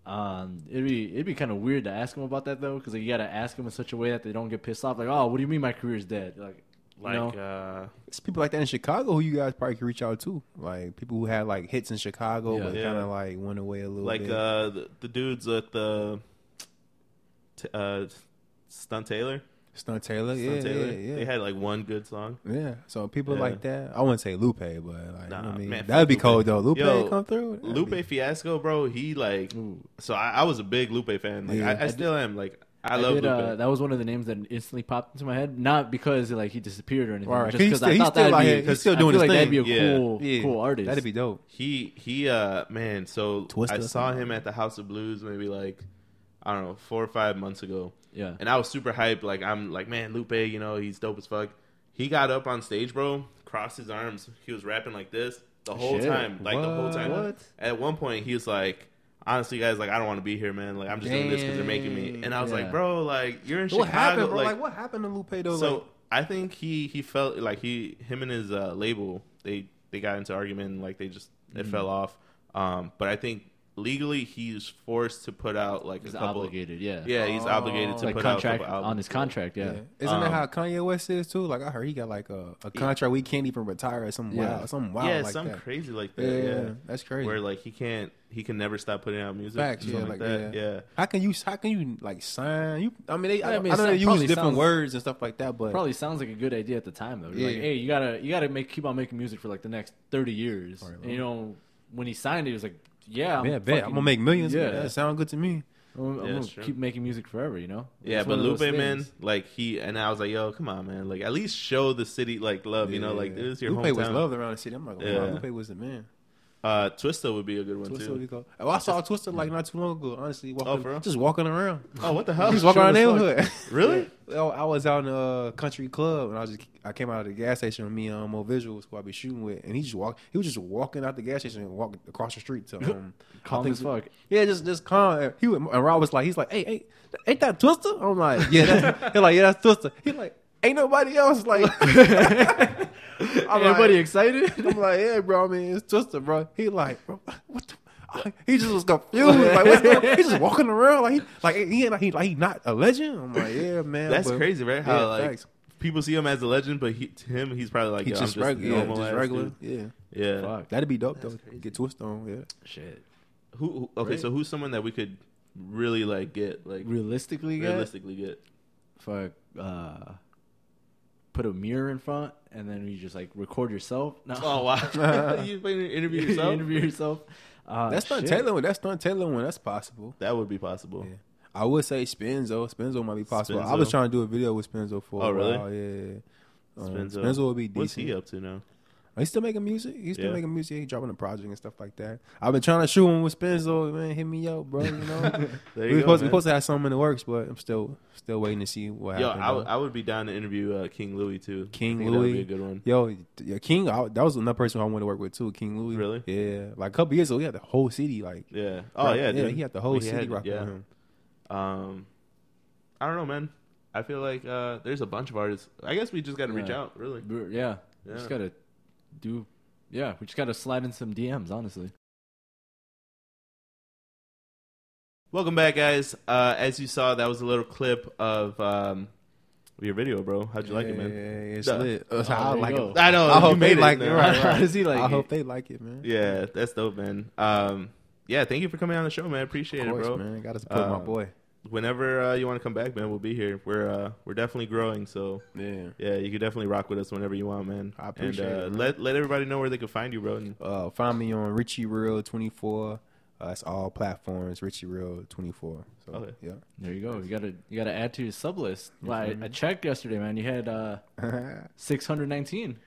S2: Um, it'd be it'd be kind of weird to ask him about that though, because like, you got to ask him in such a way that they don't get pissed off. Like, oh, what do you mean my career's dead? Like,
S1: Like,
S2: like
S1: uh,
S3: It's people like that in Chicago who you guys probably could reach out to. Like people who had like hits in Chicago
S2: Yeah.
S3: but
S1: Yeah.
S3: kind of like went away a little
S1: like
S3: bit.
S1: uh, the, the dudes at the t- uh, Stunt Taylor.
S3: Stunt Taylor.
S1: Son
S3: Yeah,
S1: Taylor.
S3: yeah,
S1: They
S3: yeah.
S1: had like one good song.
S3: Yeah, so people
S1: Yeah.
S3: like that. I wouldn't say Lupe, but like, you know
S1: Nah,
S3: what I mean,
S1: man,
S3: that'd be
S1: fuck Lupe.
S3: cold though. Lupe
S1: Yo,
S3: come through. that'd
S1: Lupe
S3: be-
S1: Fiasco, bro. He like
S2: ooh.
S1: so I, I was a big Lupe fan. Like
S3: Yeah.
S1: I, I still am. Like I, love
S2: did,
S1: Lupe.
S2: uh, that was one of the names that instantly popped into my head. Not because like he disappeared or anything, but
S3: Right,
S2: just
S3: he's
S2: because
S3: still-
S2: I
S3: he's
S2: thought
S3: still out here.
S2: that'd be
S3: He's still
S2: I
S3: doing
S2: feel
S3: his
S2: like that'd be
S3: thing.
S2: a
S1: Yeah.
S2: cool
S3: Yeah,
S2: cool artist.
S3: That'd be dope.
S1: he he uh man. So
S3: Twista
S1: I
S3: or
S1: saw
S3: something.
S1: him at the House of Blues maybe like I don't know four or five months ago,
S2: yeah.
S1: and I was super hyped. Like I'm like man, Lupe. You know he's dope as fuck. He got up on stage, bro. Crossed his arms. He was rapping like this the whole
S2: Shit.
S1: time. Like the whole time.
S2: What?
S1: At one point, he was like. Honestly, guys, like I don't want to be here, man. Like I'm just doing this because they're making me, and I was
S2: Dang.
S1: like, bro, like you're in Chicago.
S3: What happened, bro?
S1: like-
S3: Like, what happened to Lupe though?
S1: So I think he he felt like he him and his uh, label they they got into argument and, like they just it
S2: Mm-hmm.
S1: fell off. Um, but I think legally he's forced to put out like
S2: He's
S1: a couple.
S2: obligated. Yeah.
S1: Yeah, he's
S3: Oh.
S1: obligated
S2: It's
S1: to
S2: like
S1: put out
S2: contract
S1: a couple
S2: on
S1: albums.
S2: his contract. Yeah.
S3: Yeah. Isn't that
S1: Um,
S3: how Kanye West is too? Like I heard he got like a, a contract where he can't even retire or something
S2: Yeah.
S3: wild, something wild
S1: yeah,
S3: like
S1: something
S3: that.
S1: crazy like that.
S3: yeah,
S1: Yeah,
S3: that's crazy.
S1: where like he can't he can never stop putting out music.
S3: Facts,
S1: or something
S3: yeah,
S1: like
S3: like,
S1: that. Yeah.
S3: how can you? How can you like sign? You, I mean, they, I,
S2: I mean,
S3: I know
S2: it
S3: they use
S2: probably
S3: different
S2: sounds-
S3: words and stuff like that, but
S2: Probably sounds like a good idea at the time though. You're Like,
S3: Yeah.
S2: hey, you gotta you gotta make keep on making music for like the next thirty years.
S3: Right,
S2: and, you know, when he signed it, he was like, yeah, I'm,
S3: yeah, bet I'm
S2: fucking-
S3: gonna make millions.
S2: Yeah.
S3: Yeah, that sound good to me.
S2: I'm, I'm gonna
S1: that's true.
S2: keep making music forever. You know.
S1: Yeah,
S2: It's
S1: but
S2: one of
S1: Lupe,
S2: those
S1: man,
S2: things.
S1: like he and I was like, "Yo, come on, man! Like, at least show the city like love, you know? Like,
S3: Yeah.
S1: this is your
S3: Lupe
S1: hometown."
S3: was loved around the city. I'm like,
S1: Yeah.
S3: yeah. Lupe was the man.
S1: Uh, Twista would be a good one
S3: Twister,
S1: too. Oh,
S3: we go. Oh, I saw Twister like not too long ago. Honestly, walking,
S1: for real?
S3: just walking around.
S1: Oh, what the hell?
S3: Just walking around the
S1: Sure as fuck.
S3: neighborhood.
S1: Really?
S3: Well, I was out in a country club and I was just I came out of the gas station with me um more visuals who I be shooting with and he just walked he was just walking out the gas station and walking across the street to um I
S2: Calm
S3: think-
S2: as fuck.
S3: Yeah, just just calm. He was- and Rob was like he's like, Hey, hey, ain't that Twister? I'm like, Yeah, that's, he's like, Yeah, that's Twister. He like Ain't nobody else like. I'm
S2: Everybody
S3: like,
S2: excited?
S3: I'm like, yeah, bro. I mean, it's Twister, bro. He like, bro, what the. I- He just was confused. Like, what's going on? He's just walking around like, he, like he, ain't- he, like he not a legend. I'm like, yeah, man.
S1: That's
S3: but-
S1: crazy, right? How
S3: Yeah,
S1: like
S3: facts.
S1: people see him as a legend, but he, to him, he's probably like
S3: He
S1: Yo,
S3: just,
S1: I'm just
S3: regular, yeah,
S1: normal
S3: just
S1: ass
S3: regular.
S1: dude.
S3: Yeah,
S1: Yeah.
S2: Fuck.
S3: that'd be dope though.
S1: That's crazy.
S3: Get twist on, yeah.
S2: Shit.
S1: Who, who? Okay,
S2: Right.
S1: so who's someone that we could really like get like
S2: Realistically, guys,
S1: realistically get?
S2: fuck, uh, put a mirror in front and then you just like record yourself. No.
S1: Oh wow! you fucking interview yourself.
S2: Interview yourself. Uh,
S3: That's not
S2: shit.
S3: Taylor. That's not Taylor. When that's possible.
S1: That would be possible.
S3: Yeah. I would say Spenzo. Spenzo might be possible. I was
S1: Spenzo.
S3: trying to do a video with Spenzo for
S1: Oh,
S3: a
S1: really?
S3: while. Yeah. Um,
S1: Spenzo.
S3: Spenzo. would be decent.
S1: What's he up to now?
S3: He's still making music. He's still
S1: Yeah.
S3: making music. He dropping a project and stuff like that. I've been trying to shoot him with Spenzo. Man, hit me up, bro. You know,
S1: There
S3: we
S1: you
S3: were
S1: go,
S3: supposed, we
S1: man.
S3: supposed to have something in the works, but I'm still still waiting to see what
S1: Yo,
S3: happens.
S1: I, would- I would be down to interview uh, King Louis too.
S3: King
S1: I think that would be
S3: Louis.
S1: a good one.
S3: Yo, yeah, King. I, that was another person I wanted to work with too. King Louis.
S1: Really?
S3: Yeah. Like a couple years ago, he had the whole city. Like,
S1: Yeah. Oh yeah.
S3: yeah.
S1: dude.
S3: He had the whole
S1: He
S3: city
S1: had-
S3: rocking
S1: yeah.
S3: with him.
S1: Um, I don't know, man. I feel like uh, there's a bunch of artists. I guess we just got to reach
S2: Yeah.
S1: out, really.
S2: We're- Yeah. We
S1: Yeah.
S2: just gotta do. Yeah, we just gotta slide in some DMs. Honestly,
S1: Welcome back, guys. Uh, as you saw, that was a little clip of um, your video, bro. How'd you like it,
S3: Yeah,
S1: man?
S3: yeah, yeah, it's
S1: Duh.
S3: lit. That's
S2: Oh,
S3: how I
S2: there you
S3: like
S2: go.
S3: it.
S1: I know.
S3: I
S1: you
S3: hope they
S1: made it,
S3: like it.
S1: man.
S3: Right, right.
S2: Does he like
S3: I
S2: it?
S3: hope they like it, man.
S1: Yeah, that's dope, man. Um, yeah, thank you for coming on the show, man. Appreciate
S3: of course,
S1: it, bro.
S3: man. Got to support
S1: Uh,
S3: my boy.
S1: Whenever uh, you want to come back, man, we'll be here. We're uh, we're definitely growing, so
S3: Yeah.
S1: yeah, you can definitely rock with us whenever you want, man.
S3: I appreciate
S1: and, uh,
S3: it, man.
S1: Let let everybody know where they can find you, bro. And
S3: Uh, find me on Richie Real twenty four. Uh, it's all platforms. Richie Real twenty four. So
S1: Okay.
S2: There you go. You gotta you gotta add to your sub list.
S1: Mm-hmm.
S2: Well, I, I checked yesterday, man. You had uh
S3: yeah.
S2: six hundred nineteen.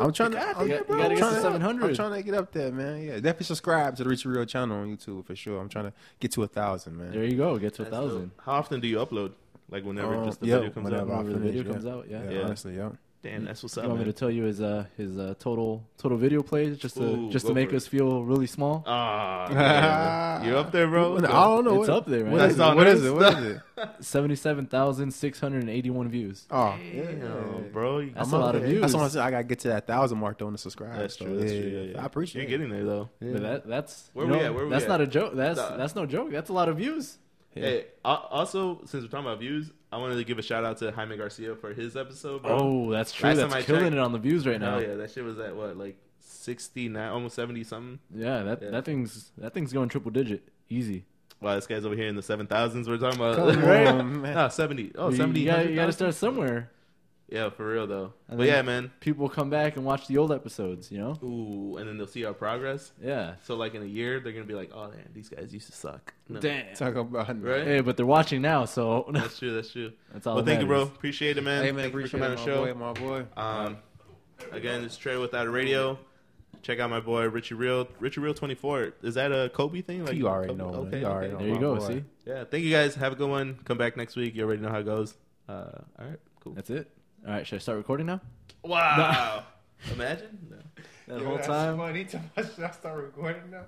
S3: I'm trying to.
S1: got
S3: I'm,
S2: there, bro.
S3: I'm
S2: You gotta get
S3: trying
S2: to 700.
S3: I'm trying to get up there, man. Yeah, definitely subscribe to the Richie Real channel on YouTube for sure. I'm trying to get to a thousand, man.
S2: There you go. Get to a
S1: That's dope.
S2: thousand.
S1: How often do you upload? Like whenever
S3: Um,
S1: just the
S3: yeah,
S1: video comes out.
S3: whenever I
S2: Whenever the video
S3: finish,
S2: comes out, yeah.
S3: Yeah,
S1: Yeah.
S3: honestly, yeah.
S1: Damn, that's what's
S2: You
S1: up,
S2: want me
S1: man.
S2: to tell you his uh his uh total total video plays just to
S1: Ooh,
S2: just
S1: go
S2: to make
S1: for it.
S2: us feel really small?
S1: Ah, man. you're up there, bro.
S3: I don't know.
S2: It's
S3: what,
S2: up there, man.
S3: What is
S1: That's
S3: it?
S1: on
S3: What
S1: us.
S3: is it? What is it?
S2: Seventy seven thousand six hundred and eighty one views.
S3: Oh,
S1: Damn,
S3: yeah.
S1: bro. You-
S2: That's
S3: I'm
S2: a
S3: up
S2: lot of
S3: there.
S2: views.
S3: That's what I'm saying. I gotta get to that thousand mark though, and subscribe.
S1: That's
S3: so,
S1: true. That's true. Yeah, yeah.
S3: I appreciate.
S1: You're getting there though.
S3: it.
S2: But that that's
S1: Where
S2: you
S1: we
S2: know,
S1: at? Where we
S2: that's
S1: at?
S2: not a joke. That's
S1: Nah.
S2: that's no joke. That's a lot of views.
S3: Yeah.
S1: Hey, al- also since we're talking about views, I wanted to give a shout out to Jaime Garcia for his episode, bro.
S2: Oh, that's true.
S1: Last time I
S2: that's killing
S1: checked-
S2: it on the views right now.
S1: Hell yeah, that shit was at what like sixty nine, almost seventy something.
S2: Yeah, that
S1: Yeah.
S2: that thing's that thing's going triple digit. Easy.
S1: Wow, this guy's over here in the seven thousands. We're talking about
S3: Come
S1: right?
S3: on, man.
S1: No, seventy. Oh,
S2: You-
S1: 70.
S2: You gotta, you gotta
S1: 100,000?
S2: start somewhere.
S1: Yeah, for real though.
S2: And
S1: but
S2: then-
S1: yeah, man.
S2: People come back and watch the old episodes, you know?
S1: Ooh, and then they'll see our progress.
S2: Yeah.
S1: So like in a year, they're gonna be like, "Oh man, these guys used to suck." No.
S2: Damn.
S3: Talk about
S1: Right?
S2: Hey, but they're watching now, so
S1: That's true. That's true.
S2: that's all.
S1: well,
S2: that
S1: thank you, bro.
S2: matters.
S1: Appreciate it, man.
S3: Oh, Hey man,
S1: Thank you for
S3: appreciate
S1: coming
S3: it, my boy, my boy.
S1: Um, again, it's Trey without a radio. Check out my boy Richie Real, Richie Real twenty four. Is that a Kobe thing?
S3: You already
S1: Kobe-
S3: know, man. You already know.
S2: There
S1: oh,
S2: you
S3: My
S2: go.
S3: boy.
S2: See,
S1: Yeah, thank you guys. Have a good one. Come back next week. You already know how it goes. Uh, all right, cool.
S2: that's it. All right, should I start recording now?
S1: Wow, imagine. No.
S2: That whole time.
S3: Anytime I start recording now,